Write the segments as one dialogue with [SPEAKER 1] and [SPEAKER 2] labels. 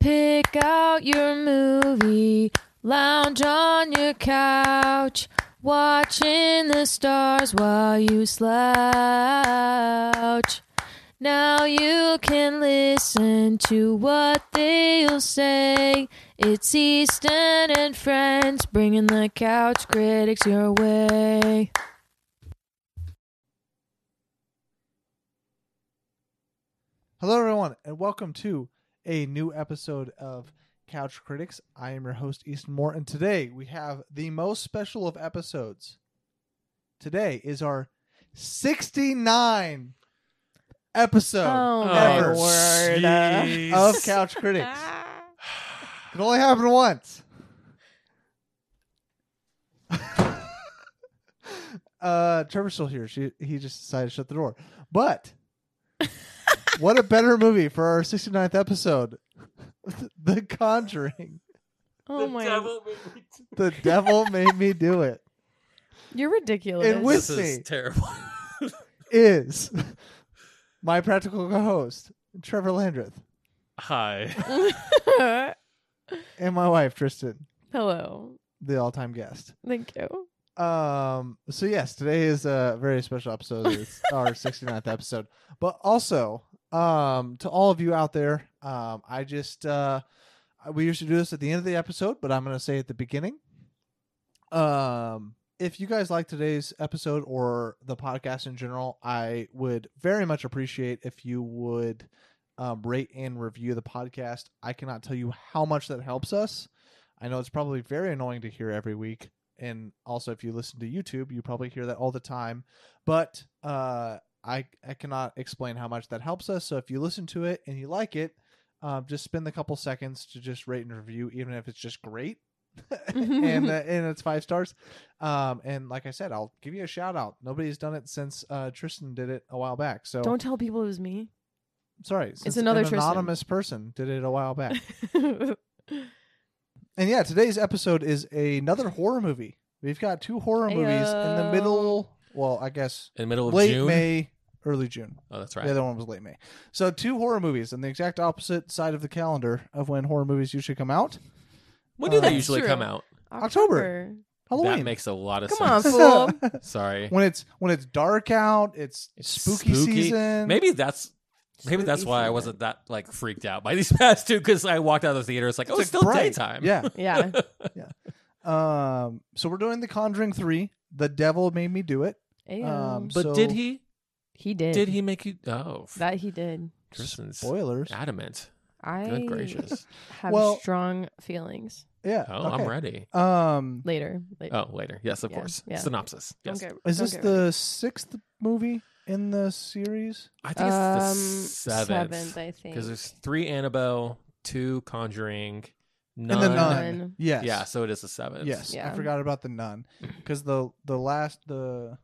[SPEAKER 1] Pick out your movie, lounge on your couch, watching the stars while you slouch. Now you can listen to what they'll say. It's Easton and friends bringing the couch critics your way.
[SPEAKER 2] Hello, everyone, and welcome to a new episode of Couch Critics. I am your host, Easton Moore, and today we have the most special of episodes. Today is our 69 episode
[SPEAKER 1] Oh, my
[SPEAKER 2] ever
[SPEAKER 1] word. uh, Ah.
[SPEAKER 3] jeez.
[SPEAKER 2] of Couch Critics. It only happened once. uh, Trevor's still here. She, he just decided to shut the door. But what a better movie for our 69th episode The Conjuring.
[SPEAKER 1] Oh my!
[SPEAKER 2] The Devil Made Me Do It
[SPEAKER 1] You're ridiculous.
[SPEAKER 2] And with-
[SPEAKER 3] This is
[SPEAKER 2] me.
[SPEAKER 3] terrible.
[SPEAKER 2] is my practical co host, Trevor Landreth,
[SPEAKER 3] Hi.
[SPEAKER 2] and my wife, Tristan,
[SPEAKER 1] Hello.
[SPEAKER 2] the all time guest.
[SPEAKER 1] Thank you.
[SPEAKER 2] Um. So yes, today is a very special episode. It's our 69th episode. But also, um, to all of you out there, um, I just uh, we usually do this at the end of the episode, but I'm gonna say at the beginning. Um, if you guys like today's episode or the podcast in general, I would very much appreciate if you would um, rate and review the podcast. I cannot tell you how much that helps us. I know it's probably very annoying to hear every week, and also if you listen to YouTube, you probably hear that all the time. But uh, I I cannot explain how much that helps us. So if you listen to it and you like it, um, just spend a couple seconds to just rate and review, even if it's just great, and uh, and it's five stars. Um, and like I said, I'll give you a shout out. Nobody's done it since uh, Tristan did it a while back. So
[SPEAKER 1] Don't tell people it was me.
[SPEAKER 2] sorry, since
[SPEAKER 1] another
[SPEAKER 2] an
[SPEAKER 1] Tristan.
[SPEAKER 2] anonymous person did it a while back. And yeah, today's episode is another horror movie. We've got two horror movies in the
[SPEAKER 1] Ayo.
[SPEAKER 2] middle. Well, I guess
[SPEAKER 3] In the middle of
[SPEAKER 2] late
[SPEAKER 3] June.
[SPEAKER 2] May, early June.
[SPEAKER 3] Oh, that's
[SPEAKER 2] The
[SPEAKER 3] right.
[SPEAKER 2] other one was late May. So two horror movies on the exact opposite side of the calendar of when horror movies usually come out.
[SPEAKER 3] When do
[SPEAKER 2] Uh,
[SPEAKER 3] they usually
[SPEAKER 1] True.
[SPEAKER 3] come out?
[SPEAKER 2] October. Halloween.
[SPEAKER 3] That makes a lot of
[SPEAKER 1] Come on,
[SPEAKER 3] sense.
[SPEAKER 1] fool.
[SPEAKER 3] Sorry.
[SPEAKER 2] when it's when it's dark out, it's,
[SPEAKER 3] It's
[SPEAKER 2] spooky, season.
[SPEAKER 3] Maybe that's maybe that's why I wasn't that like freaked out by these past two because I walked out of the theater. It's like oh,
[SPEAKER 2] like,
[SPEAKER 3] it's still
[SPEAKER 2] bright.
[SPEAKER 3] daytime.
[SPEAKER 2] Yeah.
[SPEAKER 1] Yeah.
[SPEAKER 2] Um. So we're doing The Conjuring three. The Devil Made Me Do It. Um,
[SPEAKER 3] But
[SPEAKER 2] So-
[SPEAKER 3] did he?
[SPEAKER 1] he did.
[SPEAKER 3] Did he make you? Oh,
[SPEAKER 1] That he did.
[SPEAKER 3] Tristan's
[SPEAKER 2] Spoilers.
[SPEAKER 3] adamant.
[SPEAKER 1] I
[SPEAKER 3] Good gracious.
[SPEAKER 1] have
[SPEAKER 2] Well-
[SPEAKER 1] strong feelings.
[SPEAKER 2] Yeah.
[SPEAKER 3] Oh, I'm ready.
[SPEAKER 2] right. Um.
[SPEAKER 1] Later. Later.
[SPEAKER 3] Oh, later. Yes, of
[SPEAKER 1] Yeah,
[SPEAKER 3] course.
[SPEAKER 1] yeah.
[SPEAKER 3] Synopsis. Yes.
[SPEAKER 1] Don't get-
[SPEAKER 2] Is
[SPEAKER 1] don't
[SPEAKER 2] this
[SPEAKER 1] get
[SPEAKER 2] the sixth movie in the series?
[SPEAKER 3] I think
[SPEAKER 1] ready.
[SPEAKER 3] it's the
[SPEAKER 1] Um,
[SPEAKER 3] seventh.
[SPEAKER 1] I think.
[SPEAKER 3] Because there's three Annabelle, two Conjuring, none.
[SPEAKER 2] And the nun.
[SPEAKER 1] Nun.
[SPEAKER 2] Yes.
[SPEAKER 3] Yeah, so it is the seventh.
[SPEAKER 2] Yes.
[SPEAKER 1] Yeah.
[SPEAKER 2] I forgot about the nun
[SPEAKER 3] Mm.
[SPEAKER 2] because the the last the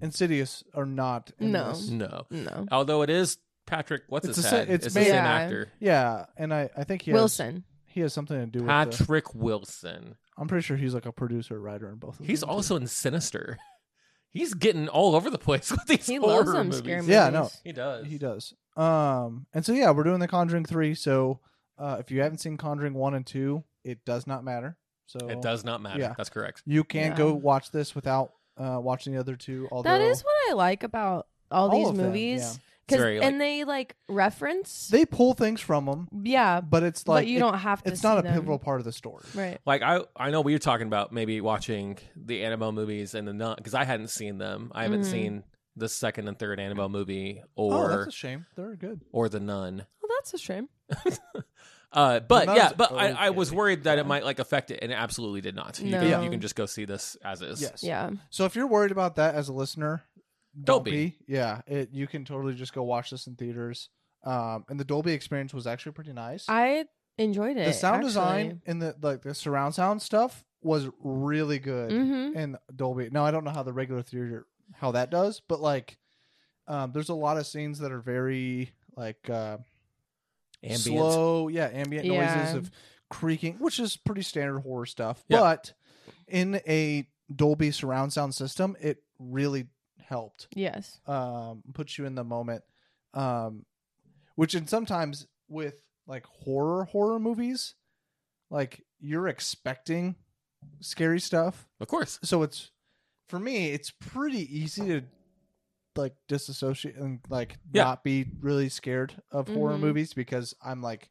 [SPEAKER 2] Insidious are not. In
[SPEAKER 1] No.
[SPEAKER 2] this.
[SPEAKER 3] No.
[SPEAKER 1] no.
[SPEAKER 3] Although it is Patrick, what's
[SPEAKER 2] It's
[SPEAKER 3] his
[SPEAKER 2] the sa-
[SPEAKER 3] head?
[SPEAKER 2] it's
[SPEAKER 3] the
[SPEAKER 2] made-
[SPEAKER 3] same
[SPEAKER 1] Yeah.
[SPEAKER 3] actor.
[SPEAKER 2] Yeah, and I I think he has,
[SPEAKER 1] Wilson.
[SPEAKER 2] he has something to do with. The,
[SPEAKER 3] Patrick Wilson.
[SPEAKER 2] I'm pretty sure he's like a producer writer in both of
[SPEAKER 3] He's
[SPEAKER 2] them, too.
[SPEAKER 3] also in Sinister. He's getting all over the place with these
[SPEAKER 1] He
[SPEAKER 3] horror
[SPEAKER 1] loves them
[SPEAKER 3] movies.
[SPEAKER 1] scary movies.
[SPEAKER 2] Yeah, no.
[SPEAKER 3] He does.
[SPEAKER 2] he does. Um, and so yeah, we're doing the Conjuring three. So uh, if you haven't seen Conjuring one and two, it does not matter. So
[SPEAKER 3] It does not matter.
[SPEAKER 2] Yeah.
[SPEAKER 3] That's correct.
[SPEAKER 2] You can
[SPEAKER 1] Yeah.
[SPEAKER 2] go watch this without uh, watching the other two. Although
[SPEAKER 1] That is what I like about all,
[SPEAKER 2] All
[SPEAKER 1] these
[SPEAKER 2] of them,
[SPEAKER 1] movies.
[SPEAKER 3] It's
[SPEAKER 1] 'Cause-
[SPEAKER 3] very, like-
[SPEAKER 1] and they like reference.
[SPEAKER 2] they pull things from them,
[SPEAKER 1] yeah.
[SPEAKER 2] but it's like
[SPEAKER 1] but you
[SPEAKER 2] it-
[SPEAKER 1] don't have to
[SPEAKER 2] It's
[SPEAKER 1] see
[SPEAKER 2] not a
[SPEAKER 1] them.
[SPEAKER 2] pivotal part of the story.
[SPEAKER 1] Right.
[SPEAKER 3] Like I, I know we were talking about maybe watching the Annabelle movies and the Nun because I hadn't seen them. I haven't
[SPEAKER 1] Mhm.
[SPEAKER 3] seen the second and third Annabelle movie
[SPEAKER 2] oh,
[SPEAKER 3] or
[SPEAKER 2] that's a shame. They're good.
[SPEAKER 3] or the Nun.
[SPEAKER 1] Well, that's a shame.
[SPEAKER 3] Uh, but
[SPEAKER 2] Well, that
[SPEAKER 3] yeah,
[SPEAKER 2] was
[SPEAKER 3] but I, I was
[SPEAKER 2] okay.
[SPEAKER 3] worried that
[SPEAKER 2] Yeah.
[SPEAKER 3] it might like affect it, and it absolutely did not. You,
[SPEAKER 1] No.
[SPEAKER 3] can, you can just go see this as is.
[SPEAKER 2] Yes.
[SPEAKER 1] Yeah.
[SPEAKER 2] So if you're worried about that as a listener,
[SPEAKER 3] Don't be.
[SPEAKER 2] Yeah, it, you can totally just go watch this in theaters. Um, and the Dolby experience was actually pretty nice.
[SPEAKER 1] I enjoyed it.
[SPEAKER 2] the sound
[SPEAKER 1] actually.
[SPEAKER 2] design and the like the surround sound stuff was really good
[SPEAKER 1] Mhm.
[SPEAKER 2] in Dolby. Now I don't know how the regular theater how that does, but like um, there's a lot of scenes that are very like uh,
[SPEAKER 3] Ambient.
[SPEAKER 2] slow, yeah, ambient
[SPEAKER 1] Yeah.
[SPEAKER 2] noises of creaking, which is pretty standard horror stuff.
[SPEAKER 3] Yeah.
[SPEAKER 2] But in a Dolby surround sound system, it really helped
[SPEAKER 1] Yes.
[SPEAKER 2] um, puts you in the moment, um, which and sometimes with like horror horror movies, like you're expecting scary stuff.
[SPEAKER 3] Of course.
[SPEAKER 2] So it's for me, it's pretty easy to like disassociate and like
[SPEAKER 3] Yeah.
[SPEAKER 2] not be really scared of horror
[SPEAKER 1] Mhm.
[SPEAKER 2] movies because I'm like,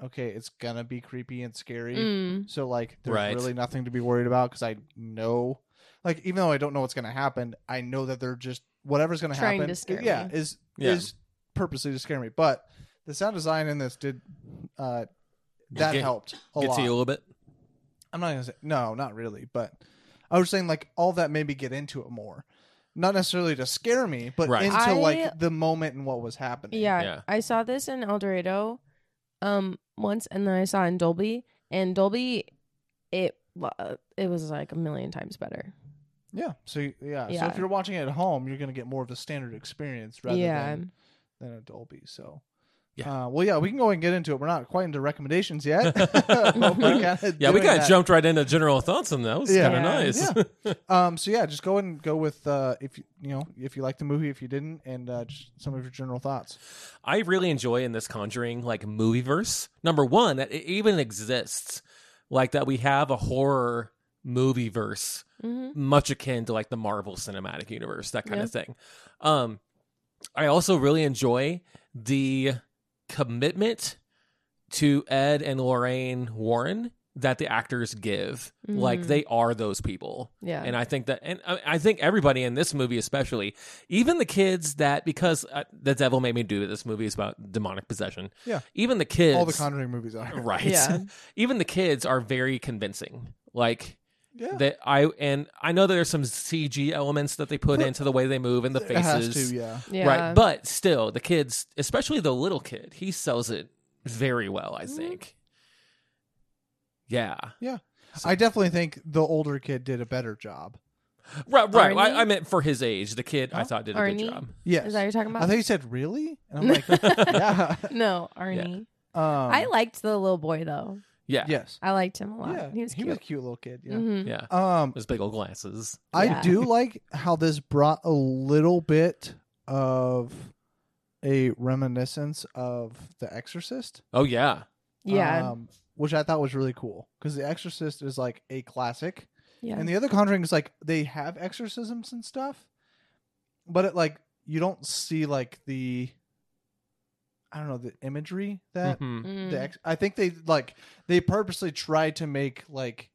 [SPEAKER 2] okay, it's gonna be creepy and scary.
[SPEAKER 1] Mm.
[SPEAKER 2] So like there's
[SPEAKER 3] Right.
[SPEAKER 2] really nothing to be worried about because I know like even though I don't know what's gonna happen, I know that they're just whatever's gonna
[SPEAKER 1] Trying
[SPEAKER 2] happen.
[SPEAKER 1] to scare
[SPEAKER 2] yeah,
[SPEAKER 1] me.
[SPEAKER 2] is
[SPEAKER 3] Yeah.
[SPEAKER 2] is purposely to scare me. But the sound design in this did uh that
[SPEAKER 3] Get-
[SPEAKER 2] helped a
[SPEAKER 3] Get
[SPEAKER 2] lot.
[SPEAKER 3] to you a little bit.
[SPEAKER 2] I'm not gonna say no, not really, but I was saying like all that made me get into it more. Not necessarily to scare me, but
[SPEAKER 3] Right.
[SPEAKER 2] into
[SPEAKER 1] I-
[SPEAKER 2] like the moment and what was happening.
[SPEAKER 1] Yeah,
[SPEAKER 3] Yeah.
[SPEAKER 1] I saw this in El Dorado um once and then I saw it in Dolby and Dolby it uh, it was like a million times better.
[SPEAKER 2] Yeah. So you- yeah. So
[SPEAKER 1] Yeah.
[SPEAKER 2] if you're watching it at home, you're gonna get more of a standard experience rather
[SPEAKER 1] yeah.
[SPEAKER 2] than than a Dolby. So,
[SPEAKER 3] Yeah.
[SPEAKER 2] Uh, well, yeah, we can go and get into it. We're not quite into recommendations yet. But we're kinda
[SPEAKER 3] Yeah, we
[SPEAKER 2] doing
[SPEAKER 3] kind of
[SPEAKER 2] that.
[SPEAKER 3] jumped right into General Thoughts on that. That was
[SPEAKER 2] Yeah.
[SPEAKER 3] kind of nice.
[SPEAKER 2] Yeah. Um, so yeah, just go and go with uh, if you you know if you like the movie, if you didn't, and uh, just some of your general thoughts.
[SPEAKER 3] I really enjoy in this Conjuring like movie verse. Number one, that it even exists, like that we have a horror movie verse,
[SPEAKER 1] hmm
[SPEAKER 3] much akin to like the Marvel Cinematic Universe, that kind
[SPEAKER 1] Yeah.
[SPEAKER 3] of thing. Um, I also really enjoy the commitment to Ed and Lorraine Warren that the actors give. Like
[SPEAKER 1] Mhm.
[SPEAKER 3] they are those people.
[SPEAKER 1] Yeah.
[SPEAKER 3] And I think that, and uh, I I think everybody in this movie, especially, even the kids that, because uh, The Devil Made Me Do It, this movie is about demonic possession.
[SPEAKER 2] Yeah.
[SPEAKER 3] Even the kids.
[SPEAKER 2] All the Conjuring movies are.
[SPEAKER 3] Right.
[SPEAKER 1] Yeah.
[SPEAKER 3] even the kids are very convincing. Like,
[SPEAKER 2] Yeah.
[SPEAKER 3] that I, and I know there's some CG elements that they put
[SPEAKER 2] But-
[SPEAKER 3] into the way they move and the
[SPEAKER 2] It has
[SPEAKER 3] faces.
[SPEAKER 2] to, yeah.
[SPEAKER 1] yeah.
[SPEAKER 3] Right. But still, the kids, especially the little kid, he sells it very well, I
[SPEAKER 2] Mm-hmm.
[SPEAKER 1] Mhm.
[SPEAKER 3] think. Yeah.
[SPEAKER 2] I definitely think the older kid did a better job.
[SPEAKER 3] Right, right.
[SPEAKER 1] Arnie?
[SPEAKER 3] I, I meant for his age. The kid I
[SPEAKER 2] Huh?
[SPEAKER 3] thought did a
[SPEAKER 1] Arnie?
[SPEAKER 3] good job.
[SPEAKER 2] Yes.
[SPEAKER 1] Is that what you're talking about?
[SPEAKER 2] I thought you said really, and I'm like, yeah.
[SPEAKER 1] no, Arnie.
[SPEAKER 2] Um,
[SPEAKER 1] I liked the little boy though.
[SPEAKER 3] Yeah. Yeah.
[SPEAKER 2] Yes.
[SPEAKER 1] I liked him a lot.
[SPEAKER 2] Yeah.
[SPEAKER 1] He was cute.
[SPEAKER 2] a cute little kid. Yeah.
[SPEAKER 1] Mhm.
[SPEAKER 3] Yeah.
[SPEAKER 2] Um,
[SPEAKER 3] Those big old glasses.
[SPEAKER 2] I
[SPEAKER 1] Yeah.
[SPEAKER 2] do like how this brought a little bit of a reminiscence of The Exorcist.
[SPEAKER 3] Oh, yeah.
[SPEAKER 1] Yeah.
[SPEAKER 2] Um, which I thought was really cool because The Exorcist is like a classic,
[SPEAKER 1] yeah.
[SPEAKER 2] and the other Conjuring is like they have exorcisms and stuff, but it like you don't see like the, I don't know, the imagery that
[SPEAKER 3] Mhm.
[SPEAKER 1] Mm.
[SPEAKER 2] the ex- I think they like they purposely tried to make like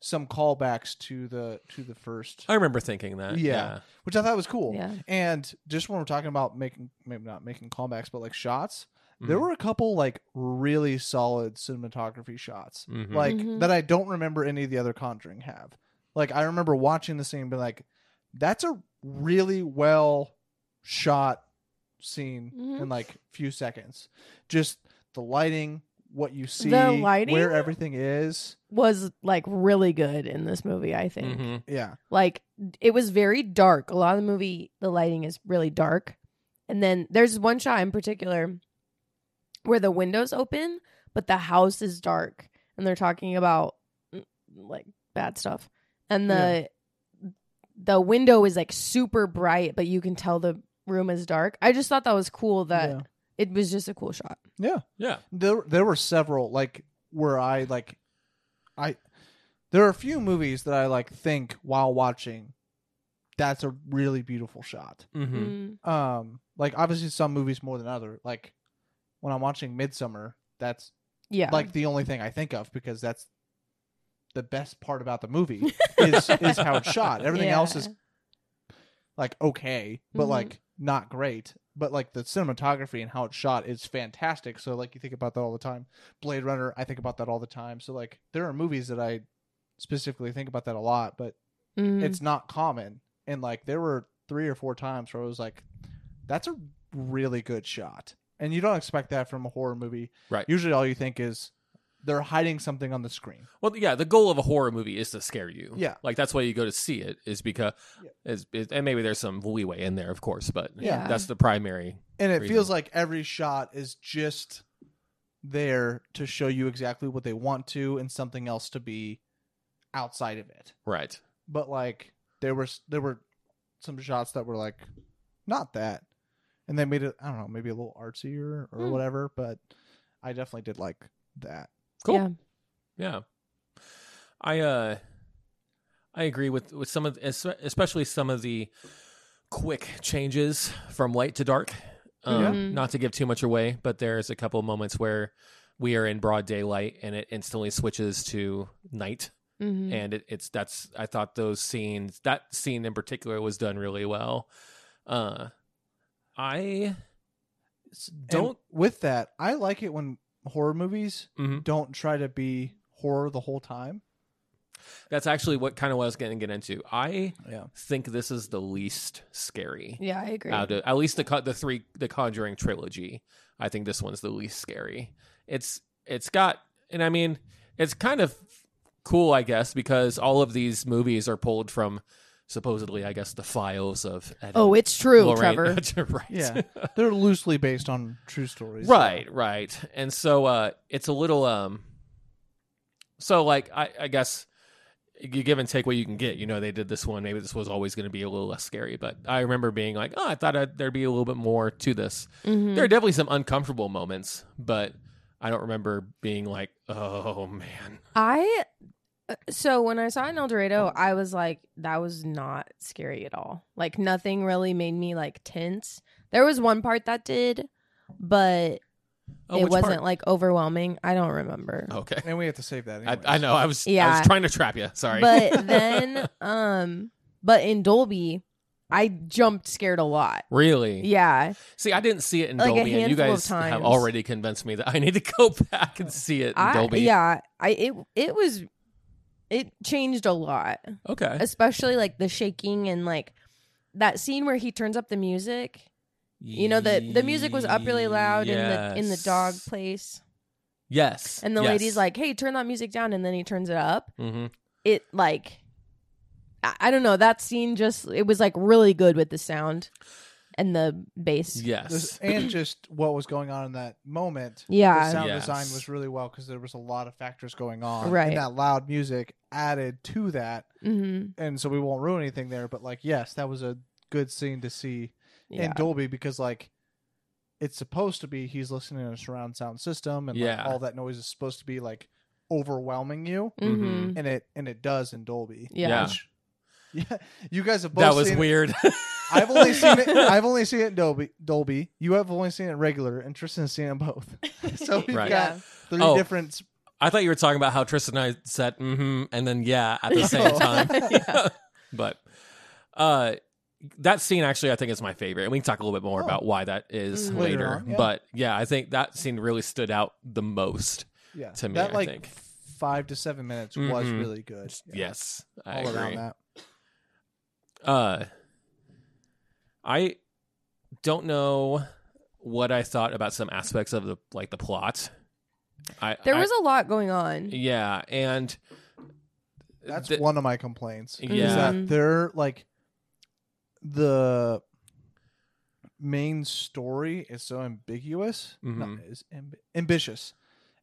[SPEAKER 2] some callbacks to the to the first
[SPEAKER 3] I remember thinking that.
[SPEAKER 2] Yeah.
[SPEAKER 3] Yeah.
[SPEAKER 2] which I thought was cool.
[SPEAKER 1] Yeah.
[SPEAKER 2] And just when we're talking about making, maybe not making callbacks, but like shots, there
[SPEAKER 3] Mhm.
[SPEAKER 2] were a couple like really solid cinematography shots,
[SPEAKER 3] Mhm.
[SPEAKER 2] like
[SPEAKER 1] Mhm.
[SPEAKER 2] that I don't remember any of the other Conjuring have. Like I remember watching the scene, and being like, "That's a really well shot scene
[SPEAKER 1] Mhm.
[SPEAKER 2] in like few seconds." Just the lighting, what you see,
[SPEAKER 1] lighting?
[SPEAKER 2] where everything is.
[SPEAKER 1] was like really good in this movie, I think.
[SPEAKER 3] Mhm.
[SPEAKER 2] Yeah,
[SPEAKER 1] Like it was very dark. A lot of the movie, the lighting is really dark. And then there's one shot in particular where the windows open, but the house is dark, and they're talking about mm, like bad stuff, and the the window is like super bright, but you can tell the room is dark. I just thought that was cool. That
[SPEAKER 2] Yeah.
[SPEAKER 1] it was just a cool shot.
[SPEAKER 2] yeah.
[SPEAKER 3] Yeah.
[SPEAKER 2] there there were several like where I like I there are a few movies that I like think while watching that's a really beautiful shot.
[SPEAKER 3] Mhm.
[SPEAKER 1] Mm,
[SPEAKER 2] Um like obviously some movies more than other like when I'm watching Midsummer that's
[SPEAKER 1] Yeah,
[SPEAKER 2] like the only thing I think of because that's the best part about the movie is is how it's shot. Everything else is
[SPEAKER 1] Yeah.
[SPEAKER 2] like okay, but
[SPEAKER 1] Mhm.
[SPEAKER 2] like not great. But like the cinematography and how it's shot is fantastic. So like you think about that all the time. Blade Runner, I think about that all the time. So like there are movies that I specifically think about that a lot, but
[SPEAKER 1] Mhm.
[SPEAKER 2] it's not common. And like there were three or four times where I was like, that's a really good shot. And you don't expect that from a horror movie.
[SPEAKER 3] Right.
[SPEAKER 2] Usually all you think is they're hiding something on the screen.
[SPEAKER 3] Well, yeah, the goal of a horror movie is to scare you.
[SPEAKER 2] Yeah.
[SPEAKER 3] Like that's why you go to see it is because
[SPEAKER 2] Yeah.
[SPEAKER 3] is, is and maybe there's some leeway in there, of course, but
[SPEAKER 1] Yeah.
[SPEAKER 3] that's the primary.
[SPEAKER 2] And it
[SPEAKER 3] Reason.
[SPEAKER 2] feels like every shot is just there to show you exactly what they want to and something else to be outside of it.
[SPEAKER 3] Right.
[SPEAKER 2] but like there were there were some shots that were like not that and they made it i don't know maybe a little artsier or
[SPEAKER 1] Hmm.
[SPEAKER 2] whatever but I definitely did like that.
[SPEAKER 3] Cool.
[SPEAKER 1] Yeah.
[SPEAKER 3] Yeah. I uh I agree with with some of es- especially some of the quick changes from light to dark. Um,
[SPEAKER 1] Yeah. Mhm.
[SPEAKER 3] not to give too much away, but there's a couple moments where we are in broad daylight and it instantly switches to night
[SPEAKER 1] Mhm.
[SPEAKER 3] and it, it's that's I thought those scenes that scene in particular was done really well. Uh I s-
[SPEAKER 2] And
[SPEAKER 3] don't
[SPEAKER 2] with that, I like it when horror movies
[SPEAKER 3] Mhm.
[SPEAKER 2] don't try to be horror the whole time.
[SPEAKER 3] that's actually what kind of what I was going to get into. I
[SPEAKER 2] Yeah.
[SPEAKER 3] think this is the least scary
[SPEAKER 1] yeah, I agree.
[SPEAKER 3] out of at least the co- the three the Conjuring trilogy. I think this one's the least scary. It's it's got and I mean it's kind of cool I guess because all of these movies are pulled from supposedly I guess the files of Ed
[SPEAKER 1] oh,
[SPEAKER 3] and
[SPEAKER 1] it's true,
[SPEAKER 3] Lorraine-
[SPEAKER 1] Trevor.
[SPEAKER 3] right
[SPEAKER 2] Yeah. They're loosely based on true stories.
[SPEAKER 3] right right and so uh it's a little um so like I I guess you give and take what you can get. You know, they did this one. Maybe this was always going to be a little less scary, but I remember being like, oh, I thought I'd, there'd be a little bit more to this.
[SPEAKER 1] Mhm.
[SPEAKER 3] There are definitely some uncomfortable moments, but I don't remember being like, oh man,
[SPEAKER 1] I uh, so when I saw it in El Dorado,
[SPEAKER 3] Mm.
[SPEAKER 1] I was like, that was not scary at all. Like nothing really made me like tense. There was one part that did, but
[SPEAKER 3] oh,
[SPEAKER 1] it
[SPEAKER 3] which
[SPEAKER 1] wasn't
[SPEAKER 3] part? Oh,
[SPEAKER 1] like overwhelming. I don't remember.
[SPEAKER 3] okay.
[SPEAKER 2] And we have to save that.
[SPEAKER 3] I,
[SPEAKER 2] anyways.
[SPEAKER 3] I know. I was. I
[SPEAKER 1] Yeah.
[SPEAKER 3] was trying to trap you. Sorry.
[SPEAKER 1] But then um but in Dolby, I jumped scared a lot.
[SPEAKER 3] really,
[SPEAKER 1] Yeah.
[SPEAKER 3] see, I didn't see it in
[SPEAKER 1] Like a
[SPEAKER 3] Dolby, and you
[SPEAKER 1] handful of
[SPEAKER 3] guys have
[SPEAKER 1] times.
[SPEAKER 3] already convinced me that I need to go back and see it in
[SPEAKER 1] I,
[SPEAKER 3] Dolby.
[SPEAKER 1] Yeah. I it it was it changed a lot.
[SPEAKER 3] Okay.
[SPEAKER 1] Especially like the shaking and like that scene where he turns up the music. You know the the music was up really loud in the in the dog
[SPEAKER 3] Yes.
[SPEAKER 1] place,
[SPEAKER 3] Yes.
[SPEAKER 1] and the
[SPEAKER 3] yes.
[SPEAKER 1] lady's like, "Hey, turn that music down," and then he turns it up.
[SPEAKER 3] Mhm.
[SPEAKER 1] It like, I, I don't know. That scene just it was like really good with the sound and the bass.
[SPEAKER 3] yes.
[SPEAKER 2] This- and just what was going on in that moment.
[SPEAKER 1] Yeah.
[SPEAKER 2] The sound
[SPEAKER 3] Yes.
[SPEAKER 2] design was really well because there was a lot of factors going on.
[SPEAKER 1] Right.
[SPEAKER 2] And that loud music added to that.
[SPEAKER 1] hmm
[SPEAKER 2] And so we won't ruin anything there. But like, yes, that was a good scene to see in
[SPEAKER 1] yeah.
[SPEAKER 2] Dolby because like it's supposed to be he's listening to a surround sound system and like,
[SPEAKER 3] Yeah.
[SPEAKER 2] all that noise is supposed to be like overwhelming you.
[SPEAKER 1] hmm
[SPEAKER 2] And it and it does in Dolby.
[SPEAKER 1] Yeah.
[SPEAKER 3] Yeah.
[SPEAKER 2] Which- yeah. You guys have both
[SPEAKER 3] that was
[SPEAKER 2] seen it.
[SPEAKER 3] weird.
[SPEAKER 2] I've only seen it. I've only seen it in Dolby. Dolby. You have only seen it regular, and Tristan's seen it both. So we've
[SPEAKER 3] Right.
[SPEAKER 2] got three
[SPEAKER 3] Oh.
[SPEAKER 2] different.
[SPEAKER 3] I thought you were talking about how Tristan and I said mm-hmm and then yeah at the same
[SPEAKER 2] No.
[SPEAKER 3] time. But uh that scene actually I think is my favorite. And we can talk a little bit more
[SPEAKER 2] Oh.
[SPEAKER 3] about why that is
[SPEAKER 1] Mhm.
[SPEAKER 2] Later
[SPEAKER 3] later.
[SPEAKER 2] on, yeah.
[SPEAKER 3] But yeah, I think that scene really stood out the most.
[SPEAKER 2] Yeah,
[SPEAKER 3] To me,
[SPEAKER 2] that
[SPEAKER 3] I
[SPEAKER 2] like
[SPEAKER 3] think.
[SPEAKER 2] five to seven minutes was
[SPEAKER 3] Mhm.
[SPEAKER 2] really good.
[SPEAKER 3] Yes. I
[SPEAKER 2] all around
[SPEAKER 3] agree.
[SPEAKER 2] that.
[SPEAKER 3] Uh I don't know what I thought about some aspects of the like the plot. I
[SPEAKER 1] There
[SPEAKER 3] I-
[SPEAKER 1] was a lot going on.
[SPEAKER 3] yeah, and
[SPEAKER 2] That's
[SPEAKER 3] the-
[SPEAKER 2] one of my complaints. Is
[SPEAKER 3] Yeah.
[SPEAKER 2] that they're like the main story is so ambiguous. No,
[SPEAKER 3] Mhm.
[SPEAKER 2] is amb- ambitious,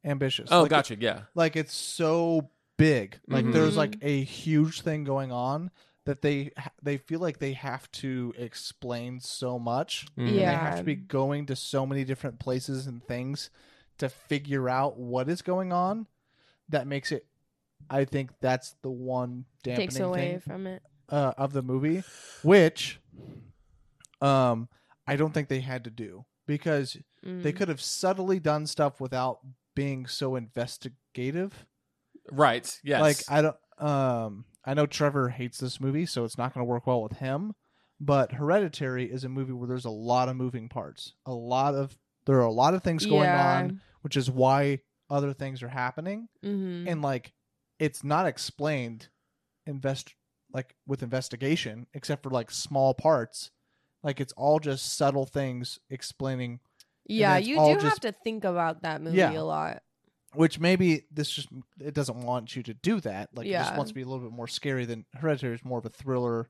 [SPEAKER 2] ambitious.
[SPEAKER 3] Oh,
[SPEAKER 2] Like,
[SPEAKER 3] gotcha. Yeah.
[SPEAKER 2] like it's so big like
[SPEAKER 3] Mhm.
[SPEAKER 2] there's
[SPEAKER 1] Mm-hmm.
[SPEAKER 2] like a huge thing going on that they they feel like they have to explain so much and
[SPEAKER 3] Mhm.
[SPEAKER 2] they
[SPEAKER 1] Yeah.
[SPEAKER 2] have to be going to so many different places and things to figure out what is going on that makes it i think that's the one dampening
[SPEAKER 1] Takes away
[SPEAKER 2] thing
[SPEAKER 1] from it.
[SPEAKER 2] uh, of the movie, which um I don't think they had to do because
[SPEAKER 1] Mm.
[SPEAKER 2] they could have subtly done stuff without being so investigative.
[SPEAKER 3] Right. Yes.
[SPEAKER 2] Like I don't um I know Trevor hates this movie, so it's not going to work well with him, but Hereditary is a movie where there's a lot of moving parts. A lot of there are a lot of things going on, which is why other things are happening
[SPEAKER 1] Mhm.
[SPEAKER 2] and like it's not explained invest like with investigation except for like small parts like it's all just subtle things explaining
[SPEAKER 1] yeah,
[SPEAKER 2] it's
[SPEAKER 1] you
[SPEAKER 2] all
[SPEAKER 1] do have
[SPEAKER 2] just-
[SPEAKER 1] to think about that movie
[SPEAKER 2] Yeah.
[SPEAKER 1] a lot.
[SPEAKER 2] which maybe this just it doesn't want you to do that like it just
[SPEAKER 1] Yeah.
[SPEAKER 2] wants to be a little bit more scary than hereditary is more of a thriller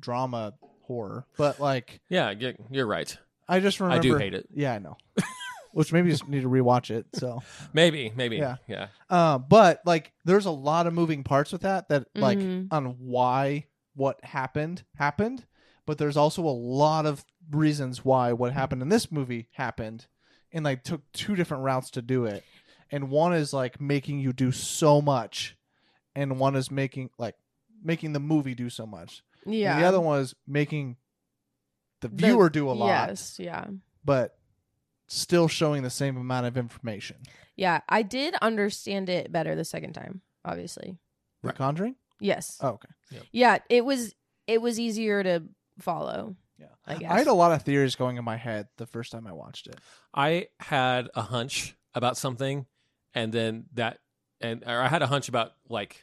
[SPEAKER 2] drama horror but like
[SPEAKER 3] yeah, you- you're right.
[SPEAKER 2] i just remember
[SPEAKER 3] I do hate it.
[SPEAKER 2] yeah i know which maybe you just need to rewatch it so
[SPEAKER 3] Maybe, maybe.
[SPEAKER 2] Yeah.
[SPEAKER 3] Yeah.
[SPEAKER 2] Uh, but like, there's a lot of moving parts with that. That like
[SPEAKER 1] Mhm.
[SPEAKER 2] on why what happened happened, but there's also a lot of reasons why what happened in this movie happened, and like took two different routes to do it. And one is like making you do so much, and one is making like making the movie do so much.
[SPEAKER 1] Yeah.
[SPEAKER 2] And the other one is making the
[SPEAKER 1] The-
[SPEAKER 2] viewer do a lot,
[SPEAKER 1] Yes. Yeah.
[SPEAKER 2] but still showing the same amount of information.
[SPEAKER 1] Yeah. I did understand it better the second time, obviously.
[SPEAKER 2] The
[SPEAKER 3] Right.
[SPEAKER 2] Conjuring.
[SPEAKER 1] Yes.
[SPEAKER 2] Oh, okay.
[SPEAKER 1] Yeah. It was it was easier to follow.
[SPEAKER 2] Yeah.
[SPEAKER 1] I guess.
[SPEAKER 2] I had a lot of theories going in my head the first time I watched it.
[SPEAKER 3] I had a hunch about something, and then that, and or I had a hunch about like,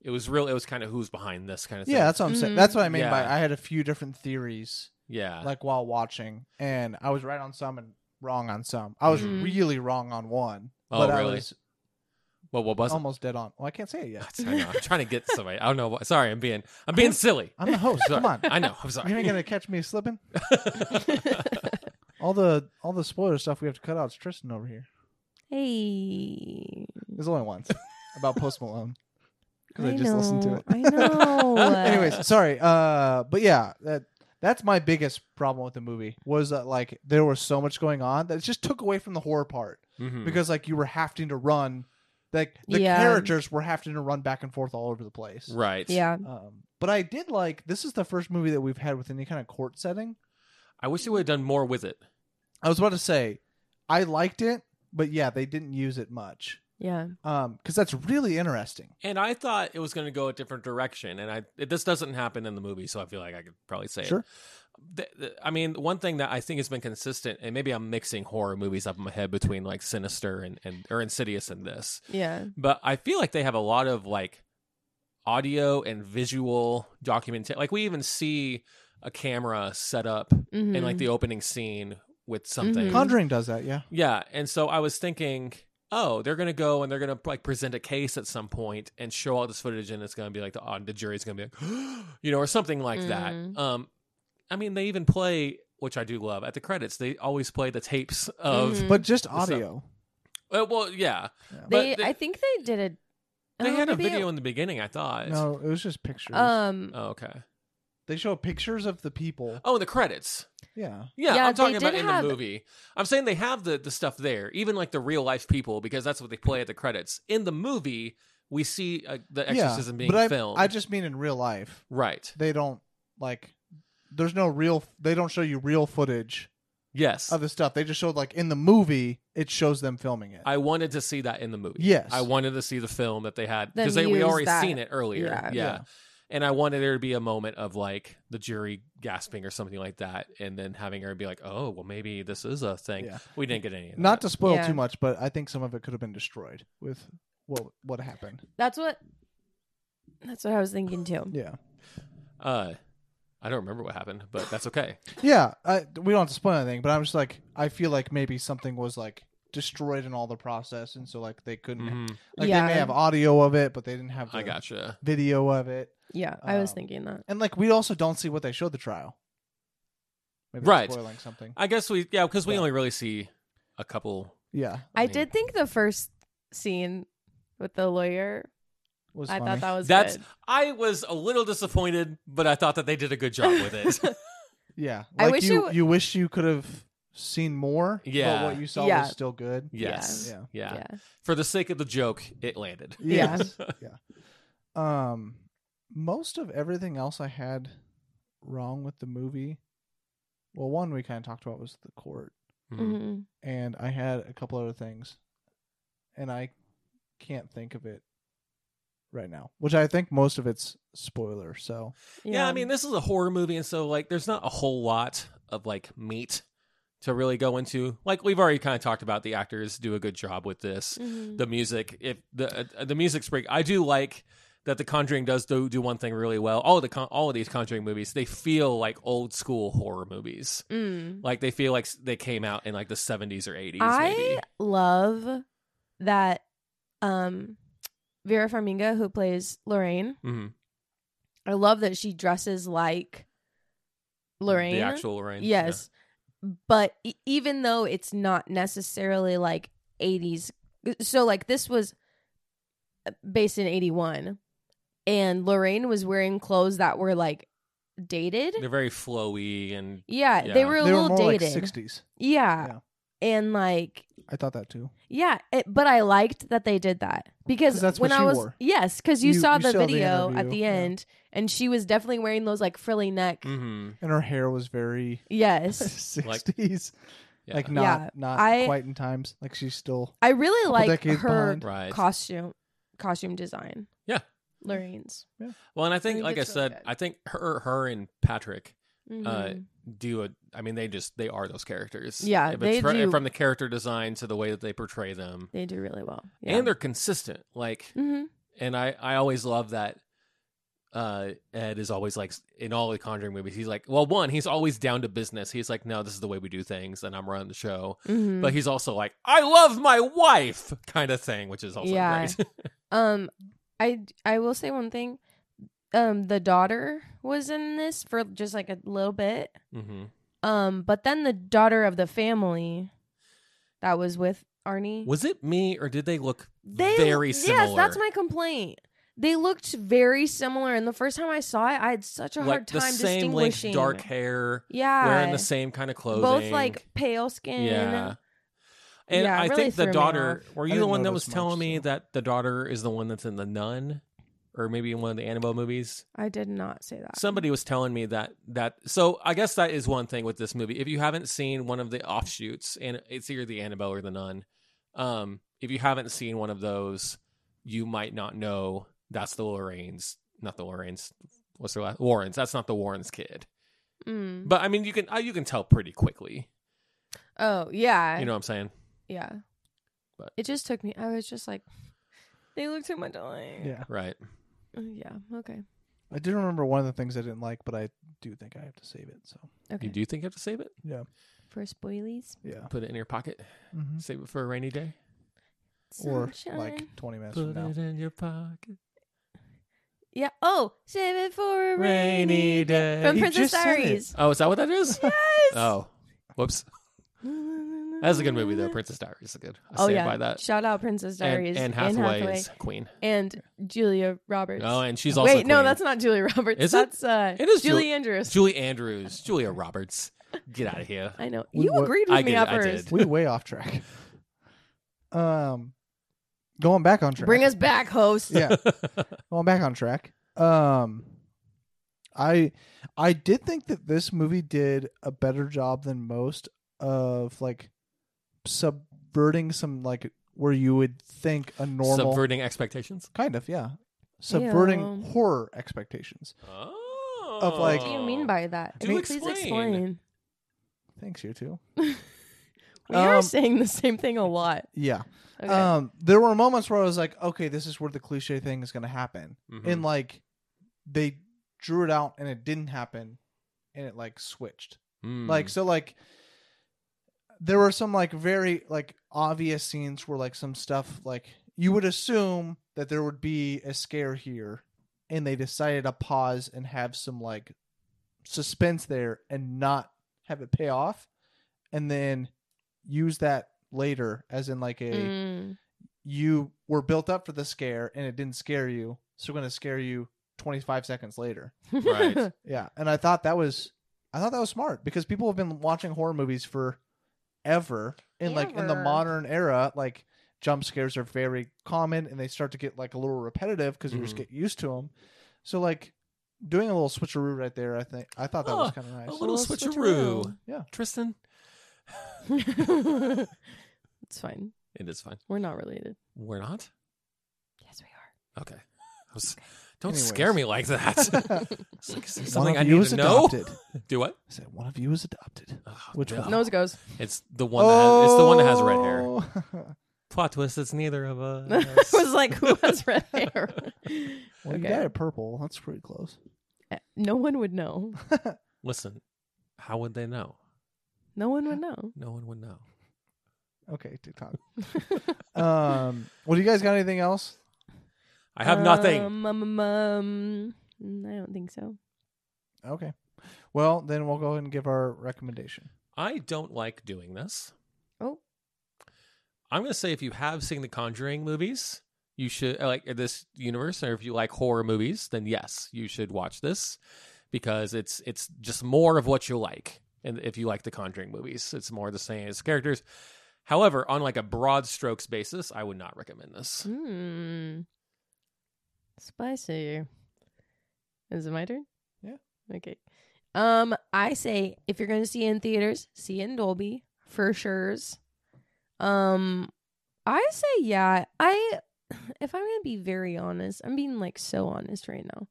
[SPEAKER 3] it was real. It was kind of who's behind this kind of thing.
[SPEAKER 2] Yeah, that's what I'm saying.
[SPEAKER 1] Mhm.
[SPEAKER 2] That's what I mean by
[SPEAKER 3] Yeah.
[SPEAKER 2] I had a few different theories
[SPEAKER 3] yeah,
[SPEAKER 2] like while watching, and I was right on some and wrong on some. I was
[SPEAKER 1] Mhm.
[SPEAKER 2] really wrong on one,
[SPEAKER 3] Oh,
[SPEAKER 2] but I
[SPEAKER 3] really?
[SPEAKER 2] was
[SPEAKER 3] well, what was it?
[SPEAKER 2] almost dead on. Well, I can't say it yet.
[SPEAKER 3] I know, I'm trying to get somebody. I don't know. What, sorry, I'm being I'm being silly.
[SPEAKER 2] I'm the host.
[SPEAKER 3] Sorry.
[SPEAKER 2] Come on,
[SPEAKER 3] I know. I'm
[SPEAKER 2] you
[SPEAKER 3] sorry.
[SPEAKER 2] ain't gonna catch me slipping. All the all the spoiler stuff we have to cut out is Tristan over here.
[SPEAKER 1] Hey.
[SPEAKER 2] There's only once about Post Malone because
[SPEAKER 1] I
[SPEAKER 2] I, just listened to
[SPEAKER 1] know,
[SPEAKER 2] it.
[SPEAKER 1] I know.
[SPEAKER 2] Anyways, sorry. Uh, but yeah, that that's my biggest problem with the movie was that like there was so much going on that it just took away from the horror part.
[SPEAKER 3] Mhm.
[SPEAKER 2] because like you were having to run like the
[SPEAKER 1] Yeah.
[SPEAKER 2] characters were having to run back and forth all over the place
[SPEAKER 3] right.
[SPEAKER 1] yeah.
[SPEAKER 2] um, but i did like this is the first movie that we've had with any kind of court setting
[SPEAKER 3] I wish they would have done more with it.
[SPEAKER 2] i was about to say i liked it but yeah they didn't use it much
[SPEAKER 1] Yeah.
[SPEAKER 2] because that's really interesting
[SPEAKER 3] And I thought it was going to go a different direction, and I it, this doesn't happen in the movie, so I feel like I could probably say
[SPEAKER 2] Sure.
[SPEAKER 3] it. Th- th- I mean, one thing that I think has been consistent, and maybe I'm mixing horror movies up in my head between like Sinister and, and or Insidious and this,
[SPEAKER 1] Yeah.
[SPEAKER 3] but I feel like they have a lot of like audio and visual documentation. Like we even see a camera set up
[SPEAKER 1] Mhm.
[SPEAKER 3] in like the opening scene with something.
[SPEAKER 1] Mhm.
[SPEAKER 2] conjuring does that yeah
[SPEAKER 3] Yeah, and so I was thinking, oh, they're gonna go and they're gonna like present a case at some point and show all this footage, and it's gonna be like the uh, the jury's gonna be like, you know, or something like
[SPEAKER 1] Mhm.
[SPEAKER 3] that. Um, I mean, they even play, which I do love, at the credits. They always play the tapes of.
[SPEAKER 1] Mhm.
[SPEAKER 2] Mm-hmm. but just audio
[SPEAKER 1] Mm-hmm.
[SPEAKER 3] Uh, well, yeah,
[SPEAKER 2] Yeah.
[SPEAKER 1] They,
[SPEAKER 3] but they-
[SPEAKER 1] I think they did a
[SPEAKER 3] they
[SPEAKER 1] oh,
[SPEAKER 3] had a
[SPEAKER 1] maybe
[SPEAKER 3] video in the beginning. I thought.
[SPEAKER 2] no it was just pictures
[SPEAKER 1] It, um
[SPEAKER 3] Oh, okay.
[SPEAKER 2] they show pictures of the people
[SPEAKER 3] Oh, and the credits.
[SPEAKER 2] yeah
[SPEAKER 3] Yeah,
[SPEAKER 1] Yeah,
[SPEAKER 3] I'm
[SPEAKER 1] they
[SPEAKER 3] talking about
[SPEAKER 1] did
[SPEAKER 3] in
[SPEAKER 1] have-
[SPEAKER 3] the movie. I'm saying they have the, the stuff there, even like the real life people, because that's what they play at the credits. In the movie, we see uh, the exorcism
[SPEAKER 2] yeah,
[SPEAKER 3] being
[SPEAKER 2] but I,
[SPEAKER 3] filmed.
[SPEAKER 2] i just mean in real life
[SPEAKER 3] right.
[SPEAKER 2] they don't like there's no real they don't show you real footage
[SPEAKER 3] Yes.
[SPEAKER 2] of the stuff they just showed like in the movie it shows them filming it
[SPEAKER 3] I wanted to see that in the movie.
[SPEAKER 2] Yes.
[SPEAKER 3] I wanted to see the film that they had
[SPEAKER 1] Them
[SPEAKER 3] because we
[SPEAKER 1] use
[SPEAKER 3] already
[SPEAKER 1] that.
[SPEAKER 3] seen it earlier.
[SPEAKER 1] Yeah.
[SPEAKER 3] Yeah.
[SPEAKER 2] Yeah.
[SPEAKER 3] And I wanted there to be a moment of like the jury gasping or something like that, and then having her be like, "Oh, well, maybe this is a thing."
[SPEAKER 2] Yeah.
[SPEAKER 3] We didn't get any of that.
[SPEAKER 2] not to spoil
[SPEAKER 1] Yeah.
[SPEAKER 2] too much but i think some of it could have been destroyed with what what happened
[SPEAKER 1] that's what that's what I was thinking too.
[SPEAKER 2] yeah
[SPEAKER 3] Uh, I don't remember what happened, but that's okay.
[SPEAKER 2] yeah I, we don't have to spoil anything but i'm just like i feel like maybe something was like destroyed in all the process and so like they couldn't
[SPEAKER 3] Mhm.
[SPEAKER 2] like
[SPEAKER 1] Yeah.
[SPEAKER 2] they may have audio of it but they didn't have the
[SPEAKER 3] I gotcha.
[SPEAKER 2] video of it
[SPEAKER 1] Yeah, I
[SPEAKER 3] Oh.
[SPEAKER 1] was
[SPEAKER 2] Um,
[SPEAKER 1] thinking that.
[SPEAKER 2] and like we also don't see what they showed the trial maybe that's
[SPEAKER 3] Right.
[SPEAKER 2] spoiling something
[SPEAKER 3] I guess we yeah because we
[SPEAKER 2] Yeah.
[SPEAKER 3] only really see a couple.
[SPEAKER 2] yeah
[SPEAKER 1] I,
[SPEAKER 3] mean,
[SPEAKER 1] did think the first scene with the lawyer.
[SPEAKER 2] was
[SPEAKER 1] I
[SPEAKER 2] funny.
[SPEAKER 1] thought that was
[SPEAKER 3] That's
[SPEAKER 1] good.
[SPEAKER 3] I was a little disappointed, but I thought that they did a good job with it.
[SPEAKER 2] Yeah,
[SPEAKER 1] I
[SPEAKER 2] like
[SPEAKER 1] wish
[SPEAKER 2] you,
[SPEAKER 1] it w-
[SPEAKER 2] you wish you could have seen more.
[SPEAKER 3] Yeah.
[SPEAKER 2] but what you saw
[SPEAKER 1] Yeah.
[SPEAKER 2] was still good.
[SPEAKER 3] yes,
[SPEAKER 2] Yeah.
[SPEAKER 3] yeah.
[SPEAKER 1] yeah.
[SPEAKER 3] For the sake of the joke, it landed.
[SPEAKER 1] Yeah.
[SPEAKER 2] Yes. yeah. Um, most of everything else I had wrong with the movie. Well, one we kind of talked about was the court,
[SPEAKER 3] Mhm.
[SPEAKER 1] Mhm.
[SPEAKER 2] and I had a couple other things, and I can't think of it right now. Which I think most of it's spoiler. So
[SPEAKER 3] Yeah. I mean, this is a horror movie, and so like, there's not a whole lot of like meat to really go into. Like, we've already kind of talked about the actors do a good job with this.
[SPEAKER 1] Mhm.
[SPEAKER 3] The music, if the uh, the music's break, I do like that. The Conjuring does do do one thing really well. All of the con- all of these Conjuring movies, they feel like old school horror movies.
[SPEAKER 1] Mm.
[SPEAKER 3] Like they feel like s- they came out in like the 70s or 80s.
[SPEAKER 1] I
[SPEAKER 3] maybe. Mm-hmm.
[SPEAKER 1] love that um Vera Farmiga who plays Lorraine.
[SPEAKER 3] Mhm.
[SPEAKER 1] I love that she dresses like Lorraine.
[SPEAKER 3] the actual Lorraine. yeah.
[SPEAKER 1] Yes. But e- even though it's not necessarily like 80s, so like this was uh, based in 81, and Lorraine was wearing clothes that were like dated.
[SPEAKER 3] they're very flowy and
[SPEAKER 1] Yeah, they
[SPEAKER 3] Yeah.
[SPEAKER 1] were a
[SPEAKER 2] they were
[SPEAKER 1] little
[SPEAKER 2] more
[SPEAKER 1] dated.
[SPEAKER 2] like sixties.
[SPEAKER 1] yeah.
[SPEAKER 2] Yeah.
[SPEAKER 1] and like
[SPEAKER 2] I thought that too.
[SPEAKER 1] yeah, it, but I liked that they did that because
[SPEAKER 2] 'Cause that's
[SPEAKER 1] when
[SPEAKER 2] what
[SPEAKER 1] I
[SPEAKER 2] she
[SPEAKER 1] was
[SPEAKER 2] wore.
[SPEAKER 1] yes, because you,
[SPEAKER 2] You-
[SPEAKER 1] saw
[SPEAKER 2] you
[SPEAKER 1] the
[SPEAKER 2] saw the
[SPEAKER 1] video at the
[SPEAKER 2] interview, yeah.
[SPEAKER 1] end, and she was definitely wearing those like frilly neck.
[SPEAKER 3] Mm-hmm.
[SPEAKER 2] And her hair was very
[SPEAKER 1] Yes,
[SPEAKER 2] sixties,
[SPEAKER 3] Yeah.
[SPEAKER 2] like, not
[SPEAKER 1] Yeah,
[SPEAKER 2] not
[SPEAKER 1] I-
[SPEAKER 2] quite in times. Like she's still
[SPEAKER 1] I really like her
[SPEAKER 2] decades behind.
[SPEAKER 3] right.
[SPEAKER 1] costume costume design.
[SPEAKER 3] Yeah.
[SPEAKER 1] Lorraine's.
[SPEAKER 3] well, and I think,
[SPEAKER 1] think
[SPEAKER 3] like I
[SPEAKER 1] it's really
[SPEAKER 3] said,
[SPEAKER 1] good.
[SPEAKER 3] I think her, her and Patrick Uh,
[SPEAKER 1] Mhm.
[SPEAKER 3] do a. I mean, they just they are those characters.
[SPEAKER 1] Yeah,
[SPEAKER 3] If
[SPEAKER 1] they
[SPEAKER 3] fr-
[SPEAKER 1] do.
[SPEAKER 3] from the character design to the way that they portray them,
[SPEAKER 1] they do really well,
[SPEAKER 3] and they're consistent. Like,
[SPEAKER 1] hmm
[SPEAKER 3] and I I always love that. Uh, Ed is always like in all the Conjuring movies. He's like, well, one, he's always down to business. He's like, no, this is the way we do things, and I'm running the show.
[SPEAKER 1] hmm
[SPEAKER 3] but he's also like, I love my wife kind of thing, which is also
[SPEAKER 1] Yeah.
[SPEAKER 3] great.
[SPEAKER 1] Um, I I will say one thing. Um, the daughter was in this for just like a little bit.
[SPEAKER 3] mm-hmm.
[SPEAKER 1] Um, but then the daughter of the family that was with Arnie.
[SPEAKER 3] Was it me or did they look
[SPEAKER 1] they
[SPEAKER 3] very similar?
[SPEAKER 1] Yes, that's my complaint. They looked very similar, and the first time I saw it, I had such a
[SPEAKER 3] like
[SPEAKER 1] hard time
[SPEAKER 3] the same length,
[SPEAKER 1] distinguishing.
[SPEAKER 3] dark hair,
[SPEAKER 1] yeah,
[SPEAKER 3] wearing the same kind of clothing,
[SPEAKER 1] both like pale skin.
[SPEAKER 3] yeah. And
[SPEAKER 1] Yeah, it
[SPEAKER 3] I
[SPEAKER 1] really
[SPEAKER 3] think
[SPEAKER 1] threw
[SPEAKER 3] the
[SPEAKER 1] me
[SPEAKER 3] daughter. Were you the
[SPEAKER 2] didn't
[SPEAKER 3] one that was
[SPEAKER 2] notice
[SPEAKER 3] telling
[SPEAKER 2] much,
[SPEAKER 3] me
[SPEAKER 2] so.
[SPEAKER 3] that the daughter is the one that's in the Nun, or maybe in one of the Annabelle movies?
[SPEAKER 1] I did not say that.
[SPEAKER 3] Somebody was telling me that that so I guess that is one thing with this movie. If you haven't seen one of the offshoots, and it's either the Annabelle or the Nun, um, if you haven't seen one of those, you might not know that's the Lorraine's, not the Lorraine's. What's their last Warrens? That's not the Warrens kid.
[SPEAKER 1] Mm.
[SPEAKER 3] But I mean, you can uh, you can tell pretty quickly.
[SPEAKER 1] Oh yeah,
[SPEAKER 3] You know what I'm saying?
[SPEAKER 1] yeah.
[SPEAKER 3] But-
[SPEAKER 1] it just took me. I was just like, they look too much alike.
[SPEAKER 2] yeah.
[SPEAKER 3] Right?
[SPEAKER 1] Uh, Yeah. Okay.
[SPEAKER 2] I do remember one of the things I didn't like, but I do think I have to save it. So
[SPEAKER 1] Okay.
[SPEAKER 3] You do think you have to save it?
[SPEAKER 1] For spoilies.
[SPEAKER 2] yeah,
[SPEAKER 3] Put it in your pocket.
[SPEAKER 2] hmm
[SPEAKER 3] Save it for a rainy day.
[SPEAKER 2] or
[SPEAKER 1] Sunshine.
[SPEAKER 2] like twenty minutes
[SPEAKER 3] Put
[SPEAKER 2] from now.
[SPEAKER 3] it in your pocket.
[SPEAKER 1] Yeah. Oh, save it for a
[SPEAKER 3] Rainy
[SPEAKER 1] rainy
[SPEAKER 3] day.
[SPEAKER 1] from
[SPEAKER 2] He
[SPEAKER 1] Princess
[SPEAKER 2] just said it.
[SPEAKER 1] Diaries.
[SPEAKER 3] oh, is that what that is?
[SPEAKER 1] Yes.
[SPEAKER 3] Oh, whoops. That's a good movie though. Princess Diaries is good. I
[SPEAKER 1] oh
[SPEAKER 3] stand
[SPEAKER 1] yeah.
[SPEAKER 3] by that.
[SPEAKER 1] Shout out Princess Diaries.
[SPEAKER 3] and, and
[SPEAKER 1] Anne
[SPEAKER 3] Hathaway,
[SPEAKER 1] Hathaway
[SPEAKER 3] is Queen.
[SPEAKER 1] and Julia Roberts.
[SPEAKER 3] Oh, and she's also
[SPEAKER 1] Wait, no,
[SPEAKER 3] Queen.
[SPEAKER 1] that's not Julia Roberts.
[SPEAKER 3] Is it?
[SPEAKER 1] that's uh,
[SPEAKER 3] It is
[SPEAKER 1] Julie
[SPEAKER 3] Jul-
[SPEAKER 1] Andrews.
[SPEAKER 3] Julie Andrews, Julia Roberts. Get out of here.
[SPEAKER 1] I know
[SPEAKER 2] We
[SPEAKER 1] you
[SPEAKER 2] were-
[SPEAKER 1] agreed with
[SPEAKER 3] I
[SPEAKER 1] me
[SPEAKER 3] did,
[SPEAKER 1] at
[SPEAKER 3] I
[SPEAKER 1] first.
[SPEAKER 3] did.
[SPEAKER 2] We way off track. Um, going back on track.
[SPEAKER 1] Bring us back, host.
[SPEAKER 2] Yeah, going back on track. Um, I I did think that this movie did a better job than most of like subverting some like where you would think a normal
[SPEAKER 3] Subverting expectations.
[SPEAKER 2] kind of yeah subverting
[SPEAKER 1] Ew.
[SPEAKER 2] horror expectations.
[SPEAKER 3] Oh.
[SPEAKER 2] Of, like-
[SPEAKER 1] What do you mean by that?
[SPEAKER 3] Do
[SPEAKER 1] Please
[SPEAKER 3] explain.
[SPEAKER 1] explain.
[SPEAKER 2] Thanks you too.
[SPEAKER 1] We are
[SPEAKER 2] Um,
[SPEAKER 1] saying the same thing a lot.
[SPEAKER 2] Yeah.
[SPEAKER 1] Okay.
[SPEAKER 3] Oh,
[SPEAKER 2] Um, there were moments where I was like, okay, this is where the cliche thing is going to happen,
[SPEAKER 3] Mhm.
[SPEAKER 2] and like they drew it out and it didn't happen, and it like switched.
[SPEAKER 3] Mm.
[SPEAKER 2] Like so, like there were some like very like obvious scenes where like some stuff like you would assume that there would be a scare here, and they decided to pause and have some like suspense there and not have it pay off, and then use that later as in like a
[SPEAKER 1] Mm.
[SPEAKER 2] you were built up for the scare and it didn't scare you, so we're gonna scare you 25 seconds later.
[SPEAKER 1] Mm.
[SPEAKER 3] Right.
[SPEAKER 2] Yeah, and I thought that was, I thought that was smart because people have been watching horror movies for ever, and like in the
[SPEAKER 1] Ever.
[SPEAKER 2] modern era, like jump scares are very common and they start to get like a little repetitive because you just
[SPEAKER 3] Mhm.
[SPEAKER 2] get used to them. So like doing a little switcheroo right there, I think I thought that was
[SPEAKER 3] Oh,
[SPEAKER 2] kind of nice.
[SPEAKER 3] a little
[SPEAKER 1] Little
[SPEAKER 3] switcheroo.
[SPEAKER 1] switcheroo.
[SPEAKER 2] Yeah.
[SPEAKER 3] Tristan.
[SPEAKER 1] it's fine.
[SPEAKER 3] It is fine.
[SPEAKER 1] We're not related.
[SPEAKER 3] We're not?
[SPEAKER 1] Yes, we
[SPEAKER 3] Okay. I was- don't
[SPEAKER 2] Anyways.
[SPEAKER 3] scare me like that. It's like, is there something
[SPEAKER 2] one
[SPEAKER 3] I
[SPEAKER 2] of you
[SPEAKER 3] need
[SPEAKER 2] is
[SPEAKER 3] to know.
[SPEAKER 2] adopted. I
[SPEAKER 3] Do what?
[SPEAKER 2] said one of you is adopted.
[SPEAKER 3] Oh,
[SPEAKER 2] Which
[SPEAKER 3] no.
[SPEAKER 2] one? Oh.
[SPEAKER 1] Nose goes.
[SPEAKER 3] It's the one that has, it's the one that has red hair.
[SPEAKER 2] hair.
[SPEAKER 3] Plot twist, it's neither of
[SPEAKER 1] I
[SPEAKER 3] us.
[SPEAKER 1] was like, who has red hair?
[SPEAKER 2] Well, you
[SPEAKER 1] Okay.
[SPEAKER 2] got it purple. That's pretty close.
[SPEAKER 1] Uh, no one would know.
[SPEAKER 3] Listen, how would they know?
[SPEAKER 1] No one would know.
[SPEAKER 3] No one would know.
[SPEAKER 2] Okay, TikTok. um, well, do you guys got anything else?
[SPEAKER 3] I have nothing.
[SPEAKER 1] Um, um, um, um, mm, I don't think so.
[SPEAKER 2] Okay. Well, then we'll go ahead and give our recommendation.
[SPEAKER 3] I don't like doing this.
[SPEAKER 1] Oh.
[SPEAKER 3] I'm going to say if you have seen the Conjuring movies, you should or, like this universe or if you like horror movies, then yes, you should watch this because it's it's just more of what you like. and if you like the Conjuring movies, it's more the same as characters. However, on like a broad strokes basis, I would not recommend this.
[SPEAKER 1] Hmm. Spicy. Is it my turn?
[SPEAKER 2] Yeah.
[SPEAKER 1] Okay. Um, I say if you're going to see it in theaters, see it in Dolby for sure's. Um, I say yeah. I if I'm going to be very honest, I'm being like so honest right now.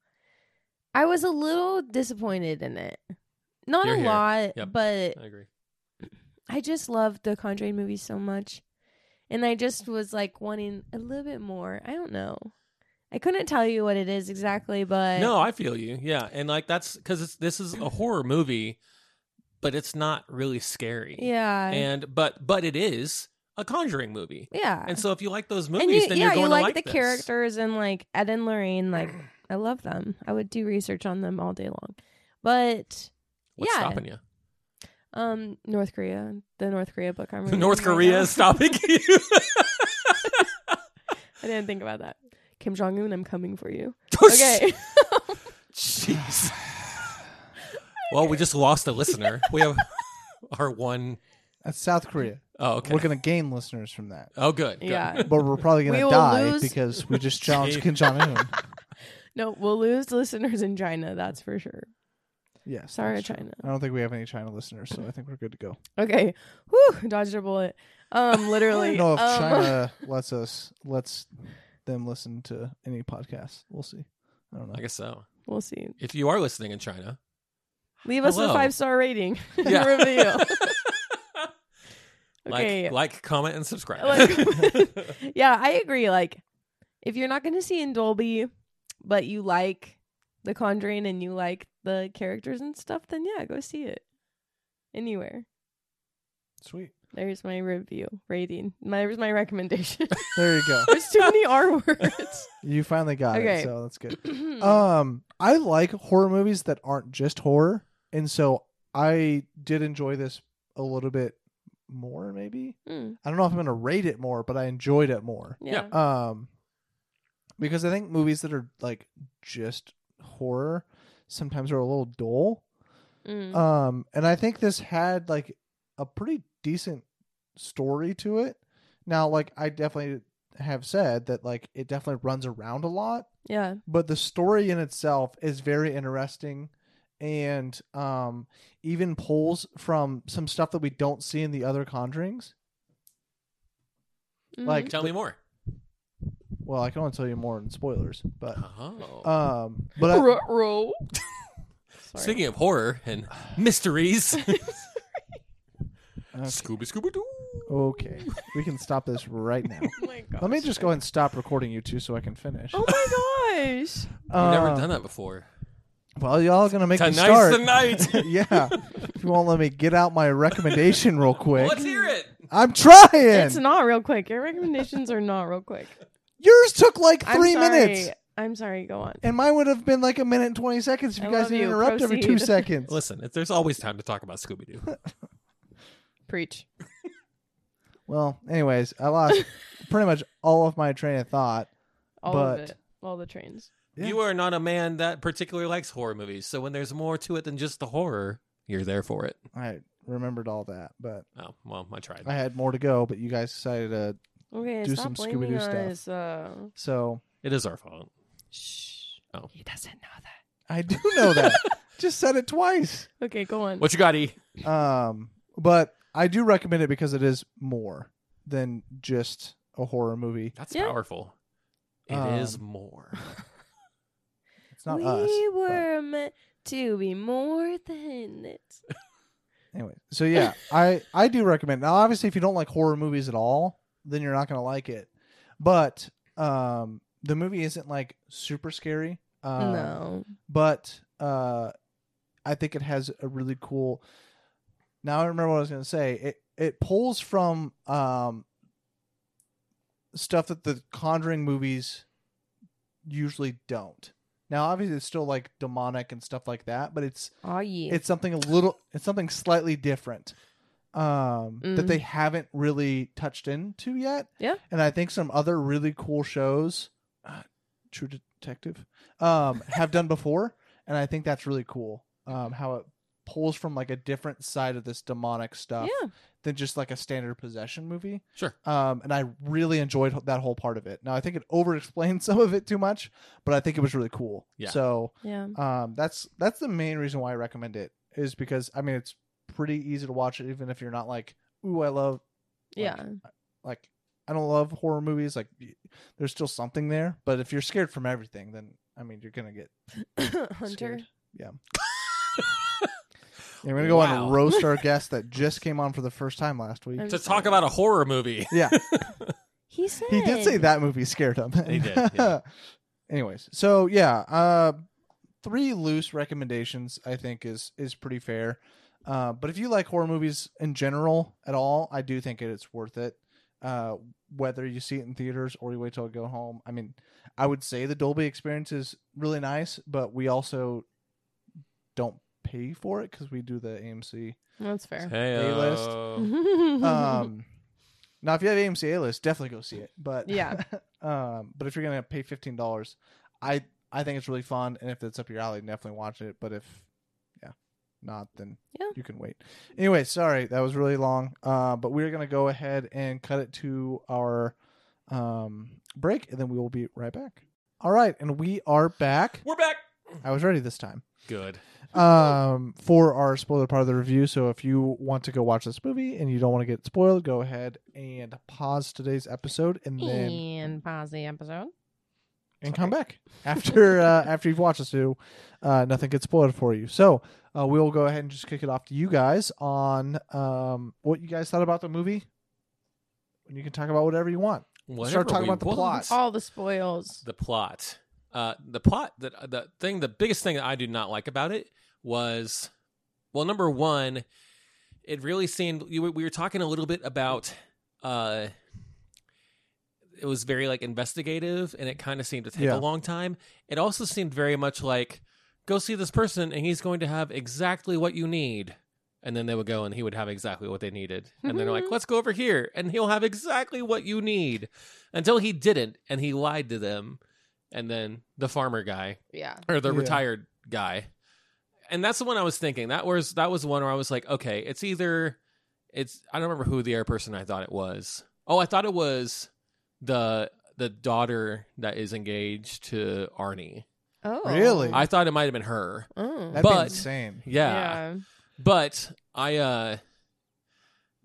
[SPEAKER 1] I was a little disappointed in it. Not
[SPEAKER 3] You're
[SPEAKER 1] a
[SPEAKER 3] here.
[SPEAKER 1] lot,
[SPEAKER 3] Yep.
[SPEAKER 1] but
[SPEAKER 3] I agree.
[SPEAKER 1] I just loved the Conjuring movies so much. And I just was like wanting a little bit more. I don't know. I couldn't tell you what it is exactly, but
[SPEAKER 3] No, I feel you. Yeah, and like that's because this is a horror movie, but it's not really scary.
[SPEAKER 1] yeah.
[SPEAKER 3] and but but it is a Conjuring movie,
[SPEAKER 1] yeah.
[SPEAKER 3] and so if you like those movies,
[SPEAKER 1] and you,
[SPEAKER 3] then
[SPEAKER 1] yeah,
[SPEAKER 3] you're going
[SPEAKER 1] you
[SPEAKER 3] to
[SPEAKER 1] like,
[SPEAKER 3] like
[SPEAKER 1] the
[SPEAKER 3] this.
[SPEAKER 1] characters and like Ed and Lorraine, like I love them. I would do research on them all day long. But
[SPEAKER 3] What's
[SPEAKER 1] yeah.
[SPEAKER 3] stopping you?
[SPEAKER 1] um North Korea, the North Korea book I'm reading.
[SPEAKER 3] North
[SPEAKER 1] right
[SPEAKER 3] Korea
[SPEAKER 1] now.
[SPEAKER 3] is stopping you.
[SPEAKER 1] I didn't think about that. Kim Jong Un, I'm coming for you. Okay.
[SPEAKER 3] okay. Jeez. Well, we just lost a listener. We have our one
[SPEAKER 2] That's South Korea.
[SPEAKER 3] oh okay.
[SPEAKER 2] We're gonna gain listeners from that,
[SPEAKER 3] Oh, good. good.
[SPEAKER 1] yeah.
[SPEAKER 2] but we're probably
[SPEAKER 1] We
[SPEAKER 2] gonna
[SPEAKER 1] will
[SPEAKER 2] die
[SPEAKER 1] lose-
[SPEAKER 2] because we just challenged
[SPEAKER 3] Gee.
[SPEAKER 2] Kim Jong Un.
[SPEAKER 1] No, we'll lose listeners in China, that's for sure.
[SPEAKER 2] Yes.
[SPEAKER 1] Sorry,
[SPEAKER 2] that's true.
[SPEAKER 1] China.
[SPEAKER 2] I don't think we have any China listeners, so I think we're good to go.
[SPEAKER 1] Okay. Whew, dodged a bullet. Um, literally.
[SPEAKER 2] No, if
[SPEAKER 1] um,
[SPEAKER 2] China lets us lets them listen to any podcast, we'll see. I don't know.
[SPEAKER 3] I guess so.
[SPEAKER 1] We'll see.
[SPEAKER 3] If you are listening in China,
[SPEAKER 1] Leave us a
[SPEAKER 3] Hello.
[SPEAKER 1] five star rating and
[SPEAKER 3] Yeah.
[SPEAKER 1] review. Okay.
[SPEAKER 3] like, like, comment, and subscribe.
[SPEAKER 1] Like- yeah, I agree. Like, if you're not going to see in Dolby, but you like The Conjuring and you like the characters and stuff, then yeah, go see it anywhere.
[SPEAKER 2] Sweet.
[SPEAKER 1] There's my review rating. There's my recommendation.
[SPEAKER 2] There you go.
[SPEAKER 1] There's too many R words. Mm,
[SPEAKER 2] You finally got
[SPEAKER 1] Okay.
[SPEAKER 2] it, so that's good.
[SPEAKER 1] Mm-hmm.
[SPEAKER 2] Um, I like horror movies that aren't just horror, and so I did enjoy this a little bit more. Maybe
[SPEAKER 1] Hmm,
[SPEAKER 2] I don't know if I'm gonna rate it more, but I enjoyed it more.
[SPEAKER 1] yeah.
[SPEAKER 3] Yeah.
[SPEAKER 2] Um, because I think movies that are like just horror sometimes are a little dull.
[SPEAKER 1] Mm.
[SPEAKER 2] Um, and I think this had like a pretty decent story to it. Now, like I definitely have said that like it definitely runs around a lot,
[SPEAKER 1] yeah.
[SPEAKER 2] but the story in itself is very interesting and um even pulls from some stuff that we don't see in the other conjurings.
[SPEAKER 1] Mm.
[SPEAKER 2] Like
[SPEAKER 3] Tell me more.
[SPEAKER 2] well, I can only tell you more in spoilers, but
[SPEAKER 3] Oh.
[SPEAKER 2] um but I,
[SPEAKER 1] Ruh-roh. Mm-hmm. Sorry.
[SPEAKER 3] Speaking of horror and mysteries,
[SPEAKER 2] okay,
[SPEAKER 3] Scooby Scooby Doo.
[SPEAKER 2] okay. We can stop this right now.
[SPEAKER 1] Oh my gosh.
[SPEAKER 2] Let me just go ahead and stop recording you two so I can finish.
[SPEAKER 1] Oh my gosh.
[SPEAKER 3] I've never
[SPEAKER 2] Um,
[SPEAKER 3] done that before.
[SPEAKER 2] Well, y'all gonna make me
[SPEAKER 3] Tonight's
[SPEAKER 2] start.
[SPEAKER 3] the night.
[SPEAKER 2] yeah. If you won't let me get out my recommendation real quick,
[SPEAKER 3] Let's hear it.
[SPEAKER 2] I'm trying.
[SPEAKER 1] It's not real quick. Your recommendations are not real quick.
[SPEAKER 2] Yours took like
[SPEAKER 1] I'm
[SPEAKER 2] three
[SPEAKER 1] sorry.
[SPEAKER 2] minutes,
[SPEAKER 1] I'm sorry. Go on.
[SPEAKER 2] and mine would have been like a minute and twenty seconds if
[SPEAKER 1] I
[SPEAKER 2] you guys
[SPEAKER 1] love
[SPEAKER 2] didn't
[SPEAKER 1] you.
[SPEAKER 2] interrupt every two
[SPEAKER 1] Proceed.
[SPEAKER 2] seconds.
[SPEAKER 3] Listen, if there's always time to talk about Scooby Doo.
[SPEAKER 1] Preach.
[SPEAKER 2] Well, anyways, I lost pretty much all of my train of thought.
[SPEAKER 1] All
[SPEAKER 2] But-
[SPEAKER 1] of it. All the trains.
[SPEAKER 2] Yeah.
[SPEAKER 3] You are not a man that particularly likes horror movies, so when there's more to it than just the horror, you're there for it.
[SPEAKER 2] I remembered all that, but
[SPEAKER 3] Oh, well, I tried.
[SPEAKER 2] I had more to go. But you guys decided to.
[SPEAKER 1] Okay.
[SPEAKER 2] Do
[SPEAKER 1] stop
[SPEAKER 2] some
[SPEAKER 1] blaming
[SPEAKER 2] Scooby-Doo stuff.
[SPEAKER 1] us. Uh,
[SPEAKER 2] So
[SPEAKER 3] It is our fault.
[SPEAKER 1] shh.
[SPEAKER 3] Oh.
[SPEAKER 1] He doesn't know that.
[SPEAKER 2] I do know that. Just said it twice.
[SPEAKER 1] Okay. Go on.
[SPEAKER 3] What you got, E?
[SPEAKER 2] Um, but I do recommend it because it is more than just a horror movie.
[SPEAKER 3] That's
[SPEAKER 1] Yeah.
[SPEAKER 3] powerful. It is
[SPEAKER 2] Um,
[SPEAKER 3] more.
[SPEAKER 2] It's not
[SPEAKER 1] we
[SPEAKER 2] us. but-
[SPEAKER 1] were meant to be more than it.
[SPEAKER 2] Anyway, so yeah, I I do recommend. Now, obviously, if you don't like horror movies at all, then you're not gonna like it. But um, the movie isn't like super scary. Um,
[SPEAKER 1] no.
[SPEAKER 2] But uh, I think it has a really cool. Now I remember what I was gonna say. It it pulls from um stuff that the Conjuring movies usually don't. Now, obviously, it's still like demonic and stuff like that, but it's
[SPEAKER 1] Oh yeah.
[SPEAKER 2] it's something a little it's something slightly different um that
[SPEAKER 1] Mm.
[SPEAKER 2] they haven't really touched into yet
[SPEAKER 1] Yeah.
[SPEAKER 2] and i think some other really cool shows uh, true detective um have done before and i think that's really cool um how it pulls from like a different side of this demonic stuff
[SPEAKER 1] yeah.
[SPEAKER 2] than just like a standard possession movie.
[SPEAKER 3] Sure.
[SPEAKER 2] Um, and I really enjoyed that whole part of it. Now I think it over explained some of it too much, but I think it was really cool.
[SPEAKER 3] Yeah.
[SPEAKER 2] So
[SPEAKER 1] Yeah.
[SPEAKER 2] um, that's that's the main reason why I recommend it is because I mean it's pretty easy to watch it even if you're not like ooh I love like,
[SPEAKER 1] Yeah.
[SPEAKER 2] like I don't love horror movies like y- there's still something there but if you're scared from everything then I mean you're gonna get
[SPEAKER 1] Hunter.
[SPEAKER 2] scared. yeah Yeah, we're gonna go on
[SPEAKER 3] Wow.
[SPEAKER 2] and roast our guest that just came on for the first time last week
[SPEAKER 1] I'm
[SPEAKER 3] To
[SPEAKER 1] sorry.
[SPEAKER 3] talk about a horror movie.
[SPEAKER 2] yeah
[SPEAKER 1] He said
[SPEAKER 2] he did say that movie scared him.
[SPEAKER 3] He did, yeah.
[SPEAKER 2] Anyways, so yeah, uh, three loose recommendations I think is is pretty fair. Uh, but if you like horror movies in general at all, I do think it, it's worth it. Uh, whether you see it in theaters or you wait till I go home, I mean, I would say the Dolby experience is really nice, but we also don't pay for it because we do the AMC
[SPEAKER 1] That's fair. Mm-hmm.
[SPEAKER 3] Hey,
[SPEAKER 2] um now if you have AMC A list, definitely go see it. But
[SPEAKER 1] Yeah.
[SPEAKER 2] um but if you're gonna pay fifteen dollars, I I think it's really fun and if it's up your alley, definitely watch it. But if yeah, not then
[SPEAKER 1] Yeah.
[SPEAKER 2] you can wait. Anyway, sorry, that was really long. Uh but we're gonna go ahead and cut it to our um break and then we will be right back. All right, and we are back.
[SPEAKER 3] We're back.
[SPEAKER 2] I was ready this time
[SPEAKER 3] Good.
[SPEAKER 2] um, for our spoiler part of the review. So if you want to go watch this movie and you don't want to get spoiled, go ahead and pause today's episode and then
[SPEAKER 1] and pause the episode.
[SPEAKER 2] and come back after uh, after you've watched this. So uh, nothing gets spoiled for you. So uh, we'll go ahead and just kick it off to you guys on um, what you guys thought about the movie. And you can talk about whatever you want.
[SPEAKER 3] Whatever
[SPEAKER 2] talking
[SPEAKER 3] we
[SPEAKER 2] about the
[SPEAKER 3] want.
[SPEAKER 2] plot.
[SPEAKER 1] All the spoils.
[SPEAKER 3] the plot. Uh, the plot that the thing, the biggest thing that I did not like about it was, well, number one, it really seemed you, were- we were talking a little bit about. Uh, it was very like investigative, and it kind of seemed to take
[SPEAKER 2] Yeah.
[SPEAKER 3] a long time. It also seemed very much like go see this person, and he's going to have exactly what you need. And then they would go, and he would have exactly what they needed. And they're like, "Let's go over here," and he'll have exactly what you need until he didn't and he lied to them and then the farmer guy
[SPEAKER 1] Yeah.
[SPEAKER 3] or the
[SPEAKER 2] Yeah.
[SPEAKER 3] retired guy and that's the one i was thinking that was that was one where i was like okay it's either it's i don't remember who the air person i thought it was oh i thought it was the the daughter that is engaged to arnie
[SPEAKER 1] Oh.
[SPEAKER 2] Really?
[SPEAKER 3] i thought it might have been her
[SPEAKER 1] Oh.
[SPEAKER 2] That'd be
[SPEAKER 3] But-
[SPEAKER 2] insane.
[SPEAKER 3] yeah. But I, uh,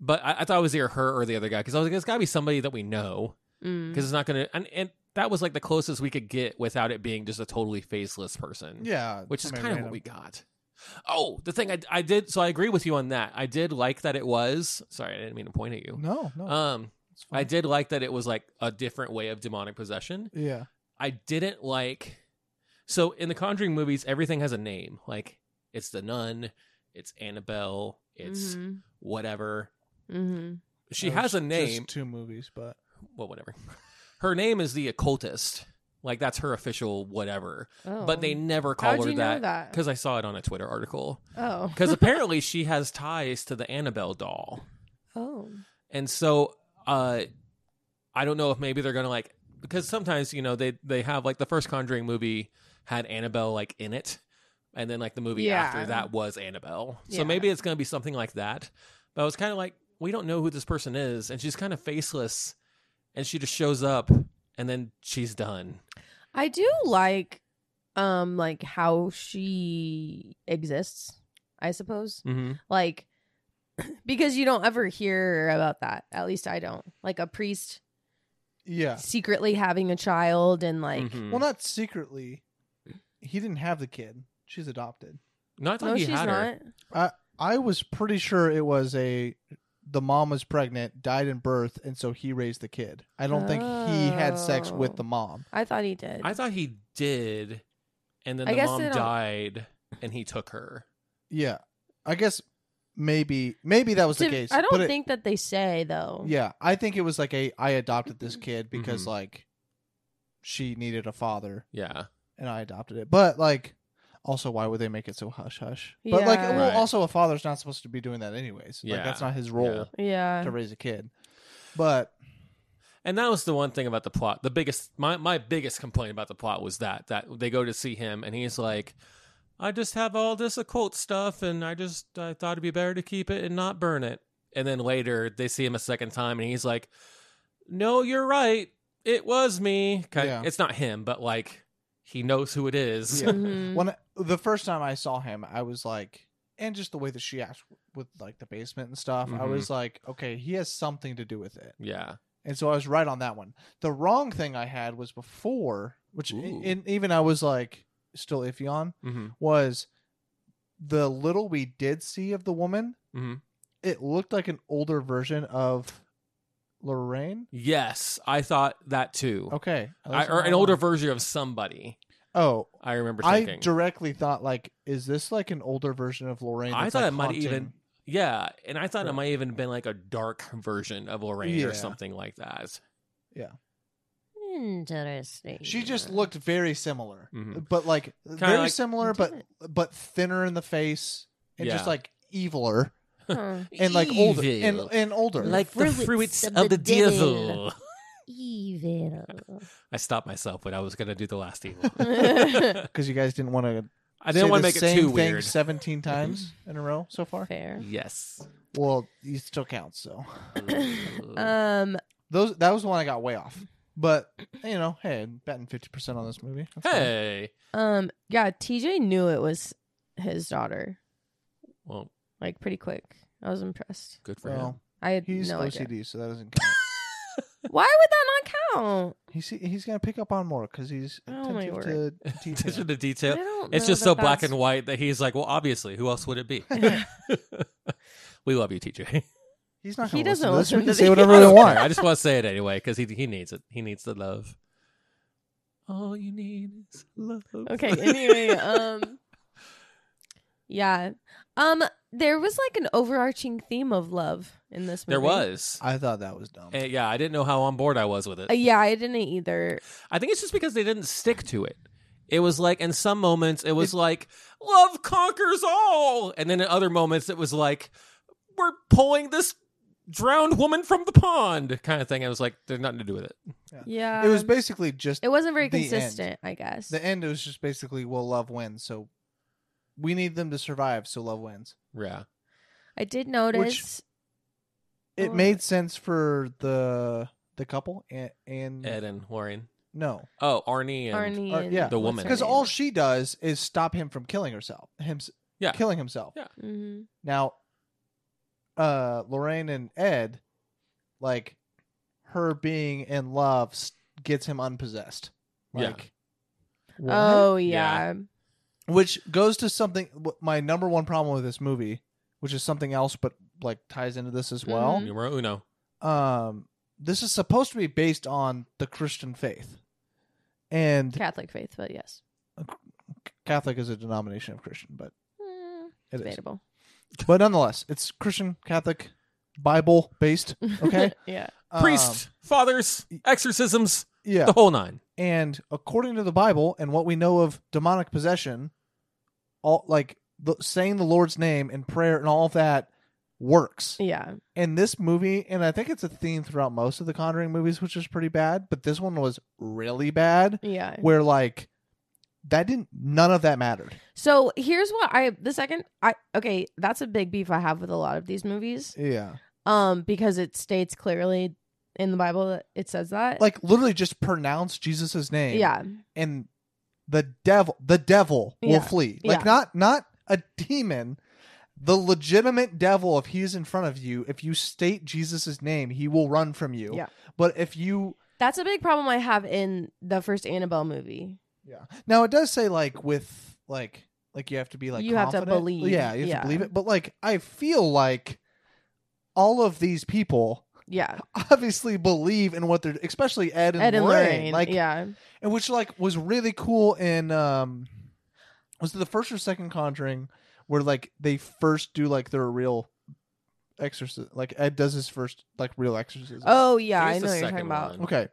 [SPEAKER 3] but I, I thought it was either her or the other guy because I was like, it's got to be somebody that we know
[SPEAKER 2] Mm-hmm.
[SPEAKER 1] Mm.
[SPEAKER 3] because it's not going to. And, and that was like the closest we could get without it being just a totally faceless person.
[SPEAKER 2] Yeah,
[SPEAKER 3] Which is
[SPEAKER 2] I mean,
[SPEAKER 3] kind of
[SPEAKER 2] random.
[SPEAKER 3] what we got. Oh, the thing I, I did. So I agree with you on that. I did like that it was. Sorry, I didn't mean to point at you.
[SPEAKER 2] No, no,
[SPEAKER 3] Um,
[SPEAKER 2] it's
[SPEAKER 3] I
[SPEAKER 2] fine.
[SPEAKER 3] did like that it was like a different way of demonic possession.
[SPEAKER 2] yeah,
[SPEAKER 3] I didn't like. So in the Conjuring movies, everything has a name. Like it's the nun, it's Annabelle,
[SPEAKER 2] Mm-hmm.
[SPEAKER 3] it's
[SPEAKER 1] Mhm.
[SPEAKER 3] whatever.
[SPEAKER 1] Mhm.
[SPEAKER 3] She
[SPEAKER 2] That
[SPEAKER 3] has
[SPEAKER 2] was
[SPEAKER 3] a name.
[SPEAKER 2] Just two movies, but
[SPEAKER 3] Well, whatever. Her name is the occultist. Like that's her official whatever.
[SPEAKER 1] Oh.
[SPEAKER 3] But they never call
[SPEAKER 1] How'd
[SPEAKER 3] her
[SPEAKER 1] you know
[SPEAKER 3] that
[SPEAKER 1] that?
[SPEAKER 3] because I saw it on a Twitter article.
[SPEAKER 1] Oh.
[SPEAKER 3] Because apparently she has ties to the Annabelle doll.
[SPEAKER 1] Oh.
[SPEAKER 3] And so uh I don't know if maybe they're gonna like because sometimes, you know, they they have like the first conjuring movie had Annabelle like in it. And then like the movie
[SPEAKER 1] Yeah.
[SPEAKER 3] after that was Annabelle.
[SPEAKER 1] Yeah.
[SPEAKER 3] So maybe it's gonna be something like that. But I was kinda like, we don't know who this person is, and she's kind of faceless and she just shows up and then she's done.
[SPEAKER 1] I do like um like how she exists, I suppose.
[SPEAKER 3] Mm-hmm.
[SPEAKER 1] Like because you don't ever hear about that. At least I don't. Like a priest
[SPEAKER 2] yeah.
[SPEAKER 1] secretly having a child and like
[SPEAKER 3] Mm-hmm.
[SPEAKER 2] Well, not secretly. He didn't have the kid. She's adopted.
[SPEAKER 3] no, I thought
[SPEAKER 1] no,
[SPEAKER 3] he
[SPEAKER 1] she's
[SPEAKER 3] had her.
[SPEAKER 1] not.
[SPEAKER 2] I was pretty sure it was a the mom was pregnant, died in birth, and so he raised the kid. I don't think he had sex
[SPEAKER 1] Oh.
[SPEAKER 2] with the mom.
[SPEAKER 1] I thought he did.
[SPEAKER 3] I thought he did, and then
[SPEAKER 1] I
[SPEAKER 3] the
[SPEAKER 1] guess
[SPEAKER 3] mom
[SPEAKER 1] they don't-
[SPEAKER 3] died and he took her.
[SPEAKER 2] Yeah. I guess maybe maybe that was the
[SPEAKER 1] Did-
[SPEAKER 2] case.
[SPEAKER 1] I
[SPEAKER 2] but
[SPEAKER 1] don't
[SPEAKER 2] it-
[SPEAKER 1] think that they say though.
[SPEAKER 2] Yeah, I think it was like a I adopted this
[SPEAKER 1] Mm-hmm.
[SPEAKER 2] kid because
[SPEAKER 3] Mhm.
[SPEAKER 2] like she needed a father
[SPEAKER 3] Yeah.
[SPEAKER 2] and I adopted it. But like also why would they make it so hush hush? But like
[SPEAKER 1] Yeah.
[SPEAKER 2] well
[SPEAKER 3] Right.
[SPEAKER 2] also a father's not supposed to be doing that anyways. Like
[SPEAKER 3] Yeah.
[SPEAKER 2] that's not his role.
[SPEAKER 3] Yeah.
[SPEAKER 1] Yeah.
[SPEAKER 2] to raise a kid. But
[SPEAKER 3] And that was the one thing about the plot. The biggest my my biggest complaint about the plot was that that they go to see him and he's like, I just have all this occult stuff, and I just I thought it'd be better to keep it and not burn it. And then later they see him a second time, and he's like, "No, you're right. It was me." Kind
[SPEAKER 2] Yeah.
[SPEAKER 3] It's not him, but like he knows who it is.
[SPEAKER 2] Yeah.
[SPEAKER 1] Mhm.
[SPEAKER 2] when I, the first time I saw him, I was like, and just the way that she acts with like the basement and stuff, I
[SPEAKER 3] Mhm.
[SPEAKER 2] was like, okay, he has something to do with it.
[SPEAKER 3] yeah.
[SPEAKER 2] And so I was right on that one. The wrong thing I had was before, which i-
[SPEAKER 3] Ooh.
[SPEAKER 2] and even I was like still iffy on
[SPEAKER 3] hmm
[SPEAKER 2] was the little we did see of the woman.
[SPEAKER 3] Mhm.
[SPEAKER 2] It looked like an older version of Lorraine.
[SPEAKER 3] Yes, I thought that too.
[SPEAKER 2] Okay,
[SPEAKER 3] I, or an older version of somebody.
[SPEAKER 2] Oh,
[SPEAKER 3] I remember
[SPEAKER 2] I
[SPEAKER 3] thinking.
[SPEAKER 2] directly thought like, is this like an older version of Lorraine?
[SPEAKER 3] I
[SPEAKER 2] that's,
[SPEAKER 3] thought
[SPEAKER 2] like,
[SPEAKER 3] it might
[SPEAKER 2] haunting-
[SPEAKER 3] even- yeah, and I thought it
[SPEAKER 2] Right.
[SPEAKER 3] might even been like a dark version of Lorraine
[SPEAKER 2] Yeah.
[SPEAKER 3] or something like that.
[SPEAKER 1] Interesting.
[SPEAKER 2] She just looked very similar,
[SPEAKER 3] Mhm.
[SPEAKER 2] but like
[SPEAKER 3] Kinda
[SPEAKER 2] very
[SPEAKER 3] like-
[SPEAKER 2] similar, but but thinner in the face and just
[SPEAKER 3] Yeah.
[SPEAKER 2] like eviler
[SPEAKER 1] Huh.
[SPEAKER 2] and like older and,
[SPEAKER 3] Evil.
[SPEAKER 2] and older.
[SPEAKER 1] Like- fruits of the devil. Evil.
[SPEAKER 3] I stopped myself when I was gonna do the last evil.
[SPEAKER 2] because you guys didn't want to.
[SPEAKER 3] I didn't want to make it too weird. Mm-hmm.
[SPEAKER 2] Seventeen times in a row so far.
[SPEAKER 1] Fair.
[SPEAKER 3] Yes.
[SPEAKER 2] Well, you still count. So
[SPEAKER 3] Uh,
[SPEAKER 1] Um,
[SPEAKER 2] those that was the one I got way off. But you know, hey, I'm betting fifty percent on this movie. That's fine.
[SPEAKER 3] hey.
[SPEAKER 1] um, yeah, TJ knew it was his daughter,
[SPEAKER 3] Well,
[SPEAKER 1] like pretty quick. I was impressed.
[SPEAKER 3] good for him.
[SPEAKER 2] well,
[SPEAKER 1] I had
[SPEAKER 2] he's
[SPEAKER 1] no
[SPEAKER 2] OCD,
[SPEAKER 1] idea.
[SPEAKER 2] so that doesn't count.
[SPEAKER 1] Why would that not count?
[SPEAKER 2] he's he's gonna pick up on more because he's
[SPEAKER 1] Oh, my
[SPEAKER 2] attentive to detail.
[SPEAKER 3] Attention to
[SPEAKER 1] I
[SPEAKER 3] detail.
[SPEAKER 1] don't
[SPEAKER 3] It's
[SPEAKER 1] know
[SPEAKER 3] just
[SPEAKER 1] that
[SPEAKER 3] so black
[SPEAKER 1] that's-
[SPEAKER 3] and white that he's like, well, obviously, who else would it be? we love you, TJ.
[SPEAKER 2] He's not.
[SPEAKER 1] He
[SPEAKER 2] Gonna
[SPEAKER 1] doesn't
[SPEAKER 2] listen
[SPEAKER 1] listen to
[SPEAKER 2] to this. We can say
[SPEAKER 1] the-
[SPEAKER 2] whatever we want.
[SPEAKER 3] I just want to say it anyway because he he needs it. He needs the love. All you need is love.
[SPEAKER 1] Okay, anyway, um Yeah. Um there was like an overarching theme of love in this movie.
[SPEAKER 3] there was.
[SPEAKER 2] I thought that was dumb.
[SPEAKER 3] Uh, yeah, I didn't know how on board I was with it.
[SPEAKER 1] Uh, yeah, I didn't either.
[SPEAKER 3] I think it's just because they didn't stick to it. It was like in some moments it was like love conquers all, and then in other moments it was like we're pulling this drowned woman from the pond kind of thing. I was like, there's nothing to do with it.
[SPEAKER 1] Yeah.
[SPEAKER 2] it was basically just
[SPEAKER 1] Um, it wasn't very
[SPEAKER 2] the end.
[SPEAKER 1] consistent, I guess.
[SPEAKER 2] the end. It was just basically, well, love wins, so we need them to survive, so love wins.
[SPEAKER 3] Yeah,
[SPEAKER 1] I did notice
[SPEAKER 2] It
[SPEAKER 1] Oh.
[SPEAKER 2] made sense for the the couple and, and
[SPEAKER 3] Ed and Warren.
[SPEAKER 2] no,
[SPEAKER 3] Oh, Arnie and
[SPEAKER 1] Mm. Arnie
[SPEAKER 2] Ar-
[SPEAKER 1] and
[SPEAKER 2] Uh, yeah.
[SPEAKER 3] The woman.
[SPEAKER 1] what's her
[SPEAKER 2] because
[SPEAKER 1] name?
[SPEAKER 2] all she does is stop him from killing herself. Him,
[SPEAKER 3] Yeah.
[SPEAKER 2] killing himself.
[SPEAKER 3] Yeah.
[SPEAKER 1] Mhm.
[SPEAKER 2] Now, uh, Lorraine and Ed, like her being in love, s- gets him unpossessed.
[SPEAKER 3] Yeah.
[SPEAKER 2] Like,
[SPEAKER 1] Oh yeah.
[SPEAKER 3] Yeah.
[SPEAKER 2] which goes to something wh- my number one problem with this movie which is something else but like ties into this as well
[SPEAKER 3] numero uno.
[SPEAKER 2] um this is supposed to be based on the christian faith and
[SPEAKER 1] Catholic faith, but yes.
[SPEAKER 2] catholic is a denomination of christian but
[SPEAKER 1] Mm,
[SPEAKER 2] it is
[SPEAKER 1] debatable.
[SPEAKER 2] but nonetheless it's christian catholic bible based okay
[SPEAKER 1] yeah.
[SPEAKER 2] Um,
[SPEAKER 3] Priest, fathers, exorcisms,
[SPEAKER 2] yeah
[SPEAKER 3] the whole nine.
[SPEAKER 2] and according to the bible and what we know of demonic possession all like the, saying the lord's name and prayer and all of that works
[SPEAKER 1] Yeah.
[SPEAKER 2] and this movie and i think it's a theme throughout most of the conjuring movies which is pretty bad but this one was really bad
[SPEAKER 1] Yeah.
[SPEAKER 2] where like that didn't none of that mattered
[SPEAKER 1] So here's what I the second I okay, that's a big beef I have with a lot of these movies.
[SPEAKER 2] yeah
[SPEAKER 1] um because it states clearly in the bible that it says that
[SPEAKER 2] like literally just pronounce jesus' name
[SPEAKER 1] yeah
[SPEAKER 2] and the devil the devil will
[SPEAKER 1] Yeah.
[SPEAKER 2] flee like
[SPEAKER 1] Yeah.
[SPEAKER 2] not not a demon the legitimate devil if he is in front of you if you state jesus' name he will run from you
[SPEAKER 1] Yeah.
[SPEAKER 2] but if you
[SPEAKER 1] that's a big problem i have in the first annabelle movie
[SPEAKER 2] Yeah. Now it does say like with like like you have to be like
[SPEAKER 1] You have to
[SPEAKER 2] confident.
[SPEAKER 1] believe,
[SPEAKER 2] Yeah, you have
[SPEAKER 1] yeah.
[SPEAKER 2] to believe it. But like I feel like all of these people
[SPEAKER 1] yeah
[SPEAKER 2] obviously believe in what they're especially Ed and,
[SPEAKER 1] ed and
[SPEAKER 2] Lorraine,
[SPEAKER 1] lorraine
[SPEAKER 2] like
[SPEAKER 1] yeah
[SPEAKER 2] and which like was really cool in um was it the first or second conjuring where like they first do like their real exorcism like Ed does his first like real exorcism.
[SPEAKER 1] oh yeah i know what
[SPEAKER 3] Here's the
[SPEAKER 1] you're talking
[SPEAKER 3] second
[SPEAKER 1] about
[SPEAKER 3] one.
[SPEAKER 2] Okay.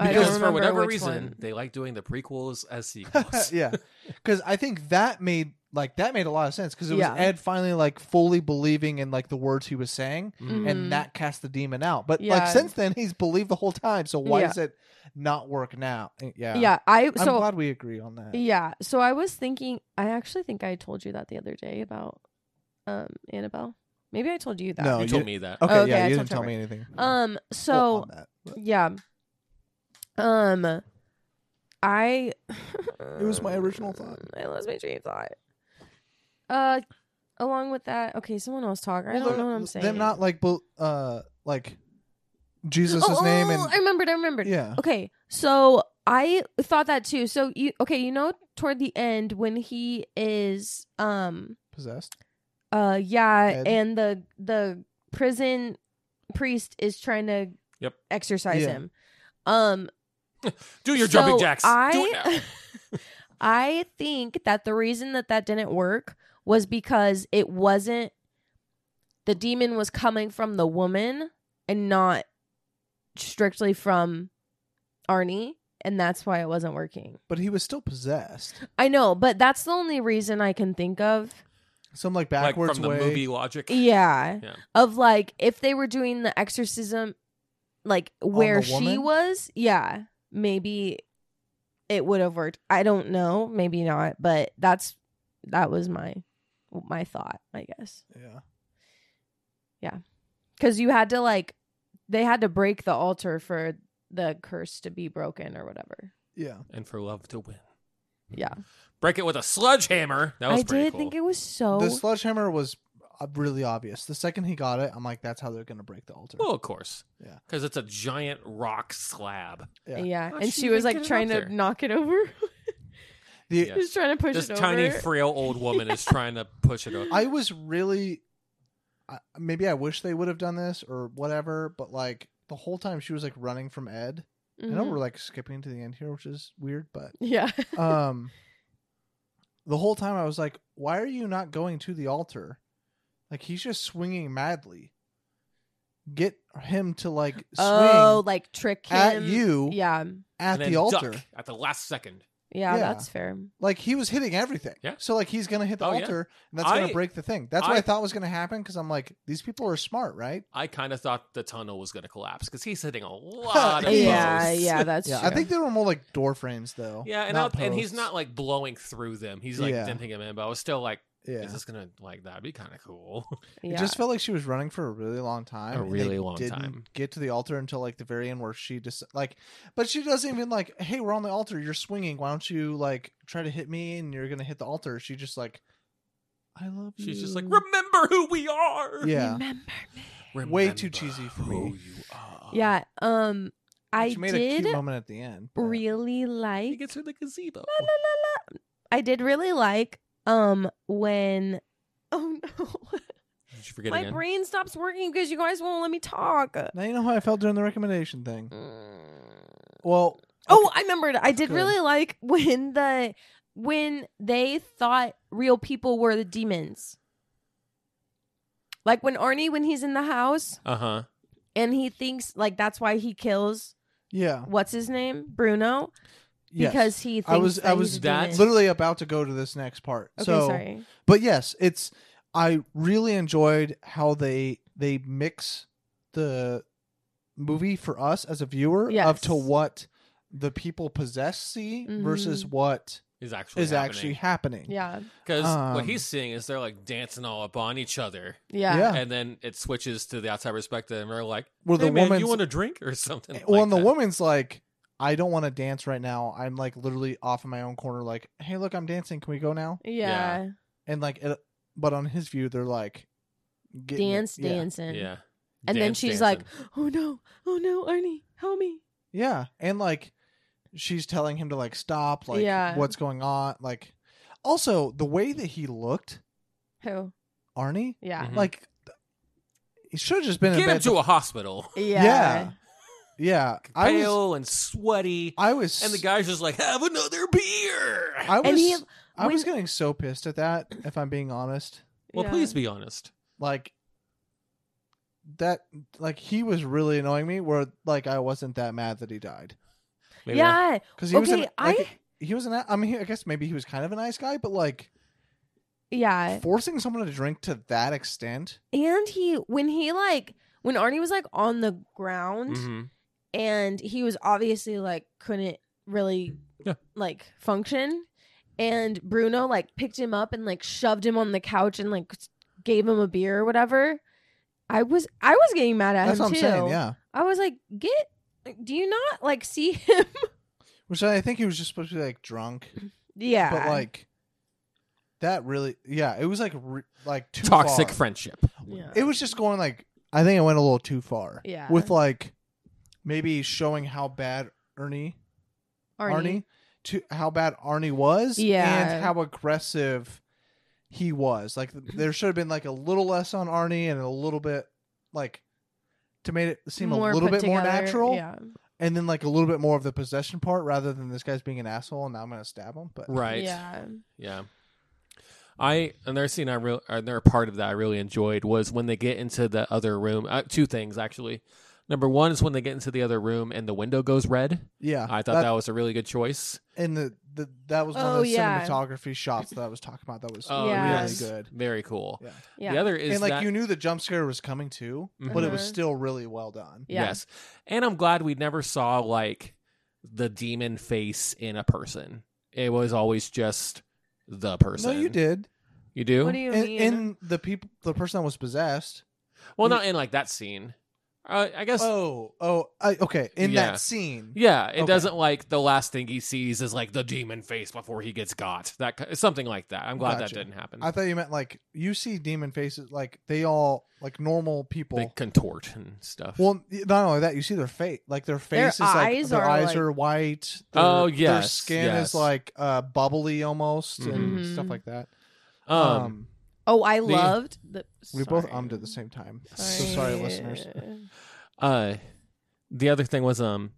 [SPEAKER 1] I don't
[SPEAKER 3] because for
[SPEAKER 1] remember
[SPEAKER 3] whatever
[SPEAKER 1] which
[SPEAKER 3] reason
[SPEAKER 1] one.
[SPEAKER 3] they like doing the prequels as sequels.
[SPEAKER 2] yeah, because I think that made like that made a lot of sense because it was
[SPEAKER 1] Yeah.
[SPEAKER 2] Ed finally like fully believing in like the words he was saying,
[SPEAKER 3] Mm-hmm.
[SPEAKER 1] Mhm.
[SPEAKER 2] and that cast the demon out. But
[SPEAKER 1] Yeah.
[SPEAKER 2] like since then, he's believed the whole time. So
[SPEAKER 1] Yeah.
[SPEAKER 2] why does it not work now? Eh, Yeah,
[SPEAKER 1] yeah, I
[SPEAKER 2] I'm
[SPEAKER 1] so
[SPEAKER 2] glad we agree on that.
[SPEAKER 1] yeah, so I was thinking. I actually think I told you that the other day about um Annabelle. Maybe I told you Oh. that.
[SPEAKER 2] No,
[SPEAKER 3] You
[SPEAKER 2] you-
[SPEAKER 3] told me that.
[SPEAKER 2] Okay,
[SPEAKER 1] Okay,
[SPEAKER 2] yeah,
[SPEAKER 1] I told
[SPEAKER 2] you didn't tell
[SPEAKER 1] Trevor.
[SPEAKER 2] me anything.
[SPEAKER 1] Um.
[SPEAKER 2] Well,
[SPEAKER 1] So
[SPEAKER 2] on that.
[SPEAKER 1] yeah. Um. I.
[SPEAKER 2] It was my original thought.
[SPEAKER 1] I lost my train of thought. Uh, along with that, okay, someone else talk. I
[SPEAKER 2] Well,
[SPEAKER 1] don't
[SPEAKER 2] they're-
[SPEAKER 1] know what I'm saying.
[SPEAKER 2] They're not like bel- uh like Jesus'
[SPEAKER 1] oh,
[SPEAKER 2] name
[SPEAKER 1] oh, I
[SPEAKER 2] and
[SPEAKER 1] remembered. I remembered.
[SPEAKER 2] yeah.
[SPEAKER 1] Okay, so I thought that too. So you okay? You know, toward the end when he is um
[SPEAKER 2] possessed.
[SPEAKER 1] uh yeah,
[SPEAKER 2] Ed?
[SPEAKER 1] and the the prison priest is trying to
[SPEAKER 3] Yep.
[SPEAKER 1] exercise
[SPEAKER 2] Yeah.
[SPEAKER 1] him. Um,
[SPEAKER 3] Do your jumping
[SPEAKER 1] so
[SPEAKER 3] jacks.
[SPEAKER 1] I,
[SPEAKER 3] Do it now.
[SPEAKER 1] I think that the reason that that didn't work was because it wasn't the demon was coming from the woman and not strictly from Arnie, and that's why it wasn't working.
[SPEAKER 2] But he was still possessed.
[SPEAKER 1] I know, but that's the only reason I can think of.
[SPEAKER 2] Some like
[SPEAKER 3] Like
[SPEAKER 2] backwards
[SPEAKER 3] from the
[SPEAKER 2] way.
[SPEAKER 3] movie logic.
[SPEAKER 1] Yeah.
[SPEAKER 3] Yeah.
[SPEAKER 1] Of like if they were doing the exorcism like where she
[SPEAKER 2] woman?
[SPEAKER 1] was, yeah, maybe it would have worked. I don't know, maybe not, but that's that was my my thought, I guess.
[SPEAKER 2] Yeah.
[SPEAKER 1] Cuz you had to like they had to break the altar for the curse to be broken or whatever.
[SPEAKER 2] Yeah.
[SPEAKER 3] And for love to win.
[SPEAKER 1] Yeah.
[SPEAKER 3] Break it with a sledgehammer. That was
[SPEAKER 1] I
[SPEAKER 3] pretty
[SPEAKER 1] did
[SPEAKER 3] cool.
[SPEAKER 1] think it was so
[SPEAKER 2] The sledgehammer was uh, really obvious. The second he got it, I'm like, that's how they're gonna break the altar.
[SPEAKER 3] well, of course.
[SPEAKER 2] Yeah.
[SPEAKER 3] Because it's a giant rock slab.
[SPEAKER 1] yeah.
[SPEAKER 2] yeah.
[SPEAKER 3] How'd
[SPEAKER 1] and
[SPEAKER 3] Oh, she
[SPEAKER 1] she
[SPEAKER 3] even
[SPEAKER 1] was
[SPEAKER 3] get
[SPEAKER 1] like
[SPEAKER 3] it up
[SPEAKER 1] trying
[SPEAKER 3] there?
[SPEAKER 1] to knock it over.
[SPEAKER 2] The-
[SPEAKER 3] Yeah.
[SPEAKER 1] She was trying to push
[SPEAKER 3] This
[SPEAKER 1] it
[SPEAKER 3] tiny,
[SPEAKER 1] over.
[SPEAKER 3] frail old woman is trying to push it over.
[SPEAKER 2] I was really, I, maybe I wish they would have done this or whatever, but like the whole time she was like running from Ed. I know
[SPEAKER 1] Mhm.
[SPEAKER 2] we're like skipping to the end here, which is weird, but
[SPEAKER 1] Yeah.
[SPEAKER 2] um, the whole time I was like, why are you not going to the altar? Like he's just swinging madly. Get him to like swing
[SPEAKER 1] Oh, like trick him
[SPEAKER 2] at you
[SPEAKER 1] Yeah,
[SPEAKER 2] at
[SPEAKER 3] And then
[SPEAKER 2] the altar.
[SPEAKER 3] duck at the last second.
[SPEAKER 1] yeah,
[SPEAKER 2] Yeah.
[SPEAKER 1] that's fair.
[SPEAKER 2] Like he was hitting everything.
[SPEAKER 3] Yeah.
[SPEAKER 2] So like he's gonna hit the
[SPEAKER 3] Oh, yeah.
[SPEAKER 2] altar and that's
[SPEAKER 3] I-
[SPEAKER 2] gonna break the thing. That's what I,
[SPEAKER 3] I-
[SPEAKER 2] thought was gonna happen because I'm like, these people are smart, right?
[SPEAKER 3] I kind of thought the tunnel was going to collapse because he's hitting a lot of
[SPEAKER 1] Yeah,
[SPEAKER 3] posts.
[SPEAKER 1] yeah, that's
[SPEAKER 2] yeah.
[SPEAKER 1] true.
[SPEAKER 2] I think they were more like door frames though.
[SPEAKER 3] Yeah, and,
[SPEAKER 2] not
[SPEAKER 3] I'll- and he's
[SPEAKER 2] posts.
[SPEAKER 3] not like blowing through them. He's like
[SPEAKER 2] Yeah.
[SPEAKER 3] denting him in, but I was still like,
[SPEAKER 2] Yeah.
[SPEAKER 3] is this gonna like that'd be kind of cool?
[SPEAKER 1] yeah.
[SPEAKER 2] It just felt like she was running for a really long time.
[SPEAKER 3] A
[SPEAKER 2] and they
[SPEAKER 3] really long
[SPEAKER 2] didn't
[SPEAKER 3] time.
[SPEAKER 2] Get to the altar until like the very end where she just like, but she doesn't even like. Hey, we're on the altar. You're swinging. Why don't you like try to hit me and you're gonna hit the altar? She just like, I love you.
[SPEAKER 3] She's just like, remember who we are.
[SPEAKER 2] Mm. yeah.
[SPEAKER 1] remember me.
[SPEAKER 2] Way
[SPEAKER 3] Remember
[SPEAKER 2] too cheesy for
[SPEAKER 3] who
[SPEAKER 2] me.
[SPEAKER 3] you are.
[SPEAKER 1] Yeah, um, I
[SPEAKER 2] She made a
[SPEAKER 1] did
[SPEAKER 2] cute moment at the end. but-
[SPEAKER 1] really
[SPEAKER 3] He
[SPEAKER 1] like.
[SPEAKER 3] gets her the gazebo.
[SPEAKER 1] La, la, la, la. I did really like um when. Oh no,
[SPEAKER 3] Did you forget
[SPEAKER 1] my
[SPEAKER 3] again?
[SPEAKER 1] brain stops working because you guys won't let me talk.
[SPEAKER 2] Now you know how I felt during the recommendation thing.
[SPEAKER 1] Mm.
[SPEAKER 2] Well,
[SPEAKER 1] Oh, I remembered. I did
[SPEAKER 2] Good.
[SPEAKER 1] really like when the when they thought real people were the demons. Like when Arnie, when he's in the house
[SPEAKER 3] Uh huh.
[SPEAKER 1] and he thinks like that's why he kills
[SPEAKER 2] yeah,
[SPEAKER 1] what's his name Bruno
[SPEAKER 2] yes.
[SPEAKER 1] because he thinks
[SPEAKER 2] I was-
[SPEAKER 1] that
[SPEAKER 2] I
[SPEAKER 1] he's
[SPEAKER 2] was
[SPEAKER 1] a
[SPEAKER 3] that
[SPEAKER 1] demon.
[SPEAKER 2] literally about to go to this next part.
[SPEAKER 1] okay.
[SPEAKER 2] so,
[SPEAKER 1] sorry.
[SPEAKER 2] but yes, it's I really enjoyed how they they mix the movie for us as a viewer
[SPEAKER 1] Yes.
[SPEAKER 2] of to what the people possess see versus
[SPEAKER 1] Mhm.
[SPEAKER 2] what
[SPEAKER 3] Is actually
[SPEAKER 2] is actually happening.
[SPEAKER 1] Yeah,
[SPEAKER 3] because what
[SPEAKER 2] um,
[SPEAKER 3] he's seeing is they're like dancing all up on each other,
[SPEAKER 1] yeah,
[SPEAKER 2] Yeah.
[SPEAKER 3] and then it switches to the outside perspective, and they're like,
[SPEAKER 2] Where
[SPEAKER 3] "Hey
[SPEAKER 2] the
[SPEAKER 3] man,
[SPEAKER 2] woman's
[SPEAKER 3] you want a drink or something?"
[SPEAKER 2] well,
[SPEAKER 3] like
[SPEAKER 2] and the
[SPEAKER 3] that.
[SPEAKER 2] woman's like, I don't want to dance right now. I'm like literally off in my own corner. Like, hey, look, I'm dancing. Can we go now?
[SPEAKER 1] yeah,
[SPEAKER 2] And like, it, but on his view, they're like, getting it.
[SPEAKER 1] dance,
[SPEAKER 2] Yeah.
[SPEAKER 1] dancing.
[SPEAKER 3] yeah,
[SPEAKER 1] And then
[SPEAKER 3] Dance
[SPEAKER 1] she's
[SPEAKER 3] dancing.
[SPEAKER 1] like, "Oh no, oh no, Arnie, help me!"
[SPEAKER 2] Yeah, and like she's telling him to like stop, like
[SPEAKER 1] Yeah.
[SPEAKER 2] what's going on, like also the way that he looked,
[SPEAKER 1] Who?
[SPEAKER 2] Arnie,
[SPEAKER 1] Yeah,
[SPEAKER 3] Mhm.
[SPEAKER 2] like th- he should have just been in
[SPEAKER 3] "Get him
[SPEAKER 2] bed.
[SPEAKER 3] to a hospital."
[SPEAKER 1] yeah,
[SPEAKER 2] yeah, yeah. I was,
[SPEAKER 3] Pale and sweaty,
[SPEAKER 2] I was,
[SPEAKER 3] and the guy's just like, "Have another beer."
[SPEAKER 2] I was,
[SPEAKER 1] And he-
[SPEAKER 2] I was
[SPEAKER 1] when-
[SPEAKER 2] getting so pissed at that. If I'm being honest,
[SPEAKER 3] Well,
[SPEAKER 1] Yeah.
[SPEAKER 3] please be honest.
[SPEAKER 2] like that, like he was really annoying me. Where like I wasn't that mad that he died.
[SPEAKER 3] Maybe not.
[SPEAKER 1] yeah.
[SPEAKER 2] Because he was an,
[SPEAKER 1] Okay,
[SPEAKER 2] like,
[SPEAKER 1] I-
[SPEAKER 2] he was an. I mean, I guess maybe he was kind of a nice guy, but like
[SPEAKER 1] Yeah.
[SPEAKER 2] forcing someone to drink to that extent.
[SPEAKER 1] And he when he like when Arnie was like on the ground
[SPEAKER 3] Mhm.
[SPEAKER 1] and he was obviously like couldn't really
[SPEAKER 3] Yeah.
[SPEAKER 1] like function and Bruno like picked him up and like shoved him on the couch and like s- gave him a beer or whatever. I was I was getting mad at
[SPEAKER 2] That's
[SPEAKER 1] him
[SPEAKER 2] what I'm
[SPEAKER 1] too.
[SPEAKER 2] saying. Yeah.
[SPEAKER 1] I was like, "Get do you not like see him?"
[SPEAKER 2] Which I think he was just supposed to be like drunk,
[SPEAKER 1] yeah.
[SPEAKER 2] but like that really, yeah, it was like re- like too
[SPEAKER 3] Toxic
[SPEAKER 2] far.
[SPEAKER 3] friendship.
[SPEAKER 1] yeah.
[SPEAKER 2] It was just going like I think it went a little too far.
[SPEAKER 1] Yeah.
[SPEAKER 2] With like maybe showing how bad Ernie Arnie, to how bad Arnie was
[SPEAKER 1] Yeah.
[SPEAKER 2] and how aggressive he was. Like th- there should have been like a little less on Arnie and a little bit like to make it seem a little
[SPEAKER 1] put
[SPEAKER 2] bit more
[SPEAKER 1] together,
[SPEAKER 2] natural
[SPEAKER 1] Yeah.
[SPEAKER 2] and then like a little bit more of the possession part rather than this guy's being an asshole and now I'm going to stab him. But
[SPEAKER 3] Right.
[SPEAKER 1] Yeah.
[SPEAKER 3] Yeah. I another scene I real another part of that I really enjoyed was when they get into the other room. Uh, two things actually. Number one is when they get into the other room and the window goes red.
[SPEAKER 2] yeah.
[SPEAKER 3] I thought that, was a really good choice.
[SPEAKER 2] and the, the that was one
[SPEAKER 1] Oh,
[SPEAKER 2] of the
[SPEAKER 1] yeah.
[SPEAKER 2] cinematography shots that I was talking about that was
[SPEAKER 3] Oh,
[SPEAKER 2] really
[SPEAKER 1] Yes.
[SPEAKER 2] good.
[SPEAKER 3] Very cool.
[SPEAKER 2] Yeah.
[SPEAKER 1] Yeah.
[SPEAKER 3] The other is
[SPEAKER 2] and like
[SPEAKER 3] that-
[SPEAKER 2] you knew the jump scare was coming too, but it was
[SPEAKER 1] Mhm.
[SPEAKER 2] still really well done.
[SPEAKER 1] Yeah.
[SPEAKER 3] Yes. And I'm glad we never saw like the demon face in a person. It was always just the person.
[SPEAKER 2] No, you did.
[SPEAKER 3] You do?
[SPEAKER 1] What do you
[SPEAKER 2] and,
[SPEAKER 1] mean?
[SPEAKER 2] and the people, the person that was possessed.
[SPEAKER 3] well, not in like that scene. Uh, I guess.
[SPEAKER 2] Oh, oh, I, okay. In
[SPEAKER 3] Yeah.
[SPEAKER 2] that scene,
[SPEAKER 3] Yeah, it
[SPEAKER 2] Okay.
[SPEAKER 3] doesn't like the last thing he sees is like the demon face before he gets got. That ki- something like that. I'm glad
[SPEAKER 2] Gotcha.
[SPEAKER 3] that didn't happen.
[SPEAKER 2] I thought you meant like you see demon faces, like they all like normal people.
[SPEAKER 3] they contort and stuff.
[SPEAKER 2] well, not only that, you see their face, like their
[SPEAKER 1] Their
[SPEAKER 2] face is like
[SPEAKER 1] eyes
[SPEAKER 2] their
[SPEAKER 1] are,
[SPEAKER 2] eyes
[SPEAKER 1] like-
[SPEAKER 2] are white. Their,
[SPEAKER 3] Oh,
[SPEAKER 2] their
[SPEAKER 3] yes,
[SPEAKER 2] skin
[SPEAKER 3] yes. Mm-hmm.
[SPEAKER 2] is like uh, bubbly almost and
[SPEAKER 1] Mhm.
[SPEAKER 2] stuff like that.
[SPEAKER 3] um,
[SPEAKER 2] Um,
[SPEAKER 1] Oh, I
[SPEAKER 3] The-
[SPEAKER 1] loved the.
[SPEAKER 2] we both
[SPEAKER 3] sorry.
[SPEAKER 2] ummed at the same time. So sorry, listeners.
[SPEAKER 3] uh, the other thing was um,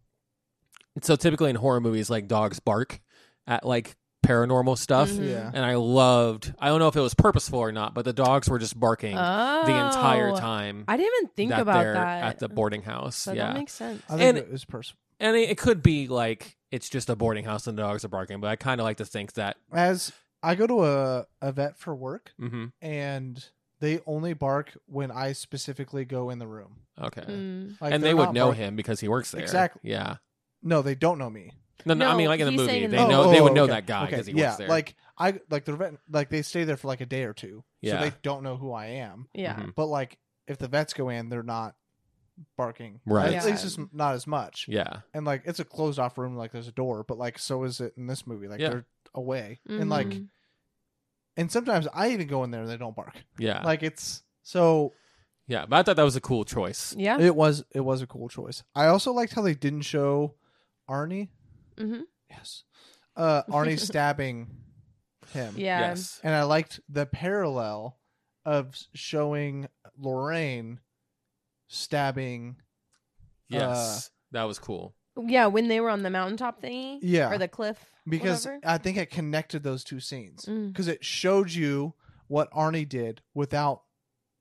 [SPEAKER 3] so typically in horror movies, like dogs bark at like paranormal stuff,
[SPEAKER 1] Mhm.
[SPEAKER 2] Yeah,
[SPEAKER 3] and I loved. I don't know if it was purposeful or not, but the dogs were just barking
[SPEAKER 1] Oh,
[SPEAKER 3] the entire time.
[SPEAKER 1] I didn't even think
[SPEAKER 3] that
[SPEAKER 1] about
[SPEAKER 3] they're
[SPEAKER 1] that.
[SPEAKER 3] at the boarding house.
[SPEAKER 1] So
[SPEAKER 3] yeah,
[SPEAKER 1] that makes sense.
[SPEAKER 2] I think
[SPEAKER 3] And-
[SPEAKER 2] it was personal.
[SPEAKER 3] and it, it could be like it's just a boarding house and the dogs are barking, but I kind of like to think that.
[SPEAKER 2] As I go to a, a vet for work,
[SPEAKER 3] hmm
[SPEAKER 2] and they only bark when I specifically go in the room.
[SPEAKER 3] Okay.
[SPEAKER 1] Mm.
[SPEAKER 2] Like,
[SPEAKER 3] and they
[SPEAKER 2] they're
[SPEAKER 3] would
[SPEAKER 2] not
[SPEAKER 3] know
[SPEAKER 2] bark-
[SPEAKER 3] him because he works there.
[SPEAKER 2] Exactly.
[SPEAKER 3] Yeah.
[SPEAKER 2] No, they don't know me.
[SPEAKER 3] No, no, I
[SPEAKER 1] No,
[SPEAKER 3] mean, like in the
[SPEAKER 1] he's
[SPEAKER 3] movie,
[SPEAKER 1] saying in
[SPEAKER 3] they
[SPEAKER 1] the
[SPEAKER 3] know
[SPEAKER 1] movie.
[SPEAKER 3] they would
[SPEAKER 2] oh,
[SPEAKER 3] know
[SPEAKER 2] okay,
[SPEAKER 3] that guy
[SPEAKER 2] okay,
[SPEAKER 3] because he
[SPEAKER 2] yeah,
[SPEAKER 3] works there.
[SPEAKER 2] Like I like the vet, like they stay there for like a day or two,
[SPEAKER 3] Yeah.
[SPEAKER 2] so they don't know who I am.
[SPEAKER 1] Yeah.
[SPEAKER 3] Mhm.
[SPEAKER 2] But like if the vets go in, they're not barking.
[SPEAKER 3] Right.
[SPEAKER 2] At
[SPEAKER 1] Yeah.
[SPEAKER 2] least it's not as much.
[SPEAKER 3] yeah,
[SPEAKER 2] And like it's a closed off room, like there's a door, but like so is it in this movie. Like
[SPEAKER 3] Yeah.
[SPEAKER 2] they're away, and like
[SPEAKER 1] Mhm.
[SPEAKER 2] and sometimes I even go in there and they don't bark.
[SPEAKER 3] yeah,
[SPEAKER 2] Like it's so
[SPEAKER 3] yeah. But I thought that was a cool choice.
[SPEAKER 1] yeah.
[SPEAKER 2] It was it was a cool choice. I also liked how they didn't show Arnie.
[SPEAKER 1] hmm
[SPEAKER 2] Yes. Uh Arnie stabbing him.
[SPEAKER 1] Yeah.
[SPEAKER 3] Yes.
[SPEAKER 2] And I liked the parallel of showing Lorraine stabbing Uh.
[SPEAKER 3] Yes. that was cool.
[SPEAKER 1] Yeah. When they were on the mountaintop thingy.
[SPEAKER 2] Yeah.
[SPEAKER 1] Or the cliff.
[SPEAKER 2] because
[SPEAKER 1] whatever.
[SPEAKER 2] I think it connected those two scenes
[SPEAKER 1] Mm.
[SPEAKER 2] because it showed you what Arnie did without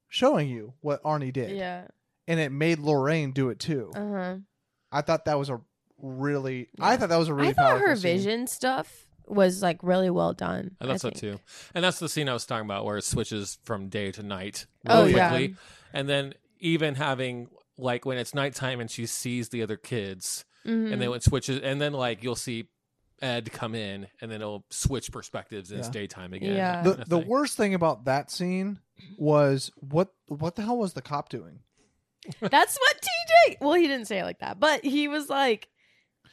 [SPEAKER 2] showing you what Arnie did.
[SPEAKER 1] Yeah.
[SPEAKER 2] And it made Lorraine do it too.
[SPEAKER 1] Uh huh.
[SPEAKER 2] I thought that was a really I
[SPEAKER 1] Yeah.
[SPEAKER 2] thought that was a really
[SPEAKER 1] I thought
[SPEAKER 2] powerful
[SPEAKER 1] her
[SPEAKER 2] scene.
[SPEAKER 1] vision stuff was like really well done.
[SPEAKER 3] I thought so
[SPEAKER 1] think.
[SPEAKER 3] too. And that's the scene I was talking about where it switches from day to night
[SPEAKER 1] Oh,
[SPEAKER 3] really
[SPEAKER 1] yeah.
[SPEAKER 3] quickly. And then even having like when it's nighttime and she sees the other kids
[SPEAKER 1] Mhm.
[SPEAKER 2] Mm.
[SPEAKER 3] and then it switches and then like you'll see Ed come in and then it'll switch perspectives and it's
[SPEAKER 2] Yeah.
[SPEAKER 3] daytime again.
[SPEAKER 1] Yeah.
[SPEAKER 3] that
[SPEAKER 2] the
[SPEAKER 3] kinda
[SPEAKER 2] the
[SPEAKER 3] thing.
[SPEAKER 2] worst thing about that scene was what what the hell was the cop doing?
[SPEAKER 1] That's what TJ. Well, he didn't say it like that, but he was like,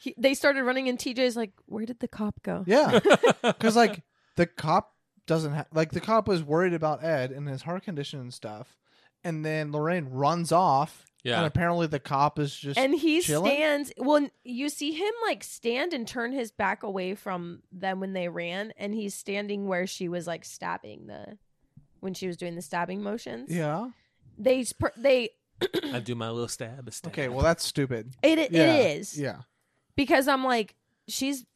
[SPEAKER 1] he, they started running, and TJ's like, "Where did the cop go?"
[SPEAKER 2] Yeah, because like the cop doesn't have like the cop was worried about Ed and his heart condition and stuff, and then Lorraine runs off,
[SPEAKER 3] yeah.
[SPEAKER 2] and apparently the cop is just
[SPEAKER 1] and he
[SPEAKER 2] chilling?
[SPEAKER 1] stands. Well, you see him like stand and turn his back away from them when they ran, and he's standing where she was like stabbing the when she was doing the stabbing motions.
[SPEAKER 2] yeah.
[SPEAKER 1] they sp- they
[SPEAKER 3] I do my little stab. stab.
[SPEAKER 2] Okay, well that's stupid.
[SPEAKER 1] it it
[SPEAKER 2] Yeah,
[SPEAKER 1] is
[SPEAKER 2] Yeah,
[SPEAKER 1] because I'm like she's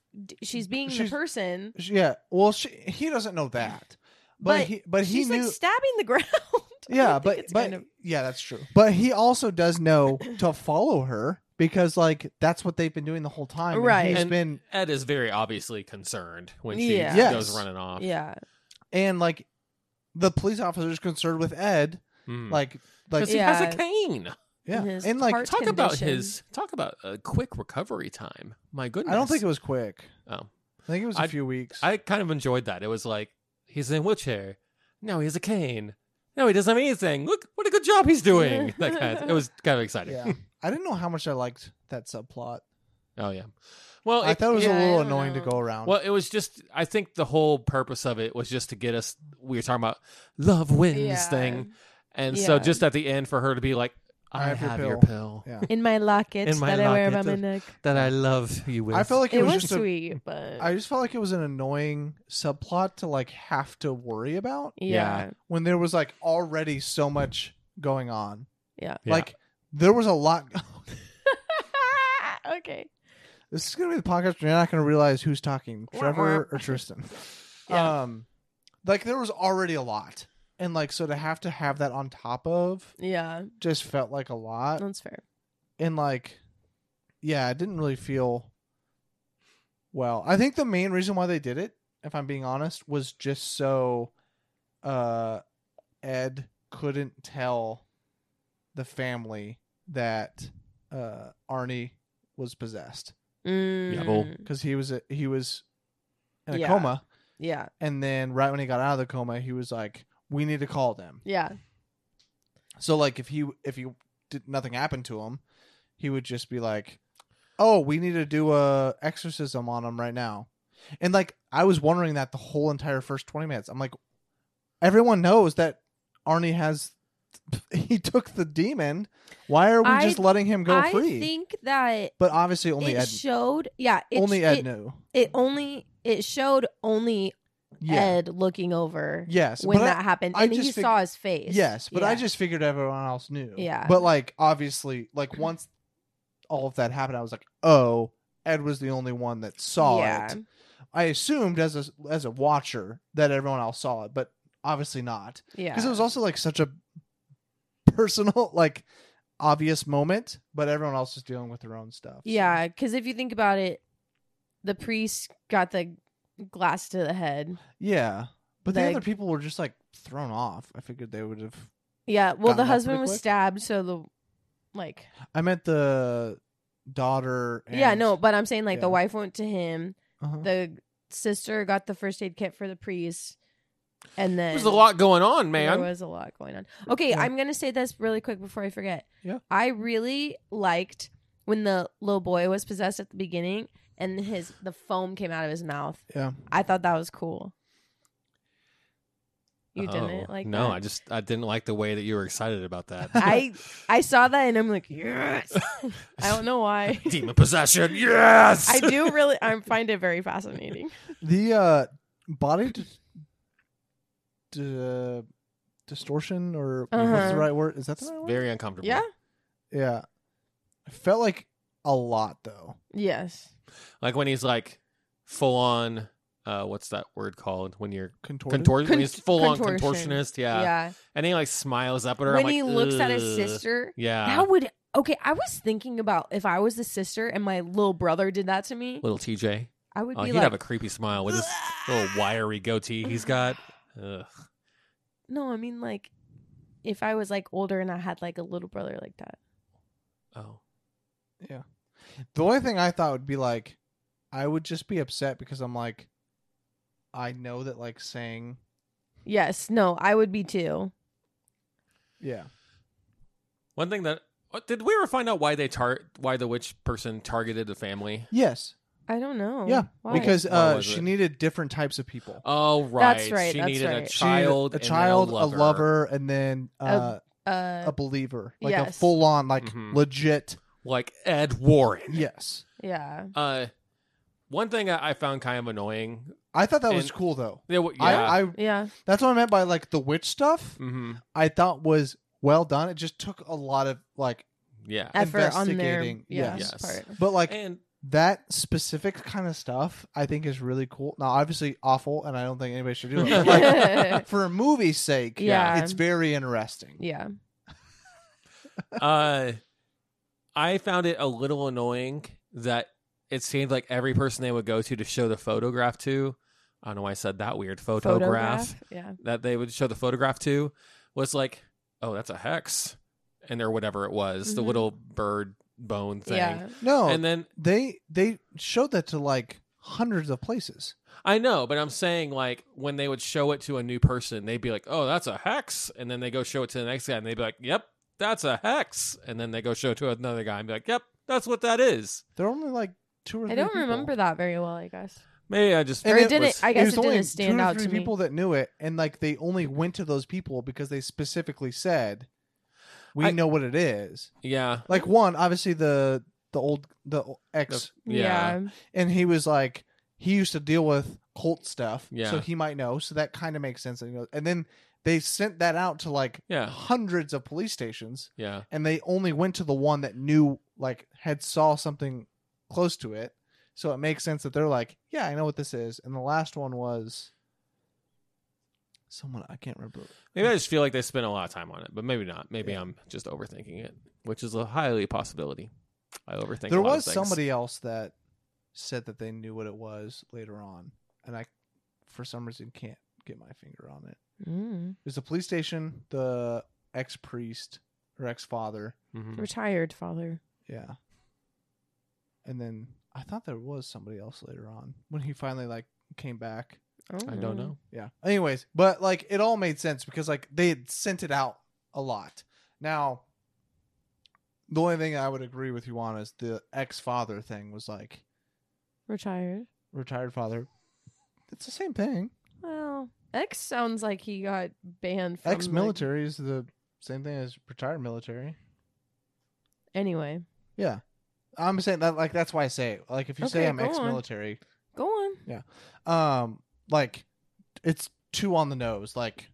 [SPEAKER 1] she's being
[SPEAKER 2] She's-
[SPEAKER 1] the person,
[SPEAKER 2] Sh- yeah. Well, she, he doesn't know that, but,
[SPEAKER 1] but,
[SPEAKER 2] he but he
[SPEAKER 1] she's
[SPEAKER 2] knew.
[SPEAKER 1] like stabbing the ground. I
[SPEAKER 2] yeah,
[SPEAKER 1] think
[SPEAKER 2] but
[SPEAKER 1] it's
[SPEAKER 2] but
[SPEAKER 1] kind of-
[SPEAKER 2] yeah, that's true. But he also does know to follow her because like that's what they've been doing the whole time. and
[SPEAKER 1] Right.
[SPEAKER 2] he's
[SPEAKER 3] And-
[SPEAKER 2] been
[SPEAKER 3] Ed is very obviously concerned when she
[SPEAKER 1] Yeah.
[SPEAKER 3] goes
[SPEAKER 2] Yes.
[SPEAKER 3] running off.
[SPEAKER 1] yeah,
[SPEAKER 2] and like the police officer's concerned with Ed,
[SPEAKER 3] Mm.
[SPEAKER 2] like like
[SPEAKER 3] Because he
[SPEAKER 2] yeah,
[SPEAKER 3] has
[SPEAKER 1] Yeah.
[SPEAKER 3] a cane.
[SPEAKER 1] And his
[SPEAKER 2] and like
[SPEAKER 1] heart-
[SPEAKER 3] Talk about
[SPEAKER 1] condition.
[SPEAKER 3] his talk about a quick recovery time. My goodness,
[SPEAKER 2] I don't think it was quick.
[SPEAKER 3] Oh.
[SPEAKER 2] I think it was a
[SPEAKER 3] I-
[SPEAKER 2] few weeks.
[SPEAKER 3] I kind of enjoyed that. It was like he's in a wheelchair. Now he has a cane. Now he doesn't have anything. Look what a good job he's doing. That kind of- it was kind of exciting.
[SPEAKER 2] yeah, I didn't know how much I liked that subplot.
[SPEAKER 3] Oh yeah. Well,
[SPEAKER 2] I
[SPEAKER 3] it,
[SPEAKER 2] thought it was
[SPEAKER 1] yeah, I
[SPEAKER 2] a little
[SPEAKER 1] don't
[SPEAKER 2] annoying to
[SPEAKER 1] know.
[SPEAKER 2] go around.
[SPEAKER 3] well, it was just. I think the whole purpose of it was just to get us. We were talking about love wins
[SPEAKER 1] Yeah.
[SPEAKER 3] thing, and so
[SPEAKER 1] Yeah.
[SPEAKER 3] just at the end for her to be like, "I, have, your pill
[SPEAKER 2] Yeah.
[SPEAKER 1] in my locket
[SPEAKER 3] In my
[SPEAKER 1] that I wear around my
[SPEAKER 3] locket.
[SPEAKER 1] neck.
[SPEAKER 3] that I love you with."
[SPEAKER 2] I felt like it,
[SPEAKER 1] It
[SPEAKER 2] was,
[SPEAKER 1] was
[SPEAKER 2] just a,
[SPEAKER 1] sweet, but
[SPEAKER 2] I just felt like it was an annoying subplot to like have to worry about
[SPEAKER 1] yeah,
[SPEAKER 2] when there was like already so much going on.
[SPEAKER 1] yeah.
[SPEAKER 3] Yeah.
[SPEAKER 2] Like there was a lot.
[SPEAKER 1] okay.
[SPEAKER 2] this is gonna be the podcast. You're not gonna realize who's talking, Trevor or Tristan.
[SPEAKER 1] Yeah.
[SPEAKER 2] Um, like there was already a lot, and like so to have to have that on top of
[SPEAKER 1] Yeah,
[SPEAKER 2] just felt like a lot.
[SPEAKER 1] that's fair.
[SPEAKER 2] and like yeah it didn't really feel well i think the main reason why they did it if i'm being honest was just so uh ed couldn't tell the family that uh arnie was possessed
[SPEAKER 1] Mm,
[SPEAKER 2] because he was a, he was in a
[SPEAKER 1] Yeah.
[SPEAKER 2] coma
[SPEAKER 1] yeah,
[SPEAKER 2] and then right when he got out of the coma he was like we need to call them
[SPEAKER 1] yeah,
[SPEAKER 2] so like if he if he did nothing happened to him, he would just be like, "Oh, we need to do a exorcism on him right now." And like I was wondering that the whole entire first 20 minutes. I'm like everyone knows that Arnie has he took the demon. Why are we
[SPEAKER 1] I-
[SPEAKER 2] just letting him go
[SPEAKER 1] I
[SPEAKER 2] free?
[SPEAKER 1] think that
[SPEAKER 2] but obviously only
[SPEAKER 1] it
[SPEAKER 2] Ed
[SPEAKER 1] showed. Yeah, it,
[SPEAKER 2] only
[SPEAKER 1] it,
[SPEAKER 2] Ed knew.
[SPEAKER 1] It only it showed only
[SPEAKER 2] Yeah.
[SPEAKER 1] Ed looking over
[SPEAKER 2] yes.
[SPEAKER 1] when
[SPEAKER 2] but
[SPEAKER 1] that
[SPEAKER 2] I,
[SPEAKER 1] happened,
[SPEAKER 2] I
[SPEAKER 1] and he
[SPEAKER 2] just fig-
[SPEAKER 1] saw his face.
[SPEAKER 2] Yes, but I
[SPEAKER 1] Yeah.
[SPEAKER 2] just figured everyone else knew.
[SPEAKER 1] Yeah.
[SPEAKER 2] But like obviously, like once all of that happened, I was like, oh, Ed was the only one that saw
[SPEAKER 1] yeah.
[SPEAKER 2] it. I assumed as a as a watcher that everyone else saw it, but obviously not
[SPEAKER 1] Yeah,
[SPEAKER 2] because it was also like such a personal, like obvious moment. But everyone else is dealing with their own stuff. so-
[SPEAKER 1] yeah. Because if you think about it, the priest got the glass to the head.
[SPEAKER 2] yeah. But the
[SPEAKER 1] Like-
[SPEAKER 2] other people were just like thrown off. I figured they would have.
[SPEAKER 1] Yeah. Well,
[SPEAKER 2] Gotten
[SPEAKER 1] the
[SPEAKER 2] up
[SPEAKER 1] husband
[SPEAKER 2] pretty
[SPEAKER 1] was
[SPEAKER 2] quick.
[SPEAKER 1] stabbed, so the like.
[SPEAKER 2] I meant the daughter. And,
[SPEAKER 1] yeah, no, but I'm saying like
[SPEAKER 2] yeah.
[SPEAKER 1] the wife went to him.
[SPEAKER 2] uh-huh.
[SPEAKER 1] The sister got the first aid kit for the priest, and then
[SPEAKER 3] There's a lot going on,
[SPEAKER 1] There
[SPEAKER 3] man.
[SPEAKER 1] was a lot going on. Okay,
[SPEAKER 2] Yeah.
[SPEAKER 1] I'm gonna say this really quick before I forget.
[SPEAKER 2] Yeah.
[SPEAKER 1] I really liked when the little boy was possessed at the beginning and his the foam came out of his mouth.
[SPEAKER 2] yeah.
[SPEAKER 1] I thought that was cool. You
[SPEAKER 3] Oh,
[SPEAKER 1] didn't like
[SPEAKER 3] no.
[SPEAKER 1] that?
[SPEAKER 3] I just I didn't like the way that you were excited about that.
[SPEAKER 1] I I saw that and I'm like, yes. I don't know why.
[SPEAKER 3] Demon possession. Yes.
[SPEAKER 1] I do really I find it very fascinating.
[SPEAKER 2] The uh, body dis- d- distortion, or what's
[SPEAKER 1] Uh-huh.
[SPEAKER 2] the right word? Is that the
[SPEAKER 3] It's
[SPEAKER 2] right word?
[SPEAKER 3] very uncomfortable.
[SPEAKER 1] Yeah?
[SPEAKER 2] Yeah. It felt like a lot though.
[SPEAKER 1] Yes.
[SPEAKER 3] Like when he's like full on uh what's that word called when you're
[SPEAKER 2] Contorted.
[SPEAKER 3] contorted when he's
[SPEAKER 1] Cont-
[SPEAKER 3] full on
[SPEAKER 1] contortion.
[SPEAKER 3] contortionist, yeah.
[SPEAKER 1] Yeah.
[SPEAKER 3] And he like smiles up at her.
[SPEAKER 1] When
[SPEAKER 3] I'm like,
[SPEAKER 1] he looks at his
[SPEAKER 3] "Ugh."
[SPEAKER 1] sister,
[SPEAKER 3] Yeah.
[SPEAKER 1] That would okay. I was thinking about if I was the sister and my little brother did that to me,
[SPEAKER 3] Little TJ.
[SPEAKER 1] I would
[SPEAKER 3] Oh,
[SPEAKER 1] be
[SPEAKER 3] he'd
[SPEAKER 1] like,
[SPEAKER 3] have a creepy smile with his little wiry goatee he's got. Ugh.
[SPEAKER 1] no, I mean like if I was like older and I had like a little brother like that.
[SPEAKER 3] Oh.
[SPEAKER 2] the only thing I thought would be like I would just be upset because I'm like I know that like saying
[SPEAKER 1] Yes, no, I would be too.
[SPEAKER 2] yeah.
[SPEAKER 3] One thing that what- did we ever find out why they tar why the witch person targeted the family?
[SPEAKER 2] Yes.
[SPEAKER 1] I don't know.
[SPEAKER 2] yeah.
[SPEAKER 1] Why?
[SPEAKER 2] Because
[SPEAKER 3] Why
[SPEAKER 2] uh
[SPEAKER 3] was
[SPEAKER 2] she
[SPEAKER 3] it?
[SPEAKER 2] needed different types of people.
[SPEAKER 3] Oh right.
[SPEAKER 1] That's right,
[SPEAKER 3] She
[SPEAKER 1] that's
[SPEAKER 3] needed a
[SPEAKER 1] right.
[SPEAKER 2] She needed
[SPEAKER 3] child,
[SPEAKER 2] a
[SPEAKER 3] and then
[SPEAKER 2] child, a
[SPEAKER 3] a lover.
[SPEAKER 2] lover, and then uh, a,
[SPEAKER 1] uh,
[SPEAKER 2] believer, like a
[SPEAKER 1] yes.
[SPEAKER 2] full on, like
[SPEAKER 3] Mhm.
[SPEAKER 2] legit.
[SPEAKER 3] like Ed Warren.
[SPEAKER 2] Yes,
[SPEAKER 1] yeah,
[SPEAKER 3] Uh, one thing I, I found kind of annoying.
[SPEAKER 2] I thought that was
[SPEAKER 3] And-
[SPEAKER 2] cool though.
[SPEAKER 3] There, wa- yeah.
[SPEAKER 2] I, I
[SPEAKER 1] yeah,
[SPEAKER 2] that's what I meant by like the witch stuff.
[SPEAKER 3] hmm
[SPEAKER 2] I thought was well done. It just took a lot of like,
[SPEAKER 3] Yeah.
[SPEAKER 1] effort on their
[SPEAKER 2] Investigating,
[SPEAKER 1] yeah,
[SPEAKER 3] yes.
[SPEAKER 1] part.
[SPEAKER 2] but like
[SPEAKER 3] and
[SPEAKER 2] that specific kind of stuff. I think is really cool. Now, obviously, awful, and I don't think anybody should do it. But like, for a movie's sake,
[SPEAKER 1] Yeah.
[SPEAKER 2] it's very interesting.
[SPEAKER 1] yeah,
[SPEAKER 3] uh, I found it a little annoying that it seemed like every person they would go to to show the photograph to. I don't know why I said that weird photograph
[SPEAKER 1] Yeah.
[SPEAKER 3] that they would show the photograph to was like, oh, that's a hex, and or whatever it was, the
[SPEAKER 1] Mhm.
[SPEAKER 3] little bird bone thing.
[SPEAKER 1] Yeah.
[SPEAKER 2] No,
[SPEAKER 3] And then
[SPEAKER 2] they they showed that to like hundreds of places.
[SPEAKER 3] I know, but I'm saying like when they would show it to a new person, they'd be like, "Oh, that's a hex," and then they go show it to the next guy, and they'd be like, "Yep, that's a hex," and then they go show it to another guy and be like, "Yep, that's what that is."
[SPEAKER 2] There were only like two or
[SPEAKER 1] I
[SPEAKER 2] three
[SPEAKER 1] don't
[SPEAKER 2] people.
[SPEAKER 1] remember that very well, I guess.
[SPEAKER 3] Maybe I just
[SPEAKER 2] And
[SPEAKER 1] or it,
[SPEAKER 2] it
[SPEAKER 1] didn't
[SPEAKER 3] was-
[SPEAKER 1] I
[SPEAKER 2] It
[SPEAKER 1] guess
[SPEAKER 2] was
[SPEAKER 1] it,
[SPEAKER 2] only
[SPEAKER 1] didn't stand
[SPEAKER 2] two or
[SPEAKER 1] out
[SPEAKER 2] three
[SPEAKER 1] to me.
[SPEAKER 2] people that knew it, and like they only went to those people because they specifically said, "We
[SPEAKER 3] I-
[SPEAKER 2] know what it is."
[SPEAKER 3] yeah,
[SPEAKER 2] Like one, obviously the the old the ex,
[SPEAKER 3] yeah,
[SPEAKER 2] and he was like he used to deal with cult stuff, so
[SPEAKER 3] Yeah.
[SPEAKER 2] he might know. So that kind of makes sense. that he knows. And then they sent that out to like
[SPEAKER 3] yeah,
[SPEAKER 2] hundreds of police stations,
[SPEAKER 3] yeah,
[SPEAKER 2] and they only went to the one that knew like had saw something close to it so it makes sense that they're like yeah i know what this is and the last one was someone i can't remember
[SPEAKER 3] Maybe I just feel like they spent a lot of time on it, but maybe not. Maybe I'm just overthinking it, which is a highly possibility. I overthink.
[SPEAKER 2] there
[SPEAKER 3] a lot of
[SPEAKER 2] was
[SPEAKER 3] things.
[SPEAKER 2] somebody else that said that they knew what it was later on and i for some reason can't get my finger on it
[SPEAKER 1] Mm.
[SPEAKER 2] it was the police station the ex-priest or ex-father
[SPEAKER 3] Mhm.
[SPEAKER 1] Retired father.
[SPEAKER 2] Yeah. And then I thought there was somebody else later on when he finally like came back.
[SPEAKER 3] I don't
[SPEAKER 1] Mm.
[SPEAKER 3] know.
[SPEAKER 2] Yeah. Anyways, but like it all made sense because like they had sent it out a lot. Now, the only thing I would agree with you on is the ex father thing was like
[SPEAKER 1] Retired.
[SPEAKER 2] retired father. It's the same thing.
[SPEAKER 1] Well, X sounds like he got banned from like-
[SPEAKER 2] Ex military is the same thing as retired military.
[SPEAKER 1] anyway,
[SPEAKER 2] Yeah. I'm saying that like that's why I say it. Like if you say
[SPEAKER 1] Okay,
[SPEAKER 2] I'm
[SPEAKER 1] go on.
[SPEAKER 2] ex military,
[SPEAKER 1] go on.
[SPEAKER 2] um like it's too on the nose like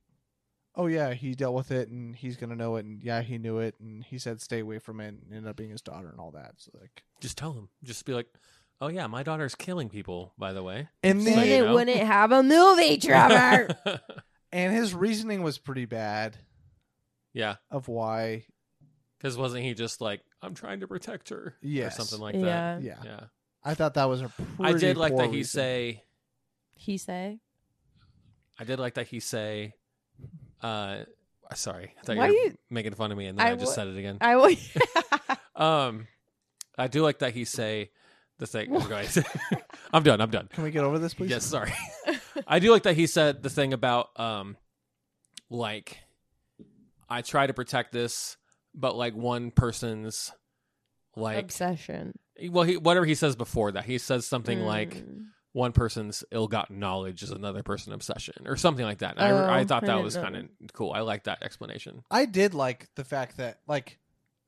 [SPEAKER 2] oh yeah he dealt with it and he's gonna know it and yeah he knew it and he said stay away from it and ended up being his daughter and all that so like
[SPEAKER 3] Just tell them. Just be like, "Oh yeah, my daughter's killing people." By the way,
[SPEAKER 2] and
[SPEAKER 3] So
[SPEAKER 1] Then
[SPEAKER 3] you
[SPEAKER 1] it
[SPEAKER 3] know.
[SPEAKER 1] wouldn't have a movie, Trevor.
[SPEAKER 2] and his reasoning was pretty bad
[SPEAKER 3] yeah.
[SPEAKER 2] of why
[SPEAKER 3] Because wasn't he just like, I'm trying to protect her? Or
[SPEAKER 2] Yes.
[SPEAKER 3] something like that.
[SPEAKER 1] yeah.
[SPEAKER 2] yeah,
[SPEAKER 3] Yeah.
[SPEAKER 2] i thought that was a
[SPEAKER 3] I
[SPEAKER 2] pretty
[SPEAKER 3] did like
[SPEAKER 2] poor
[SPEAKER 3] that he
[SPEAKER 2] reason.
[SPEAKER 3] say,
[SPEAKER 1] He say.
[SPEAKER 3] I did like that he say, uh, sorry, I thought
[SPEAKER 1] Why
[SPEAKER 3] you were
[SPEAKER 1] you-
[SPEAKER 3] making fun of me and then
[SPEAKER 1] I
[SPEAKER 3] I, just
[SPEAKER 1] wa-
[SPEAKER 3] said it again.
[SPEAKER 1] I will.
[SPEAKER 3] um, I do like that he say the thing. I'm, going I'm done. I'm done.
[SPEAKER 2] can we get over this please
[SPEAKER 3] Yes, sorry. I do like that he said the thing about um like I try to protect this, but like one person's like
[SPEAKER 1] Obsession.
[SPEAKER 3] well he whatever he says before that. He says something like
[SPEAKER 1] Mm.
[SPEAKER 3] one person's ill-gotten knowledge is another person's obsession or something like that. I-
[SPEAKER 1] Oh,
[SPEAKER 3] I,
[SPEAKER 1] I
[SPEAKER 3] thought that
[SPEAKER 1] didn't
[SPEAKER 3] was
[SPEAKER 1] know.
[SPEAKER 3] kind of cool. I like that explanation.
[SPEAKER 2] i did like the fact that like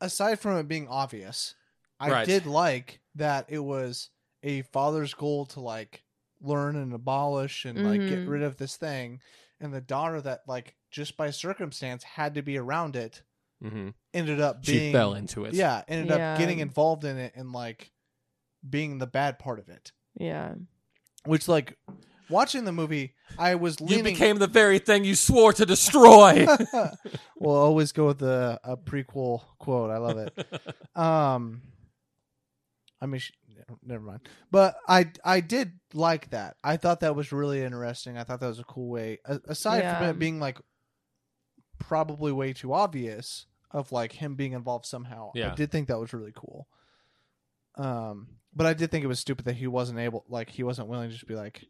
[SPEAKER 2] aside from it being obvious i
[SPEAKER 3] Right.
[SPEAKER 2] did like that it was a father's goal to like learn and abolish and like get
[SPEAKER 3] Mm-hmm.
[SPEAKER 1] Mhm.
[SPEAKER 2] rid of this thing and the daughter that like just by circumstance had to be around it
[SPEAKER 3] hmm
[SPEAKER 2] ended up
[SPEAKER 3] She
[SPEAKER 2] being
[SPEAKER 3] fell into it.
[SPEAKER 2] yeah ended
[SPEAKER 1] Yeah.
[SPEAKER 2] up getting involved in it and like being the bad part of it
[SPEAKER 1] Yeah.
[SPEAKER 2] which like watching the movie i was
[SPEAKER 3] You
[SPEAKER 2] leaning
[SPEAKER 3] became the very thing you swore to destroy.
[SPEAKER 2] we'll always go with the a prequel quote i love it Um, I mean, she, never mind. But I I did like that. I thought that was really interesting. I thought that was a cool way. A- aside from
[SPEAKER 1] Yeah.
[SPEAKER 2] it being like probably way too obvious of like him being involved somehow. I
[SPEAKER 3] Yeah.
[SPEAKER 2] did think that was really cool. Um, but I did think it was stupid that he wasn't able, like he wasn't willing to just be like,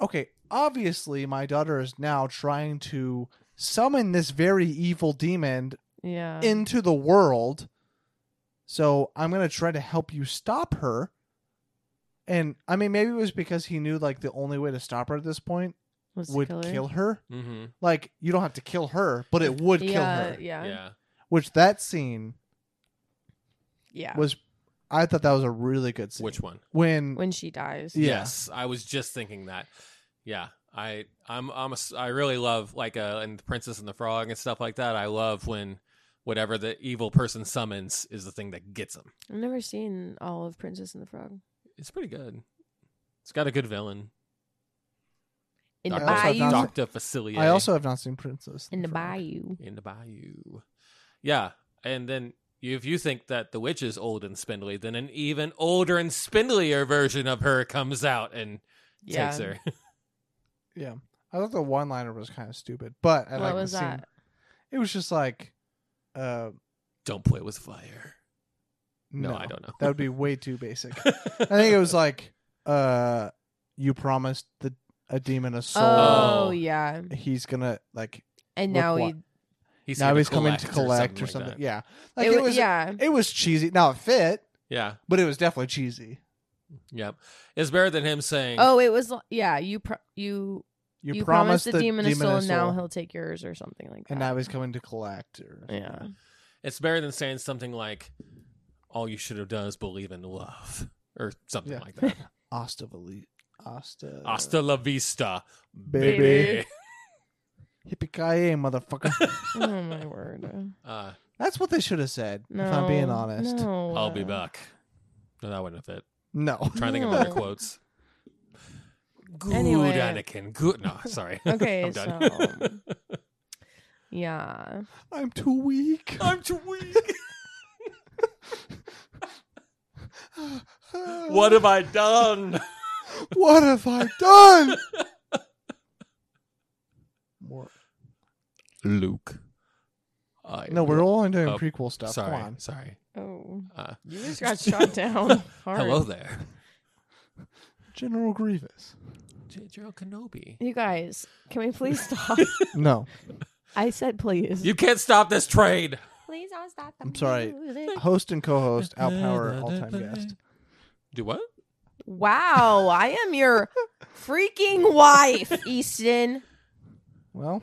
[SPEAKER 2] okay, obviously my daughter is now trying to summon this very evil demon
[SPEAKER 1] Yeah.
[SPEAKER 2] into the world. So I'm gonna try to help you stop her. And I mean, maybe it was because he knew like the only way to stop her at this point
[SPEAKER 1] Was the
[SPEAKER 2] would
[SPEAKER 1] killer.
[SPEAKER 2] kill her.
[SPEAKER 3] hmm
[SPEAKER 2] Like you don't have to kill her, but it would
[SPEAKER 1] yeah,
[SPEAKER 2] kill her.
[SPEAKER 1] Yeah. Yeah.
[SPEAKER 3] Yeah.
[SPEAKER 2] Which that scene was, I thought that was a really good scene.
[SPEAKER 3] Which one?
[SPEAKER 2] when,
[SPEAKER 1] When she dies.
[SPEAKER 2] Yeah.
[SPEAKER 3] Yes, I was just thinking that. Yeah, I I'm I'm a, s- I really love like uh and the Princess and the Frog and stuff like that. I love when whatever the evil person summons is the thing that gets them.
[SPEAKER 1] I've never seen all of Princess and the Frog.
[SPEAKER 3] It's pretty good. It's got a good villain,
[SPEAKER 1] In
[SPEAKER 2] I
[SPEAKER 1] the
[SPEAKER 2] also have
[SPEAKER 1] bayou.
[SPEAKER 2] not-
[SPEAKER 3] Doctor Facilier.
[SPEAKER 2] I also have not seen Princess
[SPEAKER 1] In the
[SPEAKER 2] Frog.
[SPEAKER 1] bayou.
[SPEAKER 3] in the bayou. Yeah, and then If you think that the witch is old and spindly, then an even older and spindlier version of her comes out and
[SPEAKER 1] Yeah.
[SPEAKER 3] takes her.
[SPEAKER 2] Yeah. I thought the one liner was kind of stupid, but I
[SPEAKER 1] What
[SPEAKER 2] like
[SPEAKER 1] was
[SPEAKER 2] the scene.
[SPEAKER 1] that?
[SPEAKER 2] It was just like, uh,
[SPEAKER 3] Don't play with fire.
[SPEAKER 2] no,
[SPEAKER 3] No, I don't know.
[SPEAKER 2] That would be way too basic. I think it was like, uh, you promised the a demon a soul.
[SPEAKER 1] Oh
[SPEAKER 3] Oh.
[SPEAKER 1] yeah,
[SPEAKER 2] He's gonna like
[SPEAKER 1] and
[SPEAKER 2] Look
[SPEAKER 1] now
[SPEAKER 2] what-
[SPEAKER 1] he.
[SPEAKER 3] he's
[SPEAKER 2] now
[SPEAKER 3] gonna
[SPEAKER 2] he's coming to collect or
[SPEAKER 3] like
[SPEAKER 2] something.
[SPEAKER 3] that.
[SPEAKER 2] yeah, like
[SPEAKER 1] it,
[SPEAKER 2] it,
[SPEAKER 1] wa-
[SPEAKER 2] was.
[SPEAKER 1] yeah.
[SPEAKER 2] It was cheesy. Now it fit,
[SPEAKER 3] yeah.
[SPEAKER 2] but it was definitely cheesy.
[SPEAKER 3] Yep. It's better than him saying,
[SPEAKER 1] Oh, it was. l- Yeah, you pro- you
[SPEAKER 2] You,
[SPEAKER 1] you,
[SPEAKER 2] promised,
[SPEAKER 1] promised, the demon a soul, and now he'll take yours or something like that.
[SPEAKER 2] and now he's coming to collect. Or
[SPEAKER 1] yeah.
[SPEAKER 3] it's better than saying something like, all you should have done is believe in love or something
[SPEAKER 2] Yeah.
[SPEAKER 3] like that.
[SPEAKER 2] Asta Vali, Asta,
[SPEAKER 3] Hasta la vista,
[SPEAKER 2] Baby.
[SPEAKER 3] baby.
[SPEAKER 2] hippie kaye, motherfucker.
[SPEAKER 1] oh my word.
[SPEAKER 3] Uh,
[SPEAKER 2] That's what they should have said.
[SPEAKER 1] No.
[SPEAKER 2] if I'm being honest,
[SPEAKER 1] no.
[SPEAKER 3] I'll be back. No, that wouldn't fit.
[SPEAKER 2] no.
[SPEAKER 3] trying to think of better
[SPEAKER 1] No.
[SPEAKER 3] quotes. Good
[SPEAKER 1] Anyway.
[SPEAKER 3] Anakin. Good. No, sorry.
[SPEAKER 1] Okay,
[SPEAKER 3] I'm done.
[SPEAKER 1] so yeah.
[SPEAKER 2] I'm too weak.
[SPEAKER 3] I'm too weak. what have I done?
[SPEAKER 2] What have I done? More.
[SPEAKER 3] Luke. I
[SPEAKER 2] No, we're only doing
[SPEAKER 3] Oh,
[SPEAKER 2] prequel stuff.
[SPEAKER 3] sorry.
[SPEAKER 2] Come on.
[SPEAKER 3] Sorry.
[SPEAKER 1] Oh,
[SPEAKER 3] Uh,
[SPEAKER 1] you just got shot down. Hard.
[SPEAKER 3] Hello there,
[SPEAKER 2] General Grievous.
[SPEAKER 3] J- Gerald Kenobi.
[SPEAKER 1] You guys, can we please stop?
[SPEAKER 2] No.
[SPEAKER 1] I said please.
[SPEAKER 3] You can't stop this trade.
[SPEAKER 1] please don't stop. the
[SPEAKER 2] I'm sorry.
[SPEAKER 1] music.
[SPEAKER 2] Host and co host, Al Power, all time guest.
[SPEAKER 3] Do what?
[SPEAKER 1] Wow, I am your freaking wife, Easton.
[SPEAKER 2] Well,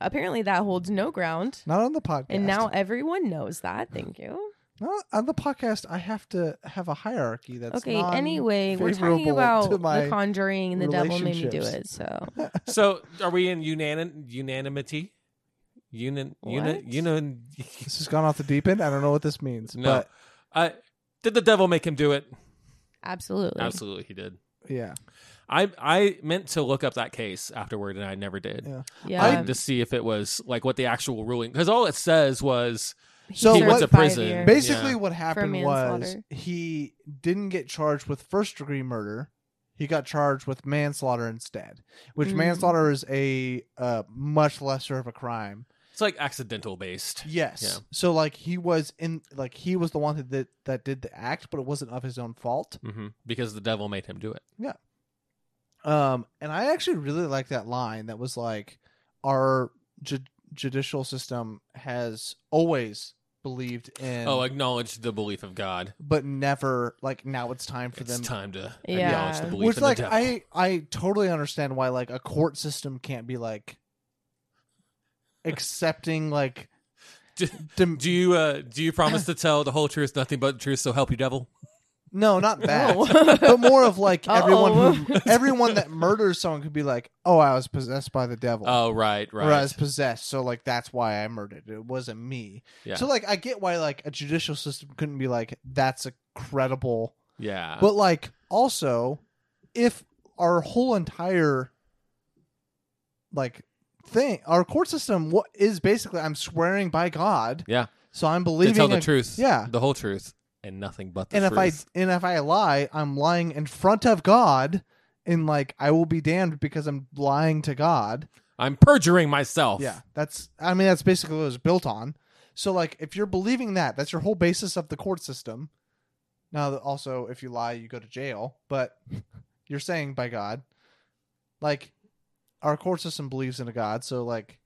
[SPEAKER 1] Apparently, that holds no ground,
[SPEAKER 2] not on the podcast.
[SPEAKER 1] and now everyone knows that. Thank you.
[SPEAKER 2] Not on the podcast, I have to have a hierarchy that's.
[SPEAKER 1] okay. Anyway, we're talking
[SPEAKER 2] non-favorable
[SPEAKER 1] about
[SPEAKER 2] to my
[SPEAKER 1] the Conjuring and the Devil Made Me Do It.
[SPEAKER 2] relationships.
[SPEAKER 1] So
[SPEAKER 3] So, are we in unanim- unanimity? Unan,
[SPEAKER 1] What?
[SPEAKER 3] unan, unan,
[SPEAKER 2] This has gone off the deep end. I don't know what this means.
[SPEAKER 3] No. I uh, did the devil make him do it?
[SPEAKER 1] absolutely,
[SPEAKER 3] Absolutely, he did.
[SPEAKER 2] But yeah.
[SPEAKER 3] I I meant to look up that case afterward, and I never did.
[SPEAKER 2] Yeah.
[SPEAKER 1] yeah.
[SPEAKER 3] to see if it was like what the actual ruling, because all it says was
[SPEAKER 1] He
[SPEAKER 2] So
[SPEAKER 1] served
[SPEAKER 2] went to
[SPEAKER 1] five
[SPEAKER 3] prison.
[SPEAKER 1] years.
[SPEAKER 2] Basically,
[SPEAKER 3] Yeah.
[SPEAKER 2] what happened was
[SPEAKER 1] manslaughter.
[SPEAKER 2] he didn't get charged with first degree murder. He got charged with manslaughter instead, which
[SPEAKER 1] Mm.
[SPEAKER 2] manslaughter is a uh, much lesser of a crime.
[SPEAKER 3] it's like accidental based.
[SPEAKER 2] Yes.
[SPEAKER 3] Yeah.
[SPEAKER 2] So like he was in like he was the one that did, that did the act, but it wasn't of his own fault.
[SPEAKER 3] hmm because the devil made him do it.
[SPEAKER 2] Um, and I actually really like that line that was like, our ju- judicial system has always believed in,
[SPEAKER 3] Oh, acknowledge the belief of God.
[SPEAKER 2] but never like now it's time for
[SPEAKER 3] It's
[SPEAKER 2] them
[SPEAKER 3] time to
[SPEAKER 1] Yeah.
[SPEAKER 3] acknowledge the belief
[SPEAKER 2] Which
[SPEAKER 3] in
[SPEAKER 2] like
[SPEAKER 3] the devil.
[SPEAKER 2] I I totally understand why like a court system can't be like accepting like
[SPEAKER 3] Do-
[SPEAKER 2] dem-
[SPEAKER 3] do you uh, do you promise to tell the whole truth, nothing but the truth, so help you, devil?
[SPEAKER 2] no not that
[SPEAKER 1] Oh.
[SPEAKER 2] but more of like everyone who
[SPEAKER 1] Uh-oh.
[SPEAKER 2] everyone that murders someone could be like oh I was possessed by the devil
[SPEAKER 3] Oh, right, right.
[SPEAKER 2] or I was possessed so like that's why I murdered it wasn't me
[SPEAKER 3] Yeah.
[SPEAKER 2] so like I get why like a judicial system couldn't be like that's a credible
[SPEAKER 3] yeah,
[SPEAKER 2] But like also, if our whole entire like thing, our court system what is basically I'm swearing by God.
[SPEAKER 3] Yeah.
[SPEAKER 2] So I'm
[SPEAKER 3] to
[SPEAKER 2] believing
[SPEAKER 3] tell the
[SPEAKER 2] in-
[SPEAKER 3] truth.
[SPEAKER 2] yeah.
[SPEAKER 3] the whole truth and nothing but the
[SPEAKER 2] And if
[SPEAKER 3] truth.
[SPEAKER 2] I and if I lie, I'm lying in front of God and like I will be damned because I'm lying to God.
[SPEAKER 3] I'm perjuring myself.
[SPEAKER 2] Yeah. That's I mean that's basically what it was built on. So like if you're believing that, that's your whole basis of the court system. Now that also if you lie, you go to jail, but you're saying by God. Like our court system believes in a God, so like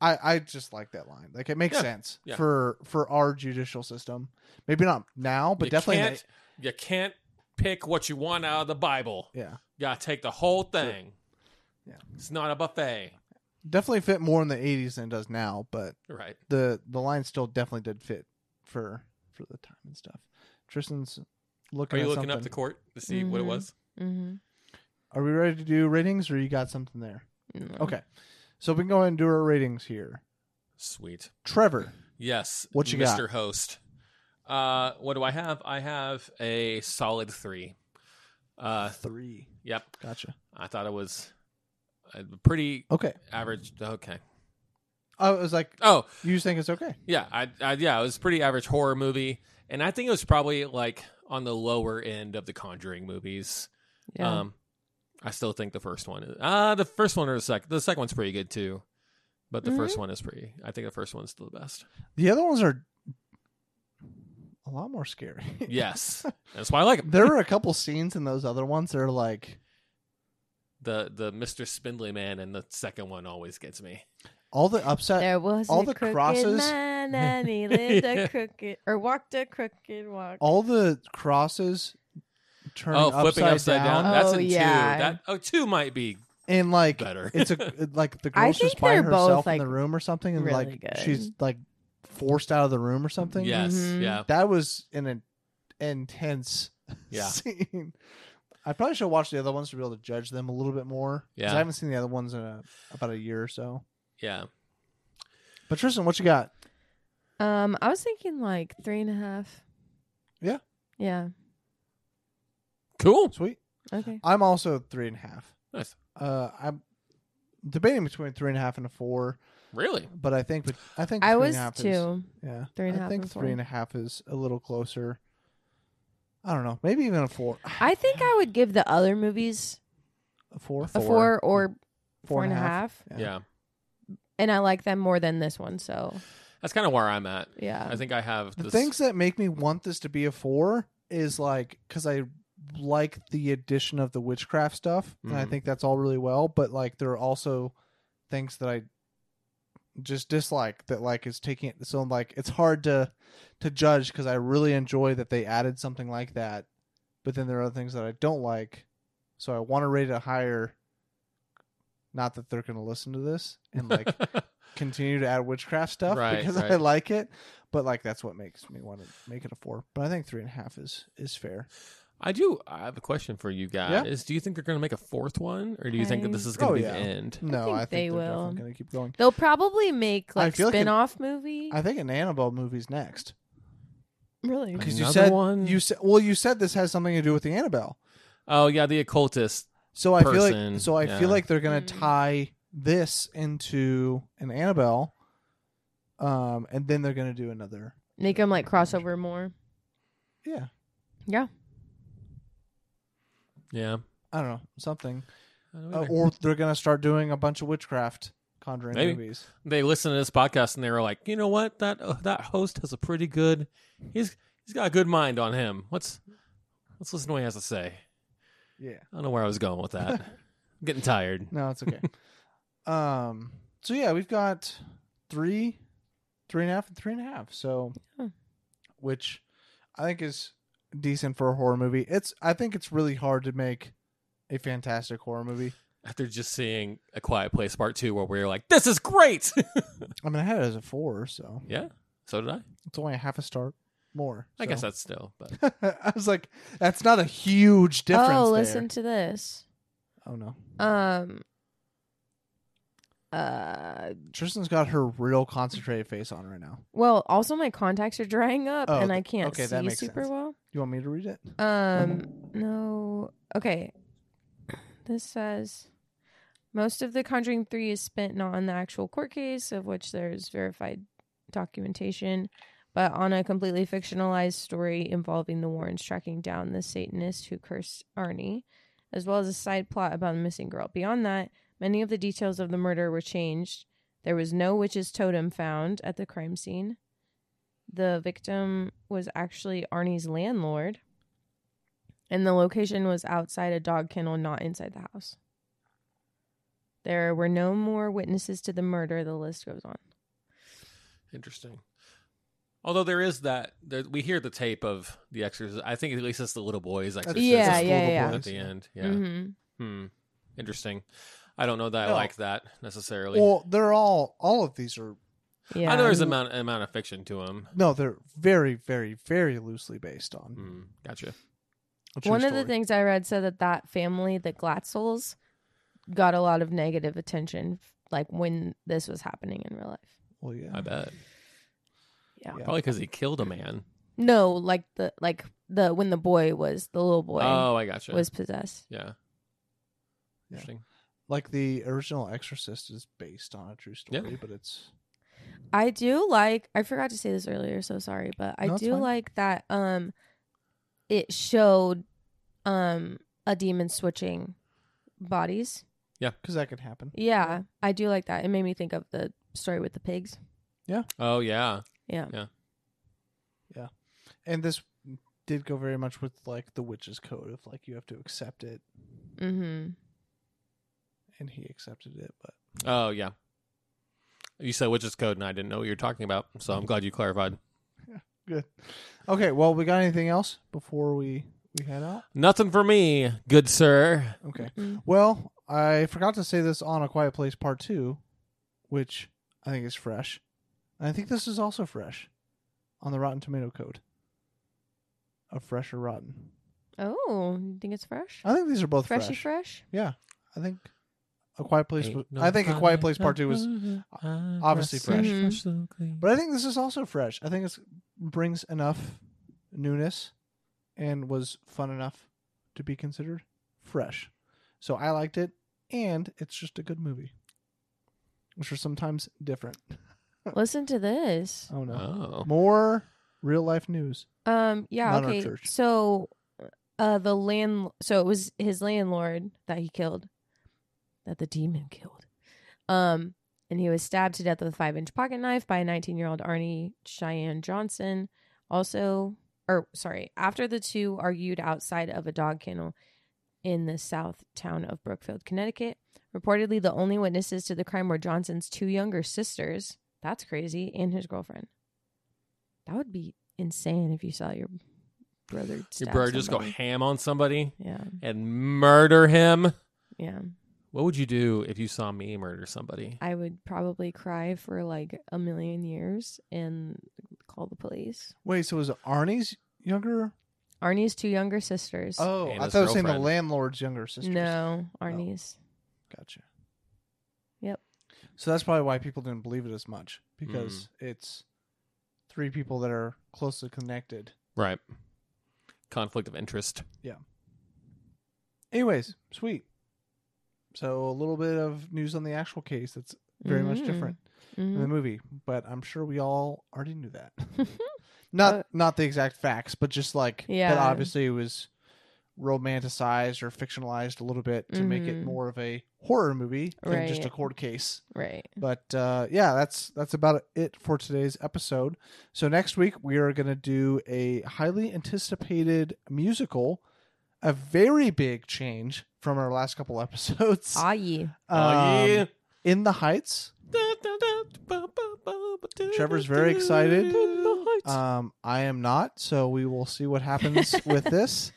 [SPEAKER 2] I I just like that line. Like it makes
[SPEAKER 3] Yeah.
[SPEAKER 2] sense
[SPEAKER 3] Yeah.
[SPEAKER 2] for for our judicial system. Maybe not now, but
[SPEAKER 3] You
[SPEAKER 2] definitely in the-
[SPEAKER 3] can't, you can't pick what you want out of the Bible.
[SPEAKER 2] yeah.
[SPEAKER 3] You gotta take the whole thing.
[SPEAKER 2] Yeah.
[SPEAKER 3] It's not a buffet.
[SPEAKER 2] Definitely fit more in the 80s than it does now, but
[SPEAKER 3] Right.
[SPEAKER 2] the the line still definitely did fit for for the time and stuff. Tristan's
[SPEAKER 3] Are
[SPEAKER 2] looking.
[SPEAKER 3] you
[SPEAKER 2] at
[SPEAKER 3] looking
[SPEAKER 2] something. Mm-hmm.
[SPEAKER 3] up the court to see what it
[SPEAKER 1] Mhm.
[SPEAKER 3] was?
[SPEAKER 1] Mhm.
[SPEAKER 2] Are we ready to do ratings, or you got something there?
[SPEAKER 3] Mm-hmm.
[SPEAKER 1] No.
[SPEAKER 2] Okay, so we can go ahead and do our ratings here.
[SPEAKER 3] Sweet.
[SPEAKER 2] Trevor,
[SPEAKER 3] Yes.
[SPEAKER 2] What you got?
[SPEAKER 3] Mr. Host. Uh what do I have? I have a solid three. Uh
[SPEAKER 2] three.
[SPEAKER 3] yep.
[SPEAKER 2] Gotcha.
[SPEAKER 3] I thought it was a pretty
[SPEAKER 2] Okay,
[SPEAKER 3] average okay.
[SPEAKER 2] I was like,
[SPEAKER 3] Oh,
[SPEAKER 2] you think it's okay?
[SPEAKER 3] yeah, I, I yeah, it was a pretty average horror movie, and I think it was probably like on the lower end of the Conjuring movies.
[SPEAKER 1] Yeah.
[SPEAKER 3] Um, I still think the first one. Is, uh the first one or the second. The second one's pretty good too, but the
[SPEAKER 1] Mm-hmm.
[SPEAKER 3] first one is pretty. I think the first one's still the best.
[SPEAKER 2] The other ones are a lot more scary.
[SPEAKER 3] Yes, that's why I like 'em.
[SPEAKER 2] there were a couple scenes in those other ones that are like
[SPEAKER 3] the the Mister Spindly Man, and the second one always gets me.
[SPEAKER 2] all the upset.
[SPEAKER 1] there was
[SPEAKER 2] all
[SPEAKER 1] a
[SPEAKER 2] the
[SPEAKER 1] crooked
[SPEAKER 2] crosses-
[SPEAKER 1] man, and he lived
[SPEAKER 3] Yeah.
[SPEAKER 1] a crooked or walked a crooked walk.
[SPEAKER 2] All the crosses turning
[SPEAKER 3] oh,
[SPEAKER 2] upside,
[SPEAKER 3] flipping upside down.
[SPEAKER 2] down,
[SPEAKER 3] That's
[SPEAKER 1] Oh,
[SPEAKER 3] in
[SPEAKER 1] yeah.
[SPEAKER 3] two. That oh, two might be
[SPEAKER 2] and like
[SPEAKER 3] better.
[SPEAKER 2] it's a it- like the
[SPEAKER 1] I
[SPEAKER 2] girl's just
[SPEAKER 1] think
[SPEAKER 2] by
[SPEAKER 1] they're
[SPEAKER 2] herself
[SPEAKER 1] both,
[SPEAKER 2] in the
[SPEAKER 1] like,
[SPEAKER 2] room or something, and
[SPEAKER 1] really
[SPEAKER 2] like
[SPEAKER 1] good.
[SPEAKER 2] she's like forced out of the room or something.
[SPEAKER 3] yes,
[SPEAKER 1] Mhm.
[SPEAKER 3] yeah,
[SPEAKER 2] that was an in- intense
[SPEAKER 3] Yeah.
[SPEAKER 2] scene. I probably should watch the other ones to be able to judge them a little bit more. 'cause
[SPEAKER 3] Yeah.
[SPEAKER 2] I haven't seen the other ones in a, about a year or so.
[SPEAKER 3] yeah.
[SPEAKER 2] But Tristan, what you got?
[SPEAKER 1] Um, I was thinking like three and a half.
[SPEAKER 2] Yeah.
[SPEAKER 1] Yeah.
[SPEAKER 3] Cool.
[SPEAKER 2] Sweet.
[SPEAKER 1] Okay.
[SPEAKER 2] I'm also three and a half.
[SPEAKER 3] Nice.
[SPEAKER 2] Uh, I'm debating between three and a half and a four,
[SPEAKER 3] Really?
[SPEAKER 2] but I think bet- I think
[SPEAKER 1] I
[SPEAKER 2] three
[SPEAKER 1] was
[SPEAKER 2] and a half Is,
[SPEAKER 1] two.
[SPEAKER 2] yeah,
[SPEAKER 1] Three and a
[SPEAKER 2] I
[SPEAKER 1] half
[SPEAKER 2] think
[SPEAKER 1] and
[SPEAKER 2] three
[SPEAKER 1] four.
[SPEAKER 2] and a half is a little closer. I don't know, maybe even a four.
[SPEAKER 1] I think I would give the other movies
[SPEAKER 2] a four,
[SPEAKER 1] a four or
[SPEAKER 2] Four
[SPEAKER 1] four and a half,
[SPEAKER 3] Yeah.
[SPEAKER 1] and I like them more than this one. So
[SPEAKER 3] That's kind of where I'm at.
[SPEAKER 1] yeah.
[SPEAKER 3] I think I have
[SPEAKER 2] The
[SPEAKER 3] this.
[SPEAKER 2] things that make me want this to be a four is like because I like the addition of the witchcraft stuff, and I
[SPEAKER 3] Mhm.
[SPEAKER 2] think that's all really well. But like, there are also things that I just dislike that like is taking it. So I'm like, it's hard to to judge because I really enjoy that they added something like that, but then there are other things that I don't like, so I want to rate it higher. Not that they're going to listen to this and like continue to add witchcraft stuff
[SPEAKER 3] Right,
[SPEAKER 2] because I
[SPEAKER 3] right.
[SPEAKER 2] like it. But like that's what makes me want to make it a four. But I think three and a half is is fair.
[SPEAKER 3] I do. I have a question for you guys. Do you think they're going to make a fourth one, or do you think that
[SPEAKER 1] I-
[SPEAKER 3] this is going to
[SPEAKER 2] Oh,
[SPEAKER 3] be
[SPEAKER 2] yeah.
[SPEAKER 3] the end?
[SPEAKER 2] No,
[SPEAKER 1] think
[SPEAKER 2] I think,
[SPEAKER 1] they
[SPEAKER 2] they're
[SPEAKER 1] will.
[SPEAKER 2] Going to keep going.
[SPEAKER 1] They'll probably make
[SPEAKER 2] I
[SPEAKER 1] like
[SPEAKER 2] feel like it-
[SPEAKER 1] spin off movie.
[SPEAKER 2] I think an Annabelle movie's next
[SPEAKER 1] really?
[SPEAKER 2] because you
[SPEAKER 3] Another
[SPEAKER 2] said
[SPEAKER 3] one?
[SPEAKER 2] you said well you said this has something to do with the Annabelle.
[SPEAKER 3] Oh yeah, the occultist.
[SPEAKER 2] So I feel
[SPEAKER 3] Person,
[SPEAKER 2] like so I
[SPEAKER 3] yeah.
[SPEAKER 2] feel like they're going to
[SPEAKER 1] Mm.
[SPEAKER 2] tie this into an Annabelle, um, and then they're going to do another.
[SPEAKER 1] Make them like crossover more.
[SPEAKER 2] Yeah,
[SPEAKER 1] Yeah.
[SPEAKER 3] Yeah.
[SPEAKER 2] I don't know something,
[SPEAKER 3] I don't
[SPEAKER 2] Uh,
[SPEAKER 3] either.
[SPEAKER 2] or they're going to start doing a bunch of witchcraft conjuring
[SPEAKER 3] Maybe.
[SPEAKER 2] movies.
[SPEAKER 3] they listened to this podcast and they were like, you know what, that uh, that host has a pretty good, he's he's got a good mind on him. Let's let's listen to what he has to say.
[SPEAKER 2] Yeah.
[SPEAKER 3] I don't know where I was going with that. I'm getting tired.
[SPEAKER 2] No, it's okay. um. So yeah, we've got three, three and a half, and three and a half. So,
[SPEAKER 1] Yeah.
[SPEAKER 2] which I think is decent for a horror movie. It's I think it's really hard to make a fantastic horror movie.
[SPEAKER 3] After just seeing a Quiet Place Part Two, where we were like, this is great.
[SPEAKER 2] I mean, I had it as a four, so
[SPEAKER 3] yeah. So did I.
[SPEAKER 2] it's only a half a star more.
[SPEAKER 3] I guess
[SPEAKER 2] so.
[SPEAKER 3] that's still, but
[SPEAKER 2] I was like, that's not a huge difference.
[SPEAKER 1] oh,
[SPEAKER 2] there.
[SPEAKER 1] listen to this.
[SPEAKER 2] Oh no,
[SPEAKER 1] Um. Uh.
[SPEAKER 2] Tristan's got her real concentrated face on right now.
[SPEAKER 1] Well, also my contacts are drying up,
[SPEAKER 2] Oh,
[SPEAKER 1] and I
[SPEAKER 2] th-
[SPEAKER 1] can't
[SPEAKER 2] okay, that
[SPEAKER 1] see
[SPEAKER 2] makes
[SPEAKER 1] super
[SPEAKER 2] sense.
[SPEAKER 1] well.
[SPEAKER 2] You want me to read it?
[SPEAKER 1] Um, no. Okay. This says most of the Conjuring 3 is spent not on the actual court case, of which there's verified documentation, but on a completely fictionalized story involving the Warrens tracking down the Satanist who cursed Arnie, as well as a side plot about a missing girl. Beyond that, many of the details of the murder were changed. There was no witch's totem found at the crime scene. The victim was actually Arnie's landlord. And the location was outside a dog kennel, not inside the house. There were no more witnesses to the murder. The list goes on.
[SPEAKER 3] interesting. Although there is that there, we hear the tape of the exorcism. I think at least it's the little boys exorcism
[SPEAKER 1] yeah,
[SPEAKER 2] Just
[SPEAKER 1] yeah,
[SPEAKER 2] little
[SPEAKER 1] yeah.
[SPEAKER 2] boys.
[SPEAKER 3] at the end. Yeah.
[SPEAKER 1] Mm-hmm.
[SPEAKER 3] Hmm. Interesting. I don't know that I
[SPEAKER 2] No.
[SPEAKER 3] like that necessarily.
[SPEAKER 2] Well, they're all all of these are
[SPEAKER 1] Yeah.
[SPEAKER 3] I know there's amount amount of fiction to him.
[SPEAKER 2] No, they're very, very, very loosely based on.
[SPEAKER 3] Mm, gotcha.
[SPEAKER 2] a true
[SPEAKER 1] One of
[SPEAKER 2] story.
[SPEAKER 1] the things I read said that that family, the Glatzels, got a lot of negative attention, like when this was happening in real life.
[SPEAKER 2] Well, yeah.
[SPEAKER 3] I bet.
[SPEAKER 1] Yeah.
[SPEAKER 2] Yeah.
[SPEAKER 3] Probably because he killed a man.
[SPEAKER 1] No, like the like the when the boy was the little boy
[SPEAKER 3] Oh, I gotcha.
[SPEAKER 1] was possessed.
[SPEAKER 3] yeah.
[SPEAKER 2] Yeah.
[SPEAKER 3] Interesting.
[SPEAKER 2] Like the original Exorcist is based on a true
[SPEAKER 3] Yeah.
[SPEAKER 2] story, but it's
[SPEAKER 1] I do like I forgot to say this earlier, so sorry, but I
[SPEAKER 2] No, it's
[SPEAKER 1] do
[SPEAKER 2] fine.
[SPEAKER 1] like that um it showed um a demon switching bodies.
[SPEAKER 2] because that could happen.
[SPEAKER 1] Yeah, I do like that. It made me think of the story with the pigs.
[SPEAKER 3] Oh yeah.
[SPEAKER 1] Yeah.
[SPEAKER 2] And this did go very much with like the witch's code of like you have to accept it,
[SPEAKER 1] Mhm.
[SPEAKER 2] and he accepted it. But
[SPEAKER 3] Oh yeah. You said witch's code, and I didn't know what you were talking about, so I'm glad you clarified.
[SPEAKER 2] good. Okay, well, we got anything else before we we head out?
[SPEAKER 3] Nothing for me, good sir.
[SPEAKER 2] Okay.
[SPEAKER 1] Mm.
[SPEAKER 2] Well, I forgot to say this on A Quiet Place Part 2, which I think is fresh. And I think this is also fresh on the Rotten Tomato Code of Fresh or Rotten.
[SPEAKER 1] Oh, you think it's fresh?
[SPEAKER 2] I think these are both
[SPEAKER 1] Freshy
[SPEAKER 2] fresh.
[SPEAKER 1] fresh?
[SPEAKER 2] I think A Quiet Place
[SPEAKER 3] Ain't
[SPEAKER 2] was,
[SPEAKER 3] no
[SPEAKER 2] I think A
[SPEAKER 3] fun
[SPEAKER 2] Quiet
[SPEAKER 3] in
[SPEAKER 2] Place Part 2 was
[SPEAKER 3] love.
[SPEAKER 2] obviously
[SPEAKER 1] fresh.
[SPEAKER 3] so clean.
[SPEAKER 2] but I think this is also fresh. I think it brings enough newness and was fun enough to be considered fresh. So I liked it, and it's just a good movie, which are sometimes different.
[SPEAKER 1] Listen to this.
[SPEAKER 2] Oh no!
[SPEAKER 3] Oh.
[SPEAKER 2] More real life news.
[SPEAKER 1] Um yeah,
[SPEAKER 2] Not our
[SPEAKER 1] okay.
[SPEAKER 2] church.
[SPEAKER 1] So uh the land so it was his landlord that he killed that the demon killed. Um and he was stabbed to death with a 5-inch pocket knife by a 19-year-old Arnie Cheyenne Johnson. Also or sorry, after the two argued outside of a dog kennel in the south town of Brookfield, Connecticut. Reportedly the only witnesses to the crime were Johnson's two younger sisters. That's crazy and his girlfriend. That would be insane if you saw your brother.
[SPEAKER 3] Your
[SPEAKER 1] stab
[SPEAKER 3] brother just go
[SPEAKER 1] somebody.
[SPEAKER 3] ham on somebody
[SPEAKER 1] Yeah,
[SPEAKER 3] and murder him.
[SPEAKER 1] yeah.
[SPEAKER 3] What would you do if you saw me murder somebody?
[SPEAKER 1] I would probably cry for like a million years and call the police.
[SPEAKER 2] Wait, so was it Arnie's younger?
[SPEAKER 1] Arnie's two younger sisters.
[SPEAKER 2] Oh,
[SPEAKER 3] And
[SPEAKER 2] I
[SPEAKER 3] his
[SPEAKER 2] thought I was saying the
[SPEAKER 3] girlfriend.
[SPEAKER 2] landlord's younger sister.
[SPEAKER 1] no, Arnie's.
[SPEAKER 2] gotcha.
[SPEAKER 1] Yep.
[SPEAKER 2] So that's probably why people didn't believe it as much because
[SPEAKER 3] Hmm.
[SPEAKER 2] it's three people that are closely connected.
[SPEAKER 3] Right. Conflict of interest.
[SPEAKER 2] Anyways, sweet. So a little bit of news on the actual case that's very much
[SPEAKER 1] Mhm.
[SPEAKER 2] different in the
[SPEAKER 1] Mhm.
[SPEAKER 2] movie, but I'm sure we all already knew that. not
[SPEAKER 1] Uh,
[SPEAKER 2] not the exact facts, but just like that
[SPEAKER 1] Yeah.
[SPEAKER 2] obviously it was romanticized or fictionalized a little bit to make it
[SPEAKER 1] Mhm.
[SPEAKER 2] more of a horror movie than just a
[SPEAKER 1] Right.
[SPEAKER 2] court case.
[SPEAKER 1] Right.
[SPEAKER 2] But uh, yeah, that's that's about it for today's episode. So next week we are going to do a highly anticipated musical, a very big change from our last couple episodes.
[SPEAKER 1] Ah, yeah.
[SPEAKER 2] Um, In the Heights. Trevor's very excited. Um, I am not, so we will see what happens with this.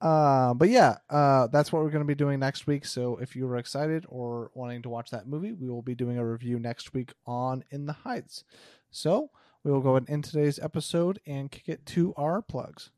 [SPEAKER 2] Uh, but yeah, uh, that's what we're going to be doing next week. So if you were excited or wanting to watch that movie, we will be doing a review next week on In the Heights. So we will go ahead and end today's episode and kick it to our plugs.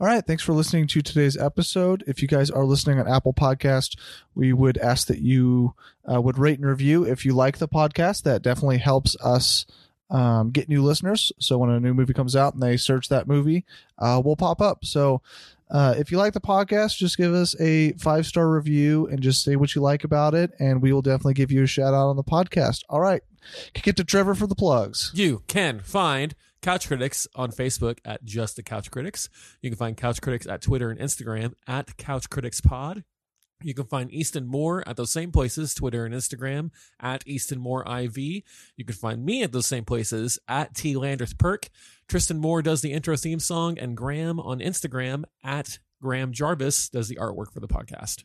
[SPEAKER 2] All right, thanks for listening to today's episode. If you guys are listening on Apple Podcast, we would ask that you uh, would rate and review if you like the podcast. That definitely helps us um, get new listeners. So when a new movie comes out and they search that movie, uh, we'll pop up. So uh, if you like the podcast, just give us a five star review and just say what you like about it, and we will definitely give you a shout out on the podcast. All right, kick it to Trevor for the plugs.
[SPEAKER 3] You can find Couch Critics on Facebook at Just the Couch Critics. You can find Couch Critics at Twitter and Instagram at Couch Critics Pod. You can find Easton Moore at those same places, Twitter and Instagram at Easton Moore IV. You can find me at those same places at T Landers Perk. Tristan Moore does the intro theme song, and Graham on Instagram at Graham Jarvis does the artwork for the podcast.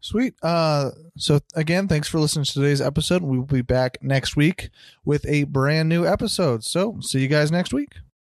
[SPEAKER 2] Sweet. Uh, so again, thanks for listening to today's episode. We will be back next week with a brand new episode. So see you guys next week.